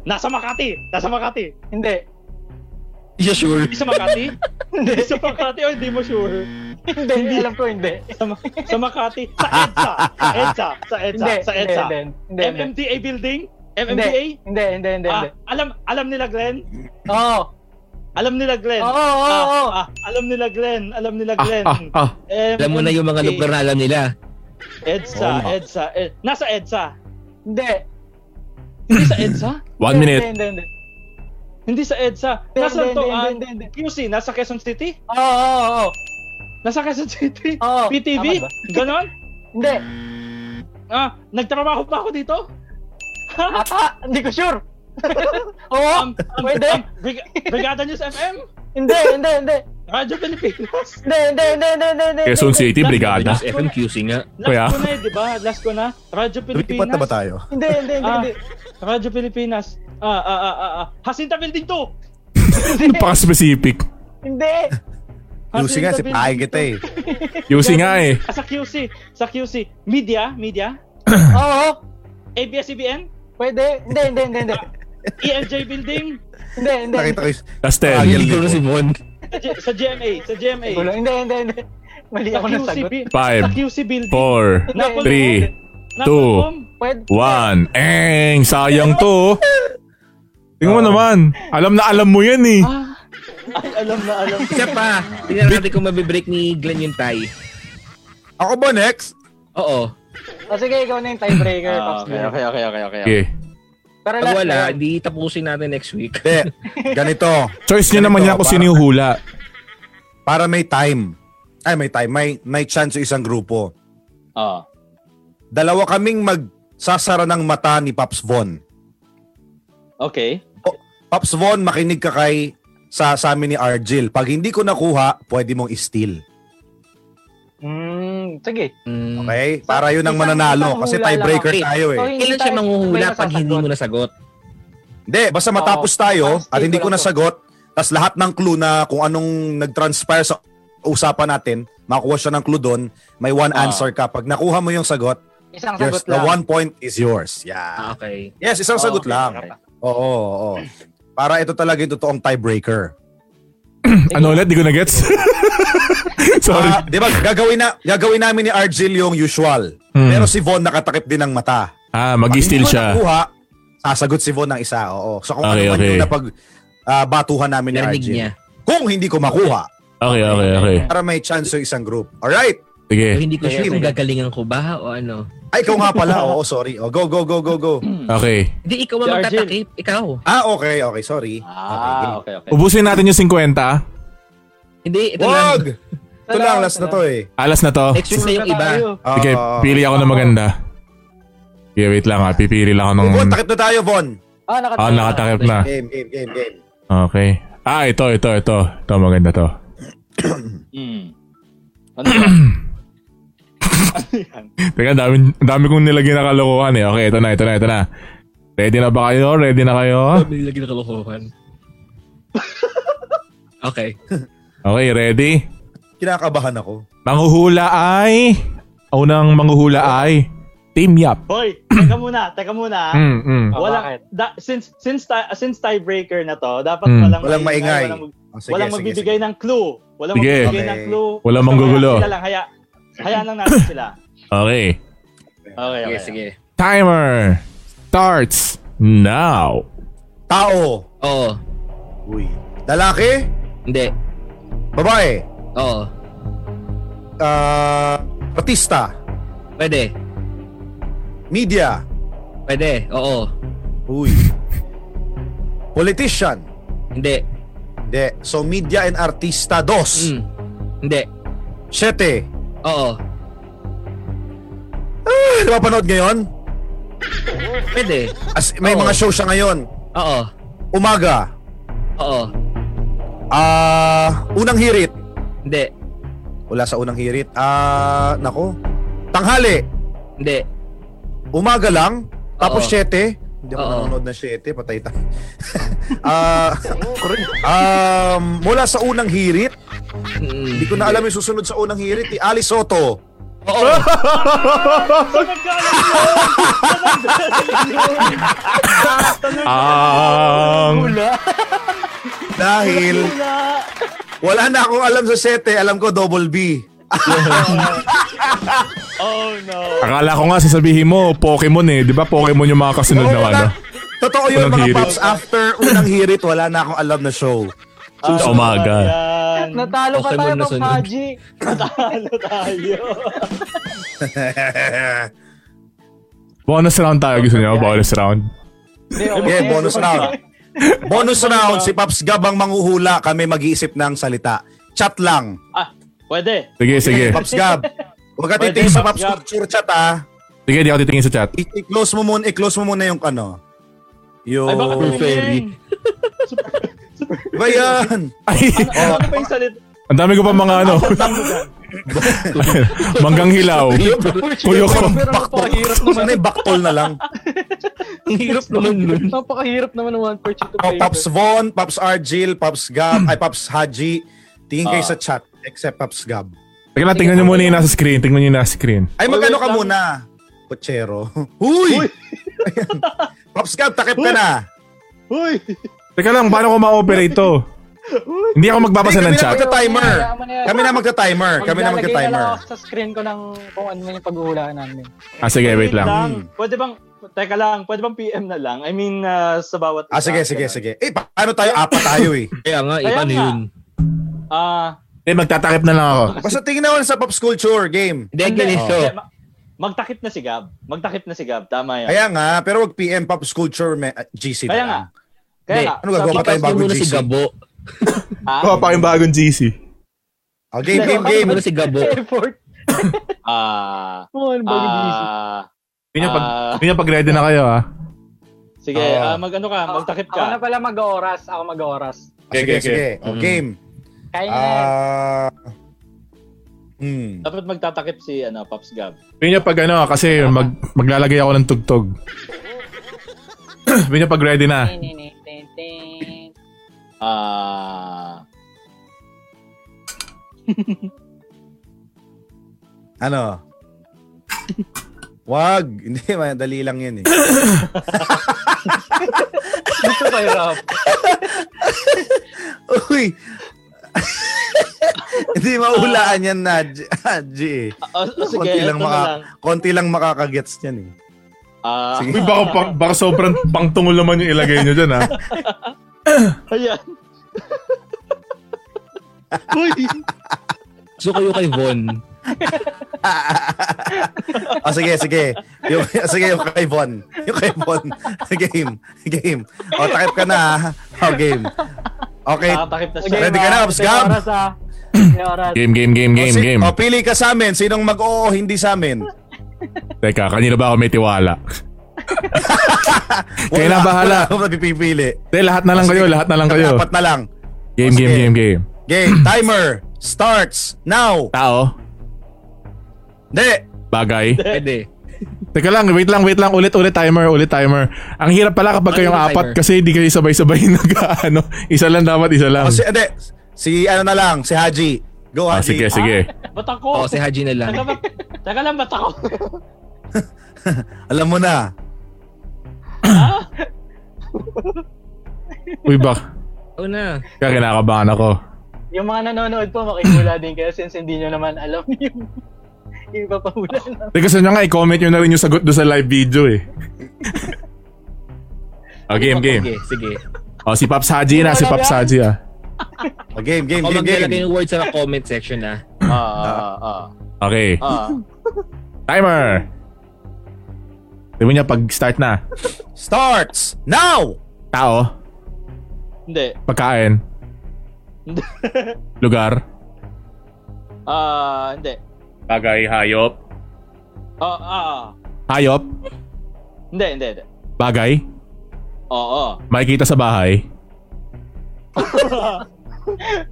Speaker 2: Nasa Makati. Nasa Makati.
Speaker 4: hindi.
Speaker 3: Yeah, sure.
Speaker 2: Hindi sa Makati? Hindi sa Makati o hindi mo sure?
Speaker 4: Hindi, alam ko hindi.
Speaker 2: Sa, Ma- sa Makati? Sa EDSA. EDSA. Sa EDSA.
Speaker 4: Hindi,
Speaker 2: sa
Speaker 4: hindi,
Speaker 2: EDSA.
Speaker 4: hindi, hindi, hindi.
Speaker 2: MMDA building?
Speaker 4: Hindi,
Speaker 2: MMDA?
Speaker 4: hindi, hindi, hindi,
Speaker 2: Ah,
Speaker 4: hindi.
Speaker 2: alam alam nila Glenn?
Speaker 4: Oo,
Speaker 2: Alam nila Glenn.
Speaker 4: Oo, oo,
Speaker 2: Ah,
Speaker 4: oo.
Speaker 2: ah, alam nila Glenn. Alam nila
Speaker 1: Ah,
Speaker 2: Glenn.
Speaker 1: ah, ah.
Speaker 2: MMDA,
Speaker 3: Alam mo na yung mga lugar na alam nila.
Speaker 2: EDSA, EDSA, EDSA. Nasa EDSA.
Speaker 4: hindi.
Speaker 2: Hindi sa EDSA?
Speaker 1: One
Speaker 4: Hindi,
Speaker 1: minute.
Speaker 4: Hindi, hindi, hindi.
Speaker 2: Hindi sa EDSA. Nasa
Speaker 4: hindi,
Speaker 2: to?
Speaker 4: hindi,
Speaker 2: ah,
Speaker 4: hindi, hindi.
Speaker 2: QC, nasa Quezon City?
Speaker 4: Oo, oo, oo.
Speaker 2: Nasa Quezon City?
Speaker 4: Oo,
Speaker 2: PTV?
Speaker 4: tama ba?
Speaker 2: Ganon?
Speaker 4: Hindi.
Speaker 2: Ah, nagtrabaho ba ako dito?
Speaker 4: Ata, hindi ko sure. Oo,
Speaker 2: Um, um, um,
Speaker 4: pwede.
Speaker 2: Brig- Brigada News FM?
Speaker 4: Hindi, hindi, hindi.
Speaker 2: Radyo Pilipinas?
Speaker 4: Hindi, hindi, hindi, hindi, hindi, hindi.
Speaker 1: Quezon City, Brigada.
Speaker 3: Just FMQC nga.
Speaker 2: Last
Speaker 1: Kuya.
Speaker 2: ko na eh, di ba? Last ko na. Radyo
Speaker 5: Lumipat na ba
Speaker 2: Pilipinas.
Speaker 5: tayo?
Speaker 4: Hindi, hindi, hindi,
Speaker 2: Ah,
Speaker 4: hindi.
Speaker 2: Radyo Pilipinas. Ah, ah, ah, ah, ah. Jacinta Building 2!
Speaker 1: Napaka-specific.
Speaker 4: Hindi.
Speaker 5: Lucy nga, si Pahay kita eh.
Speaker 1: Yusi nga eh.
Speaker 2: Ah, sa QC. Sa QC. Media, media.
Speaker 4: Oo,
Speaker 2: ABS-CBN.
Speaker 4: pwede. Hindi, hindi, hindi, hindi.
Speaker 2: ELJ E Building.
Speaker 4: Hindi, hindi.
Speaker 5: Nakita ko yung...
Speaker 1: Last
Speaker 5: Ah,
Speaker 3: Hindi
Speaker 5: yun.
Speaker 1: 10.
Speaker 3: ko na si Mon.
Speaker 2: Sa G- Sa GMA. Sa GMA.
Speaker 4: Gulo. Hindi, hindi, hindi. Mali
Speaker 2: Sa
Speaker 4: ako ng
Speaker 2: QC,
Speaker 4: sagot.
Speaker 2: bi-
Speaker 1: Five.
Speaker 2: sa QC Building.
Speaker 1: 4,
Speaker 2: Napolcom.
Speaker 1: three, two.
Speaker 2: Napolcom.
Speaker 4: Pwede.
Speaker 1: 1. Eng! Sayang to. Tingnan mo naman. Alam na alam mo yan eh.
Speaker 2: Ah, ay, alam na alam. ko.
Speaker 3: Isa pa. Tingnan natin kung mabibreak ni Glenn yung tie.
Speaker 5: Ako ba next?
Speaker 3: Oo.
Speaker 4: O Ah, sige, ikaw na yung tiebreaker, Pops.
Speaker 2: Ah, okay, okay, okay, okay, okay.
Speaker 1: Okay.
Speaker 4: Pero last
Speaker 3: Pag
Speaker 4: na
Speaker 3: Ah, wala,
Speaker 4: yun.
Speaker 3: hindi tapusin natin next week.
Speaker 5: Hindi. Ganito.
Speaker 1: Choice niya naman yan kung sino yung hula.
Speaker 5: Para may time. Ay, may time. May, may chance yung isang grupo.
Speaker 2: Ah.
Speaker 5: Dalawa kaming magsasara ng mata ni Pops Von.
Speaker 2: Okay.
Speaker 5: Pops Von, makinig ka kay sa, sa amin ni Argil. Pag hindi ko nakuha, pwede mong steal.
Speaker 4: Mm, sige.
Speaker 3: Mm.
Speaker 5: Okay? Para yun ang
Speaker 4: Isang-
Speaker 5: mananalo.
Speaker 4: isang
Speaker 5: Kasi
Speaker 4: hula lang
Speaker 5: tiebreaker
Speaker 3: ako.
Speaker 5: tayo
Speaker 4: So,
Speaker 5: eh.
Speaker 4: hindi
Speaker 3: Kailan siya
Speaker 4: tayo-
Speaker 3: manghuhula
Speaker 4: may
Speaker 3: pag hindi mo
Speaker 4: masasagot.
Speaker 3: nasagot?
Speaker 5: Hindi, basta matapos tayo
Speaker 4: parang
Speaker 5: at hindi ko
Speaker 4: stable lang to.
Speaker 5: nasagot. Tapos lahat ng clue na kung anong nag-transpire sa usapan natin, makuha siya ng clue doon, may one
Speaker 2: Ah.
Speaker 5: answer ka. Pag nakuha mo yung sagot,
Speaker 4: Isang sagot
Speaker 5: yours, the
Speaker 4: lang.
Speaker 5: one point is yours.
Speaker 3: Ah,
Speaker 5: Yeah.
Speaker 3: okay.
Speaker 5: Yes, isang sagot
Speaker 2: Okay,
Speaker 5: lang.
Speaker 2: okay.
Speaker 5: Oo, oo, oo. Para ito talaga yung totoong tiebreaker.
Speaker 1: Ano ulit? Di ko na gets. Sorry.
Speaker 5: Ah, 'Di ba? Gagawin na gagawin namin ni Argil yung usual.
Speaker 1: Hmm.
Speaker 5: Pero si Von nakatakip din ng mata.
Speaker 1: Ah,
Speaker 5: Pag
Speaker 1: mag-steal
Speaker 5: hindi ko
Speaker 1: siya.
Speaker 5: Nakuha, sasagot si Von ng isa. Oo. So kung
Speaker 1: Okay,
Speaker 5: ano man
Speaker 1: okay.
Speaker 5: yung napag ah, batuhan namin ni
Speaker 3: Narinig
Speaker 5: Argil.
Speaker 3: niya.
Speaker 5: Kung hindi ko makuha,
Speaker 1: Okay, okay, okay.
Speaker 5: para may chance yung isang group. Alright.
Speaker 1: Sige.
Speaker 3: So, hindi ko sure
Speaker 5: Sige,
Speaker 3: kung
Speaker 5: sige.
Speaker 3: gagalingan ko ba o ano.
Speaker 5: Ay, Ah, ikaw nga pala. Oo, sorry. Oh, go, go, go, go, go.
Speaker 1: Okay.
Speaker 3: Hindi, ikaw
Speaker 2: Si
Speaker 3: ang
Speaker 2: Arjel.
Speaker 3: magtatakip. Ikaw.
Speaker 5: Ah, okay, okay. Sorry.
Speaker 2: Ah, okay, okay.
Speaker 1: Ubusin natin yung 50. ah.
Speaker 3: Hindi, ito lang.
Speaker 5: Wag! Ito lang, last na to eh.
Speaker 1: Alas na to.
Speaker 3: Next week na yung iba.
Speaker 5: Ah,
Speaker 1: Sige, pili ako na maganda. Okay, wait lang ha. Pipili lang ako ng...
Speaker 5: Von, takip na tayo, Von.
Speaker 4: Ah, nakatawa.
Speaker 1: Ah, nakatakip na.
Speaker 5: Game, game, game, game.
Speaker 1: Okay. Ah, ito, ito, ito. Ito, maganda to.
Speaker 2: Mm. Ano yan? ano yan?
Speaker 1: Teka, dami, dami kong nilagay na kalokohan eh. Okay, ito na, ito na, ito na. Ready na ba kayo? Ready na kayo?
Speaker 3: Hindi lagi nakalokohan. Okay.
Speaker 1: Okay, ready?
Speaker 5: Kinakabahan ako.
Speaker 1: Manghuhula ay... Unang manghuhula ay... Team Yap.
Speaker 2: Boy, teka muna, teka muna. ah.
Speaker 1: Mm, mm.
Speaker 4: Oh,
Speaker 2: Walang
Speaker 4: bakit?
Speaker 2: da, since since ti- since tiebreaker na to, dapat
Speaker 1: Mm.
Speaker 2: walang
Speaker 5: Walang maingay.
Speaker 2: walang, mag-
Speaker 5: Oh, sige,
Speaker 2: walang
Speaker 5: sige,
Speaker 2: magbibigay
Speaker 5: sige.
Speaker 2: ng clue. Walang
Speaker 1: Sige.
Speaker 2: magbibigay
Speaker 5: Okay.
Speaker 2: ng clue.
Speaker 1: Walang
Speaker 2: Basta
Speaker 1: manggugulo.
Speaker 2: Sila lang haya. Hayaan lang natin sila.
Speaker 1: Okay.
Speaker 2: Okay, okay.
Speaker 3: Sige, sige.
Speaker 1: Timer starts now.
Speaker 5: Tao.
Speaker 3: Oo.
Speaker 5: Uy. Lalaki?
Speaker 3: Hindi.
Speaker 5: Babae?
Speaker 3: Oo.
Speaker 5: Ah, artista?
Speaker 3: Pwede.
Speaker 5: Media?
Speaker 3: Pwede. Oo.
Speaker 5: Uy. Politician?
Speaker 3: Hindi.
Speaker 5: Hindi. So, media and artista, dos.
Speaker 3: Mm. Hindi.
Speaker 5: Sete.
Speaker 3: Oo.
Speaker 5: Ah, napapanood ngayon?
Speaker 3: Pwede.
Speaker 5: As, may
Speaker 3: Oo.
Speaker 5: mga show siya ngayon.
Speaker 3: Oo.
Speaker 5: Umaga.
Speaker 3: Oo.
Speaker 5: Ah, unang hirit.
Speaker 3: Hindi.
Speaker 5: Wala sa unang hirit. Ah, nako. Tanghali.
Speaker 3: Hindi.
Speaker 5: Umaga lang. Tapos
Speaker 3: Oo.
Speaker 5: 7. Hindi ako
Speaker 3: Oo.
Speaker 5: nanonood ng 7. Patay ta. Ah, um, mula sa unang hirit.
Speaker 3: Mm.
Speaker 5: Hindi ko na alam yung susunod sa unang hirit. Eh. Ali Soto.
Speaker 3: Oo.
Speaker 1: Ang...
Speaker 5: Dahil wala na akong alam sa 7. Alam ko double B.
Speaker 2: Oh,
Speaker 1: Akala ko nga sasabihin mo, Pokemon eh. Di ba Pokemon yung mga kasunod
Speaker 5: Oo,
Speaker 1: na ano?
Speaker 5: wala. Totoo yun
Speaker 1: Unang
Speaker 5: mga
Speaker 1: hirit.
Speaker 5: pops. After unang hirit, wala na akong alam na show.
Speaker 1: Oh my God.
Speaker 4: Natalo pa
Speaker 3: Okay,
Speaker 4: tayo,
Speaker 3: muna
Speaker 4: Pop
Speaker 3: sunod.
Speaker 4: Haji.
Speaker 1: Bonus round tayo gusto niyo? Bonus round.
Speaker 4: Hindi,
Speaker 5: Okay, bonus round. bonus round. Si Pops Gabang manguhula. Kami mag-iisip ng salita. Chat lang.
Speaker 2: Ah, pwede.
Speaker 1: Sige, sige.
Speaker 5: Pops Gab. Huwag ka titingin sa Pops Culture Chat ah.
Speaker 1: Sige, di ako titingin sa chat.
Speaker 5: I- I-close mo muna, i-close mo muna yung ano. Yung...
Speaker 2: Ay, baka
Speaker 5: Oh,
Speaker 3: Ferry.
Speaker 5: Ba yan?
Speaker 1: Ay,
Speaker 2: Ano ba yung salita?
Speaker 1: ang dami ko pa mga ano. Manggang hilaw.
Speaker 2: eh.
Speaker 1: Puyo ko.
Speaker 5: Baktol. Sana yung baktol na lang.
Speaker 3: Ang hirap naman nun.
Speaker 4: Napakahirap naman ng 1 per chip to
Speaker 5: Oh, Pops Von, Pops Argil, Pops Gab, ay Pops Haji. Tingin kayo
Speaker 2: Ah.
Speaker 5: sa chat, except Pops Gab.
Speaker 1: Teka lang, tingnan nyo muna yung nasa screen. Tingnan nyo yung nasa screen.
Speaker 5: Ay,
Speaker 2: Wait, wait
Speaker 5: magano ka
Speaker 2: lang.
Speaker 5: muna? Kutsero. Huy! Ayan. Pops Gab, takip ka na.
Speaker 2: Uy!
Speaker 1: Teka lang, paano ko ma-operate to? Hindi ako magbabasa ng
Speaker 5: Hey, kami na
Speaker 1: chat.
Speaker 5: magta-timer.
Speaker 4: Yaman na yan.
Speaker 5: Kami na magta-timer. Kami na
Speaker 4: Maglalagay na
Speaker 5: magta-timer.
Speaker 4: lang ako sa screen ko ng kung ano man yung paghuhulaan namin.
Speaker 1: Ah, sige, wait lang.
Speaker 2: Pwede bang, teka lang, pwede bang PM na lang? I mean, ah, sa bawat...
Speaker 5: Ah, sige, sige, sige. Eh, paano tayo? Apat tayo eh.
Speaker 3: Kaya nga,
Speaker 2: Kaya
Speaker 3: iba na
Speaker 2: nga.
Speaker 3: yun.
Speaker 2: Ah,
Speaker 1: Eh, magtatakip na lang ako.
Speaker 5: Basta tingnan mo sa Pops Culture game.
Speaker 3: Hindi,
Speaker 2: hindi. Oh.
Speaker 5: oh.
Speaker 3: ganito.
Speaker 2: Hindi, ma- Magtakip na si Gab. Magtakip na si Gab. Tama yan.
Speaker 5: Kaya nga, pero wag PM Pops Culture me- uh, GC. na
Speaker 2: Kaya nga.
Speaker 5: lang.
Speaker 2: Kaya
Speaker 3: Hindi.
Speaker 2: nga.
Speaker 5: Ano gagawa pa tayo
Speaker 3: Ipas mo
Speaker 5: bagong
Speaker 3: muna
Speaker 5: GC?
Speaker 3: si Gabo.
Speaker 2: Ah,
Speaker 1: Gawa pa yung bagong GC.
Speaker 5: Oh, game, game,
Speaker 3: Ipas
Speaker 5: game.
Speaker 3: mo muna si Gabo.
Speaker 4: Airport.
Speaker 2: Ah,
Speaker 4: Oh, ano ba yung busy?
Speaker 2: ah,
Speaker 1: Yun yung pag,
Speaker 2: Ah.
Speaker 1: yun yung pag ready na kayo ah.
Speaker 2: sige,
Speaker 5: Ah.
Speaker 2: ah, mag-ano ka, magtakip
Speaker 4: Ako na
Speaker 2: ka.
Speaker 4: pala mag-oras. Ako mag-oras.
Speaker 5: Ah, sige,
Speaker 1: Okay, okay.
Speaker 5: sige. Oh,
Speaker 3: Mm.
Speaker 5: game.
Speaker 4: Kaya na yan.
Speaker 5: Ah. Hmm.
Speaker 2: Dapat magtatakip si ano, Pops Gab.
Speaker 1: Yun yung pag ano, kasi mag, maglalagay ako ng tugtog. Yun yung pag ready
Speaker 5: Ah.
Speaker 1: na.
Speaker 4: Tin, tin, tin, tin.
Speaker 2: Ah,
Speaker 5: Ano? Wag. Hindi, madali lang yan eh.
Speaker 4: Gusto ko yung rap.
Speaker 5: Uy. Hindi maulaan yan na, G. eh.
Speaker 2: ah, ah, sige, ito
Speaker 5: Ano, konti, lang
Speaker 2: na
Speaker 5: maka-
Speaker 2: lang.
Speaker 5: konti lang makakagets yan eh.
Speaker 2: Ah,
Speaker 5: Sige.
Speaker 1: Uy, baka, pang, baka sobrang pangtungo naman yung ilagay nyo dyan ah. ha.
Speaker 2: ayan. Uy!
Speaker 3: Gusto ko yung kay Von.
Speaker 5: Ah, sige, sige. Yung, sige, yung kay Von. Yung kay Von. game. Game. O, takip ka na ha. O, game. Okay.
Speaker 3: Ah,
Speaker 2: Nakatakip na siya.
Speaker 5: Ready ka na, Ops Gab?
Speaker 4: May oras ah. May oras.
Speaker 1: Game, game, game, game,
Speaker 5: o, Oh, si-
Speaker 1: game.
Speaker 5: O, pili ka sa amin. Sinong mag-oo, hindi sa amin.
Speaker 1: Teka, kanina ba ako may tiwala? Kayo na bahala.
Speaker 5: Wala akong napipili.
Speaker 1: Hindi, lahat na lang kayo, lahat na lang kayo.
Speaker 5: Apat na lang.
Speaker 1: Game, game, game, game.
Speaker 5: Game. Timer. Starts. Now.
Speaker 1: Tao,
Speaker 5: Hindi.
Speaker 1: bagay.
Speaker 3: Pwede.
Speaker 1: Teka lang, wait lang, wait lang. Ulit, ulit timer, ulit timer. Ang hirap pala kapag
Speaker 3: Ano
Speaker 1: kayong
Speaker 3: yung
Speaker 1: apat
Speaker 3: timer?
Speaker 1: kasi hindi kayo sabay-sabay nag ano. Isa lang dapat, isa lang.
Speaker 5: O, Ah, si, hindi. Si ano na lang. Si Haji. Go,
Speaker 1: Ah,
Speaker 5: Haji.
Speaker 1: sige, sige.
Speaker 2: Ba't ako?
Speaker 3: Oo,
Speaker 5: Oh,
Speaker 3: Oh, si Haji na lang.
Speaker 2: Teka ba- Teka lang, ba't ako?
Speaker 5: Alam mo na.
Speaker 1: Uy, bak.
Speaker 3: Oo na.
Speaker 1: Kaya kinakabahan ako.
Speaker 4: Yung mga nanonood po, makikula din kayo since hindi nyo naman alam yung Hindi pa paulan.
Speaker 1: Teka, sa nyo nga, i-comment nyo na rin yung sagot doon sa live video eh. oh, game, game.
Speaker 3: Okay, sige.
Speaker 1: Oh, si Pops Haji na, si Pops Haji ah.
Speaker 5: Oh, game, game,
Speaker 3: O
Speaker 5: game,
Speaker 3: maglalagay
Speaker 5: game.
Speaker 3: ng word sa comment section na.
Speaker 2: Ah, ah, ah.
Speaker 1: Okay.
Speaker 2: ah.
Speaker 1: Timer! Diba niya pag-start na?
Speaker 5: Starts now!
Speaker 1: Tao,
Speaker 2: Hindi.
Speaker 1: pagkain,
Speaker 2: Hindi.
Speaker 1: lugar,
Speaker 2: Ah, hindi.
Speaker 1: bagay, hayop,
Speaker 2: Ah, ah.
Speaker 1: hayop,
Speaker 2: Hindi, hindi, hindi.
Speaker 1: bagay,
Speaker 2: Oo.
Speaker 1: makikita sa bahay.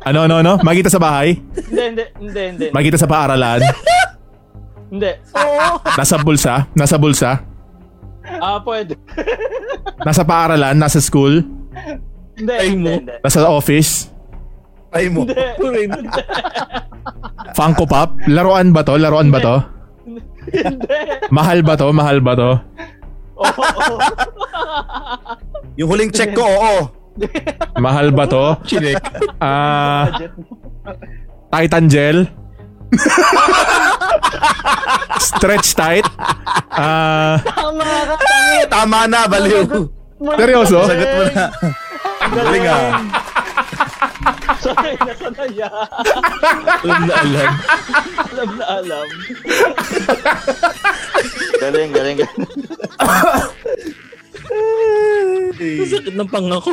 Speaker 1: ano, ano, ano? Makikita sa bahay?
Speaker 2: Hindi, hindi, hindi, hindi.
Speaker 1: Makikita sa paaralan?
Speaker 2: Hindi.
Speaker 1: Nasa bulsa? Nasa bulsa?
Speaker 2: Ah, pwede.
Speaker 1: Nasa paaralan? Nasa school?
Speaker 2: Hindi,
Speaker 3: Ay,
Speaker 2: hindi,
Speaker 3: mo.
Speaker 2: hindi.
Speaker 1: Nasa office?
Speaker 5: Ay mo.
Speaker 1: Funko Pop? Laruan ba to? Laruan ba to?
Speaker 2: Hindi.
Speaker 1: Mahal ba to? Mahal ba to?
Speaker 2: Oo, oo.
Speaker 5: Yung huling check ko, oo.
Speaker 1: Mahal ba to?
Speaker 3: Chinek.
Speaker 1: Ah... Titan gel. Stretch tight. Ah,
Speaker 4: Tama ka.
Speaker 5: Tama na, baliw.
Speaker 1: seryoso?
Speaker 5: Sagot mo na. Galing ah.
Speaker 2: Sorry, nasanaya.
Speaker 3: Alam na alam.
Speaker 2: Alam na alam. galing, galing, galing.
Speaker 3: Ang sakit ng pangako.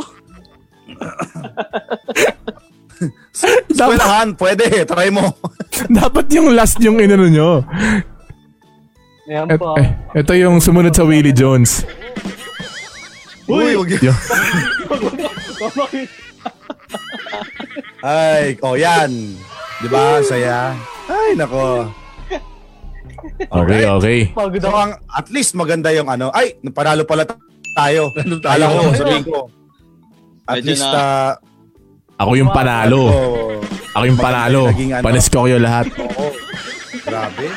Speaker 1: dapat,
Speaker 5: Eskwelahan, pwede. Try mo.
Speaker 1: dapat yung last yung inano nyo.
Speaker 4: Ayan
Speaker 1: Et,
Speaker 4: po.
Speaker 1: eh, ito yung sumunod sa Willie Jones.
Speaker 5: Uy, wag yun.
Speaker 1: Yung,
Speaker 5: Ay, oh yan. Di ba? Ang Saya. Ay, nako.
Speaker 1: okay, okay.
Speaker 4: Pagod
Speaker 5: So,
Speaker 4: ako.
Speaker 5: ang, at least maganda yung ano. Ay, panalo pala t- tayo.
Speaker 3: tayo?
Speaker 5: Alam ko, sabihin ko. At
Speaker 2: Medyo
Speaker 5: least,
Speaker 2: na-
Speaker 5: ah,
Speaker 1: Ako yung panalo.
Speaker 5: oh,
Speaker 1: Ako yung panalo. Panistoryo lahat.
Speaker 5: oo. Grabe.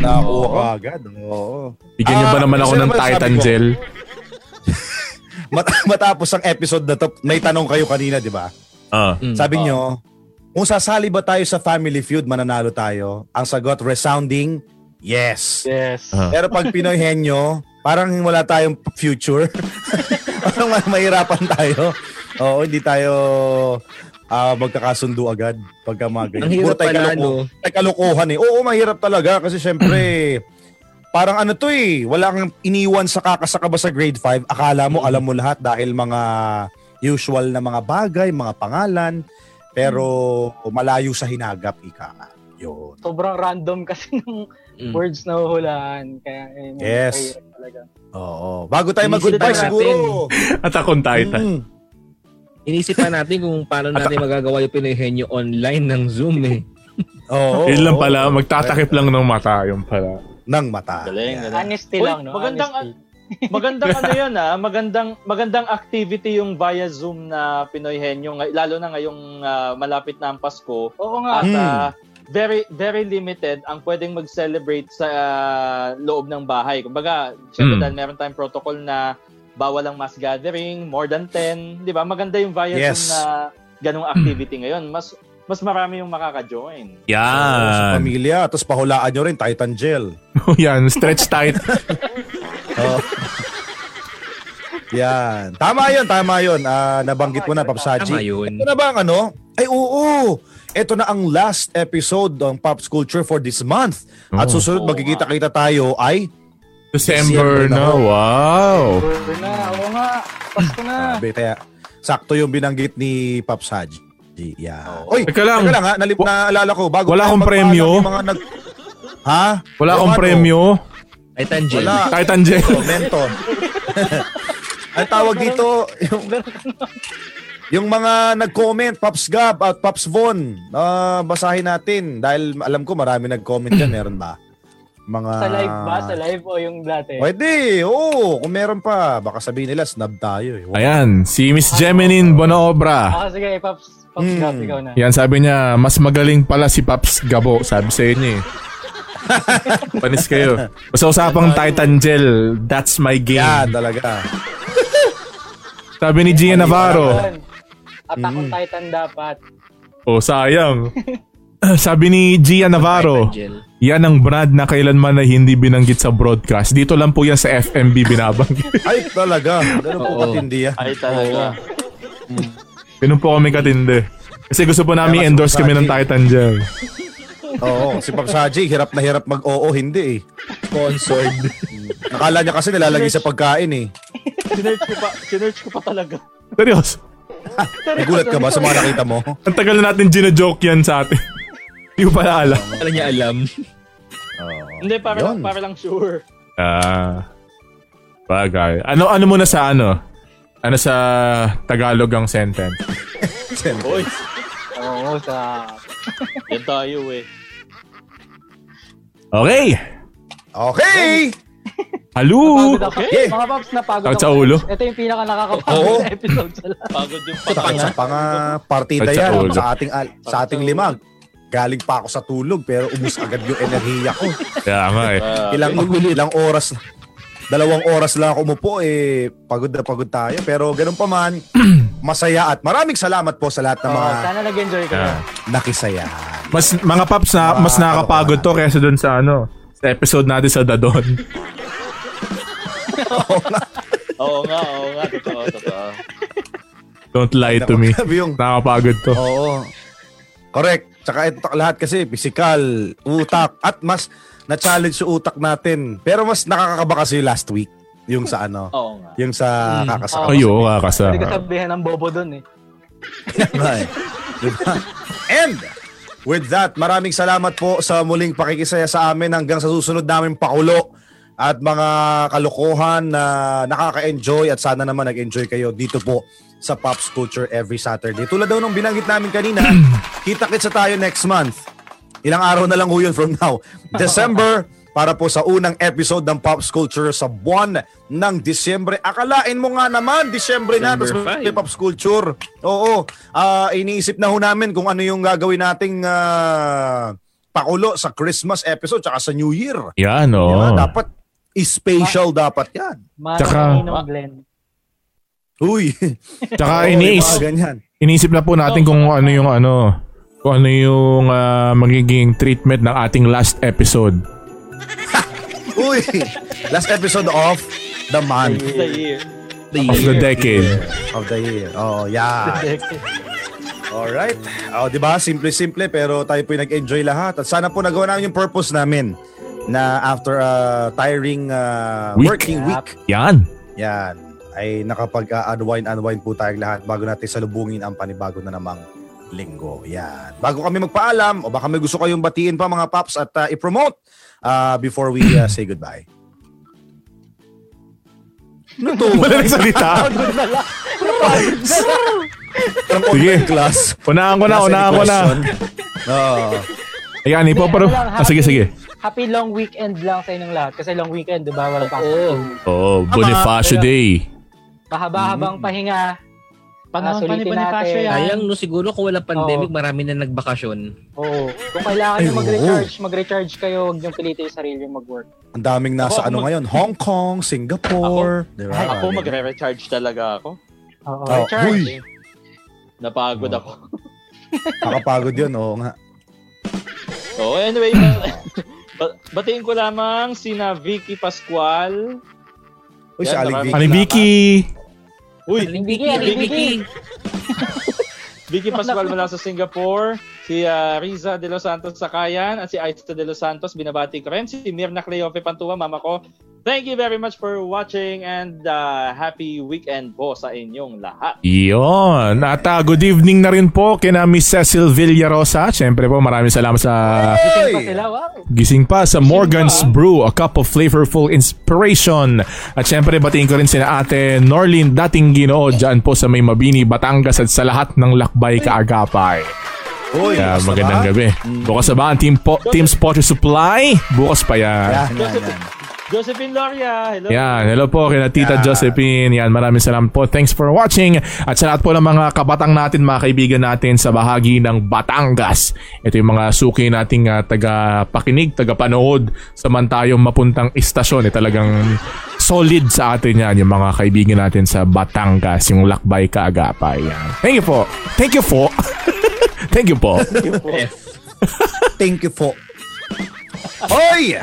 Speaker 5: Nakuha ka agad. Oo.
Speaker 1: Bigyan nyo ba
Speaker 5: Ah,
Speaker 1: naman ako
Speaker 5: sino
Speaker 1: ng
Speaker 5: ba sabi
Speaker 1: Titan
Speaker 5: ko?
Speaker 1: gel?
Speaker 5: Mat- matapos ang episode na to, may tanong kayo kanina, di ba?
Speaker 1: Ah.
Speaker 3: Mm.
Speaker 5: Sabi nyo, kung sasali ba tayo sa Family Feud, mananalo tayo? Ang sagot, resounding, yes.
Speaker 4: Yes.
Speaker 1: Ah.
Speaker 5: Pero pag Pinoy henyo, parang wala tayong future. parang ma- mahirapan tayo. Oo, hindi tayo ah, magkakasundo agad pagka mga ganyan.
Speaker 3: Ang hirap
Speaker 5: Puro tayo
Speaker 3: pala,
Speaker 5: kaloko-
Speaker 3: no?
Speaker 5: tayo kalokohan eh. Oo, mahirap talaga kasi syempre, parang ano to eh, wala kang iniwan sa kakasaka ba sa grade 5, akala mo alam mo lahat dahil mga usual na mga bagay, mga pangalan, pero malayo sa hinagap, ika nga. Yun.
Speaker 4: Sobrang random kasi ng
Speaker 3: Mm.
Speaker 4: words na huhulaan. Kaya, ayun,
Speaker 5: Hmm. Yes.
Speaker 4: mahirap talaga.
Speaker 5: Oo. Bago tayo
Speaker 3: Inisip
Speaker 5: mag-goodbye
Speaker 3: na natin.
Speaker 5: siguro.
Speaker 1: At akong Titan.
Speaker 5: Mm.
Speaker 3: Inisipan natin kung paano natin magagawa yung Pinoyhenyo online ng Zoom eh.
Speaker 5: Oo.
Speaker 1: Yun lang
Speaker 5: oo.
Speaker 1: pala. Magtatakip lang ng mata. Yun pala.
Speaker 5: Ng mata.
Speaker 2: Galing, galing.
Speaker 4: Honesty
Speaker 2: Uy,
Speaker 4: lang, no?
Speaker 2: magandang-
Speaker 4: Honesty.
Speaker 2: Magandang ano yan ah, magandang magandang activity yung via Zoom na Pinoy Henyo ngay- lalo na ngayong ah, malapit na ang Pasko
Speaker 4: Oo nga.
Speaker 2: at
Speaker 5: Hmm.
Speaker 2: ah, very very limited ang pwedeng mag-celebrate sa ah, loob ng bahay. Kumbaga, syempre
Speaker 1: Hmm.
Speaker 2: dahil meron tayong protocol na bawal ang mass gathering, more than 10, 'di ba? Maganda yung via
Speaker 5: Yes.
Speaker 2: Zoom na ganung activity ngayon. Mas mas marami yung makaka-join.
Speaker 5: Oo, Sa
Speaker 1: Yan.
Speaker 5: pamilya. Tapos pahulaan nyo rin, Titan Gel.
Speaker 1: Oh, Yan. Stretch tight.
Speaker 5: Oo. Yan. Tama yun, tama yun. Ah, nabanggit mo na,
Speaker 3: Tama
Speaker 5: Papsaji.
Speaker 3: yun.
Speaker 5: Ito na ba ang ano? Ay, oo! Ito na ang last episode ng Pops Culture for this month. At
Speaker 1: Oo.
Speaker 5: susunod,
Speaker 2: Oo,
Speaker 5: magkikita-kita tayo ay...
Speaker 1: December
Speaker 5: December na.
Speaker 1: na. Wow.
Speaker 4: Sure na. Oo nga. Pasko na.
Speaker 5: Sabi, kaya sakto yung binanggit ni Pops Haji. Yeah. Oy,
Speaker 1: Teka lang.
Speaker 5: Teka lang ha, nalip na alala ko. Bago
Speaker 1: Wala
Speaker 5: tayo
Speaker 1: akong
Speaker 5: magpaalam
Speaker 1: premyo.
Speaker 5: yung Mga nag... Ha?
Speaker 1: Wala
Speaker 5: Yung
Speaker 1: akong
Speaker 5: ano?
Speaker 1: premyo.
Speaker 3: Ay, Tanjel.
Speaker 5: Wala.
Speaker 1: Titan gel.
Speaker 5: Oh, menton. Ang tawag dito, yung, yung mga nag-comment, Pops Gab at Pops Von, ah, basahin natin. Dahil alam ko marami nag-comment yan. Meron ba? Mga...
Speaker 4: Sa live ba?
Speaker 5: Ah.
Speaker 4: Sa live o yung dati?
Speaker 5: Pwede, oo. Kung meron pa, baka sabihin nila, snub tayo. Eh.
Speaker 1: Ayan, si Miss Geminin Bonoobra.
Speaker 4: Ah, sige. Pops, Pops
Speaker 5: Hmm.
Speaker 4: Gab, ikaw na.
Speaker 1: Yan, sabi niya, mas magaling pala si Paps Gabo. Sabi sa inyo eh. Panis kayo. Basta usapang Titan Gel, that's my game.
Speaker 5: Yan, talaga.
Speaker 1: Sabi ni Gia Navarro.
Speaker 5: Hmm.
Speaker 4: At akong Titan dapat.
Speaker 1: Oh, sayang. Sabi ni Gia Navarro,
Speaker 3: Nigel.
Speaker 1: yan ang brand na kailanman ay hindi binanggit sa broadcast. Dito lang po yan sa FMB binabanggit.
Speaker 5: Ay, talaga. Ganun po
Speaker 3: Oo.
Speaker 5: katindi ah.
Speaker 2: Ay, talaga.
Speaker 1: Ganun po kami katindi. Kasi gusto po namin
Speaker 5: Kaya
Speaker 1: endorse
Speaker 5: mas
Speaker 1: kami ng
Speaker 5: mabagi.
Speaker 1: Titan Gel.
Speaker 5: Oo, si Pop Saji, hirap na hirap mag-oo, hindi eh.
Speaker 3: Sponsored.
Speaker 5: Nakala niya kasi nilalagay sa pagkain eh.
Speaker 2: Sinerch ko pa, sinerch ko pa talaga.
Speaker 1: Seryoso.
Speaker 5: Nagulat ka ba sa mga nakita mo?
Speaker 1: Ang tagal na natin ginajoke yan sa atin. Hindi ko pala alam.
Speaker 3: Wala niya alam.
Speaker 2: Hindi, para,
Speaker 5: Yun.
Speaker 2: lang, para lang sure.
Speaker 1: Ah. Bagay. Ano ano muna sa ano? Ano sa Tagalog ang sentence?
Speaker 2: Hoy,
Speaker 4: Oo, sa...
Speaker 2: yan tayo eh.
Speaker 1: Okay.
Speaker 5: Okay!
Speaker 1: Halo.
Speaker 4: Pagod ako.
Speaker 5: Yeah.
Speaker 4: Mga Pops, napagod
Speaker 1: Takot
Speaker 4: ako.
Speaker 1: sa ulo.
Speaker 4: Ito yung pinaka
Speaker 5: Oo.
Speaker 4: nakakapagod na episode sa lahat.
Speaker 2: Pagod yung
Speaker 5: Takit
Speaker 2: patay.
Speaker 5: sa panga partida
Speaker 1: Pagsa
Speaker 5: yan
Speaker 1: ulo.
Speaker 5: sa ating al- sa ating limag. Galing pa ako sa tulog pero umus agad yung enerhiya ko.
Speaker 1: Kaya nga eh.
Speaker 5: Ilang ilang oras dalawang oras lang ako umupo eh pagod na pagod tayo pero ganun pa man masaya at maraming salamat po sa lahat ng mga
Speaker 4: Oo, Sana nag-enjoy ka.
Speaker 1: Ah.
Speaker 5: nakisaya.
Speaker 1: Mas mga paps na mas nakakapagod to kaysa doon sa ano sa episode natin sa Dadon.
Speaker 2: Oo nga, oo nga. Totoo, totoo.
Speaker 1: Don't lie to me.
Speaker 5: Sabi yung
Speaker 1: Nakakapagod to.
Speaker 5: Oo. Correct. Tsaka ito lahat kasi physical, utak at mas na-challenge yung utak natin. Pero mas nakakakaba kasi last week yung sa ano,
Speaker 2: Oo nga.
Speaker 5: yung sa kakasama.
Speaker 1: Ay, oo nga kasa.
Speaker 4: Hindi ko sabihin ng bobo dun eh.
Speaker 5: Right. Diba? And with that, maraming salamat po sa muling pakikisaya sa amin hanggang sa susunod namin pakulo at mga kalokohan na nakaka-enjoy at sana naman nag-enjoy kayo dito po sa Pops Culture every Saturday. Tulad daw nung binanggit namin kanina, kita-kits tayo next month. Ilang araw na lang ho yun from now. December para po sa unang episode ng Pops Culture sa buwan ng Disyembre. Akalain mo nga naman, Disyembre na, tapos
Speaker 3: December
Speaker 5: may
Speaker 3: five.
Speaker 5: Pops Culture. Oo, ah, iniisip na ho namin kung ano yung gagawin nating ah, pakulo sa Christmas episode tsaka sa New Year.
Speaker 1: Yan
Speaker 5: Di ba?
Speaker 1: oh.
Speaker 5: Dapat special dapat yan.
Speaker 4: Mano
Speaker 1: Tsaka-
Speaker 4: ng Glenn.
Speaker 5: Uy,
Speaker 3: Ah,
Speaker 1: Tsaka
Speaker 5: may
Speaker 1: iniis,
Speaker 5: mga ganyan.
Speaker 1: iniisip na po natin kung ano yung ano kung ano yung ah, magiging treatment ng ating last episode.
Speaker 5: Uy, last episode of the month.
Speaker 2: The year.
Speaker 1: Of the decade.
Speaker 5: Of the year. Oh, yeah. Alright. Oh, di ba? Simple-simple pero tayo po nag-enjoy lahat. At sana po nagawa namin yung purpose namin na after a tiring uh,
Speaker 1: Week.
Speaker 5: working week,
Speaker 1: Yan.
Speaker 5: yan, ay nakapag-unwind, unwind po tayong lahat bago natin salubungin ang panibago na namang linggo. Yan. Bago kami magpaalam o baka may gusto kayong batiin pa mga paps at uh, i-promote uh, before we uh, say goodbye. Ano to?
Speaker 1: Wala nang salita.
Speaker 5: Parang
Speaker 1: Sige.
Speaker 5: online class.
Speaker 1: Unahan ko na,
Speaker 5: Nasa
Speaker 1: unahan ko na.
Speaker 5: question. Oo.
Speaker 1: Ayan, ipo pero...
Speaker 4: Ano lang,
Speaker 1: Ah, sige,
Speaker 4: happy-
Speaker 1: sige.
Speaker 4: Happy long weekend lang sa inyong lahat. Kasi long weekend, di ba? Walang pasok.
Speaker 3: Oo.
Speaker 1: Oo, oh, Bonifacio Day.
Speaker 4: Mahaba-habang
Speaker 5: Mm-hmm.
Speaker 4: pahinga.
Speaker 2: Panahon pa ni
Speaker 4: Sulitin
Speaker 2: Bonifacio
Speaker 4: natin.
Speaker 2: yan.
Speaker 3: Sayang no, siguro kung wala pandemic, marami na nagbakasyon.
Speaker 4: Oo. Kung kailangan
Speaker 5: Ay,
Speaker 4: nyo
Speaker 5: oo.
Speaker 4: mag-recharge, mag-recharge kayo. Huwag nyo pilitin yung sarili yung mag-work.
Speaker 5: Ang daming nasa
Speaker 2: Ako,
Speaker 5: ano
Speaker 2: mag-
Speaker 5: ngayon, Hong Kong, Singapore. Di ba?
Speaker 2: Ako
Speaker 5: Maraming-
Speaker 2: magre-recharge talaga ako.
Speaker 4: Oo.
Speaker 5: Oh, uy,
Speaker 4: recharge.
Speaker 2: Napagod ako.
Speaker 5: nakapagod yun, oo nga.
Speaker 2: So anyway, ba- ba- batiin ko lamang sina Vicky Pascual.
Speaker 5: Uy, si
Speaker 2: Yan,
Speaker 5: Aling
Speaker 1: Ani
Speaker 2: maraming-
Speaker 5: Vicky.
Speaker 1: Vicky.
Speaker 2: Uy,
Speaker 3: Aling
Speaker 4: Vicky,
Speaker 3: Vicky,
Speaker 4: Aling
Speaker 3: Aling
Speaker 4: Vicky.
Speaker 3: Vicky.
Speaker 2: Vicky Pascual mula sa Singapore, si ah, Riza De Los Santos Sakayan, at si Aista De Los Santos, binabati ko rin, si Mirna Cleofe Pantua, mama ko. Thank you very much for watching and ah, happy weekend po sa inyong lahat.
Speaker 1: Yun. At ah, good evening na rin po kina Miss Cecil Villarosa. Siyempre po, maraming salamat sa
Speaker 4: Gising pa
Speaker 5: Uy!
Speaker 4: sila, wow.
Speaker 1: gising pa sa Morgan's Brew, a cup of flavorful inspiration. At siyempre, batiin ko rin sina ate Norlin dating ginoo dyan po sa may Mabini, Batangas at sa lahat ng lakbay kaagapay.
Speaker 5: Uy,
Speaker 1: Kaya
Speaker 5: basta
Speaker 1: magandang
Speaker 5: ba?
Speaker 1: gabi. Bukas na ba ang team, po, team Spotter Supply? Bukas pa yan.
Speaker 5: Yan, yan,
Speaker 2: Josephine,
Speaker 5: yan.
Speaker 2: Josephine Loria, hello.
Speaker 1: Yan, hello po kina Tita
Speaker 5: Yan.
Speaker 1: Josephine. Yan, maraming salamat po. Thanks for watching. At sa lahat po ng mga kabatang natin, mga kaibigan natin sa bahagi ng Batangas. Ito yung mga suki nating ah, taga-pakinig, taga-panood samantayong mapuntang istasyon. Eh, talagang solid sa atin yan yung mga kaibigan natin sa Batangas, yung Lakbay Kaagapay. Yan. Thank you po. Thank you po. Thank you po.
Speaker 5: Thank you po. Hoy!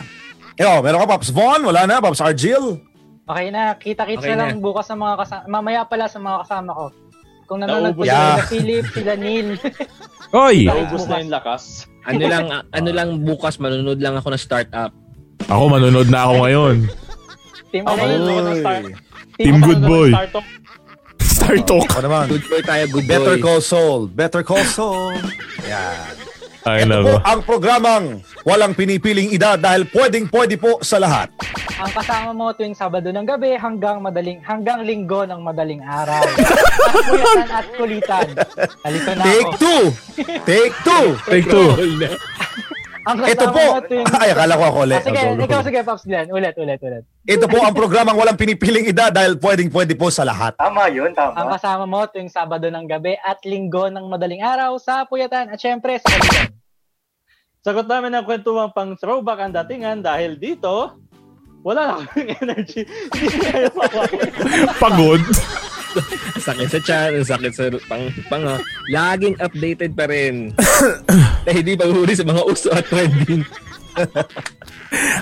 Speaker 5: Yo, meron ka, Pops Von? Wala na, Pops Argil?
Speaker 4: Okay na, kita-kits
Speaker 3: Okay
Speaker 4: na
Speaker 3: na.
Speaker 4: lang bukas sa mga kasama. Mamaya pala sa mga kasama ko. Kung nanonood po
Speaker 2: Naubos
Speaker 5: na.
Speaker 4: sila sila Philip, sila Neil.
Speaker 1: Oy!
Speaker 2: Naubos na yung lakas.
Speaker 3: Ano lang, ano lang bukas, manunod lang ako ng startup.
Speaker 1: Ako, manunod na ako ngayon.
Speaker 4: Team
Speaker 2: Ako
Speaker 4: Alay.
Speaker 2: nanonood ng Star.
Speaker 1: Team Good
Speaker 2: ako
Speaker 1: Boy.
Speaker 2: nanonood ng Star Talk.
Speaker 1: Star Talk.
Speaker 5: Ako naman.
Speaker 3: Good boy tayo, good boy.
Speaker 5: Better Call Saul. Better Call Saul. Yan.
Speaker 1: Ay,
Speaker 5: Ito
Speaker 1: nako.
Speaker 5: po ang programang walang pinipiling edad dahil pwedeng-pwede po sa lahat.
Speaker 4: Ang kasama mo tuwing Sabado ng gabi hanggang madaling hanggang linggo ng madaling araw. Kuyatan at kulitan. Halika na
Speaker 5: Take
Speaker 4: ako.
Speaker 5: two! Take two!
Speaker 1: Take two.
Speaker 4: Ang kasama
Speaker 5: Ito po!
Speaker 4: mo tuwing...
Speaker 5: Ay, akala ko ako ulit.
Speaker 4: Ah, sige, ikaw sige, Pops Glenn. Ulit, ulit, ulit.
Speaker 5: Ito po ang programang walang pinipiling edad dahil pwedeng-pwede po sa lahat.
Speaker 4: Ang kasama mo tuwing Sabado ng gabi at linggo ng madaling araw sa Puyatan at syempre sa Kulitan.
Speaker 2: Sagot namin ang kwentuhan pang throwback ang datingan dahil dito, wala na kaming energy. Hindi na kayo mawawala.
Speaker 1: Pagod.
Speaker 3: Sakit sa chat, sakit sa pang, pang, ah. Laging updated pa rin. Na hindi ba huli sa mga uso at trending.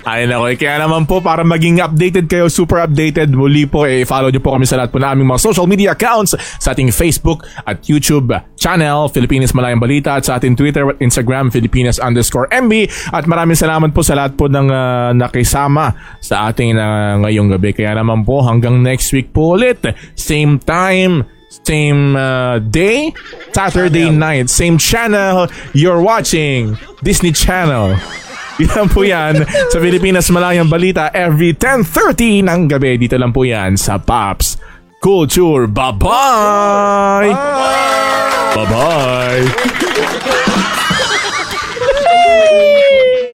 Speaker 1: Ay, nako. Eh, Kaya naman po, para maging updated kayo, super updated, muli po, eh, follow nyo po kami sa lahat po na aming mga social media accounts sa ating Facebook at YouTube channel, Philippines Malayang Balita, at sa ating Twitter at Instagram, Philippines underscore MB. At maraming salamat po sa lahat po ng ah, nakisama sa ating ah, ngayong gabi. Kaya naman po, hanggang next week po ulit. Same time, same uh, day, Saturday night, same channel you're watching, Disney Channel. Yan po yan sa Pilipinas Malayang Balita every 10.30 ng gabi. Dito lang po yan sa Pops Culture. Bye-bye! Bye-bye!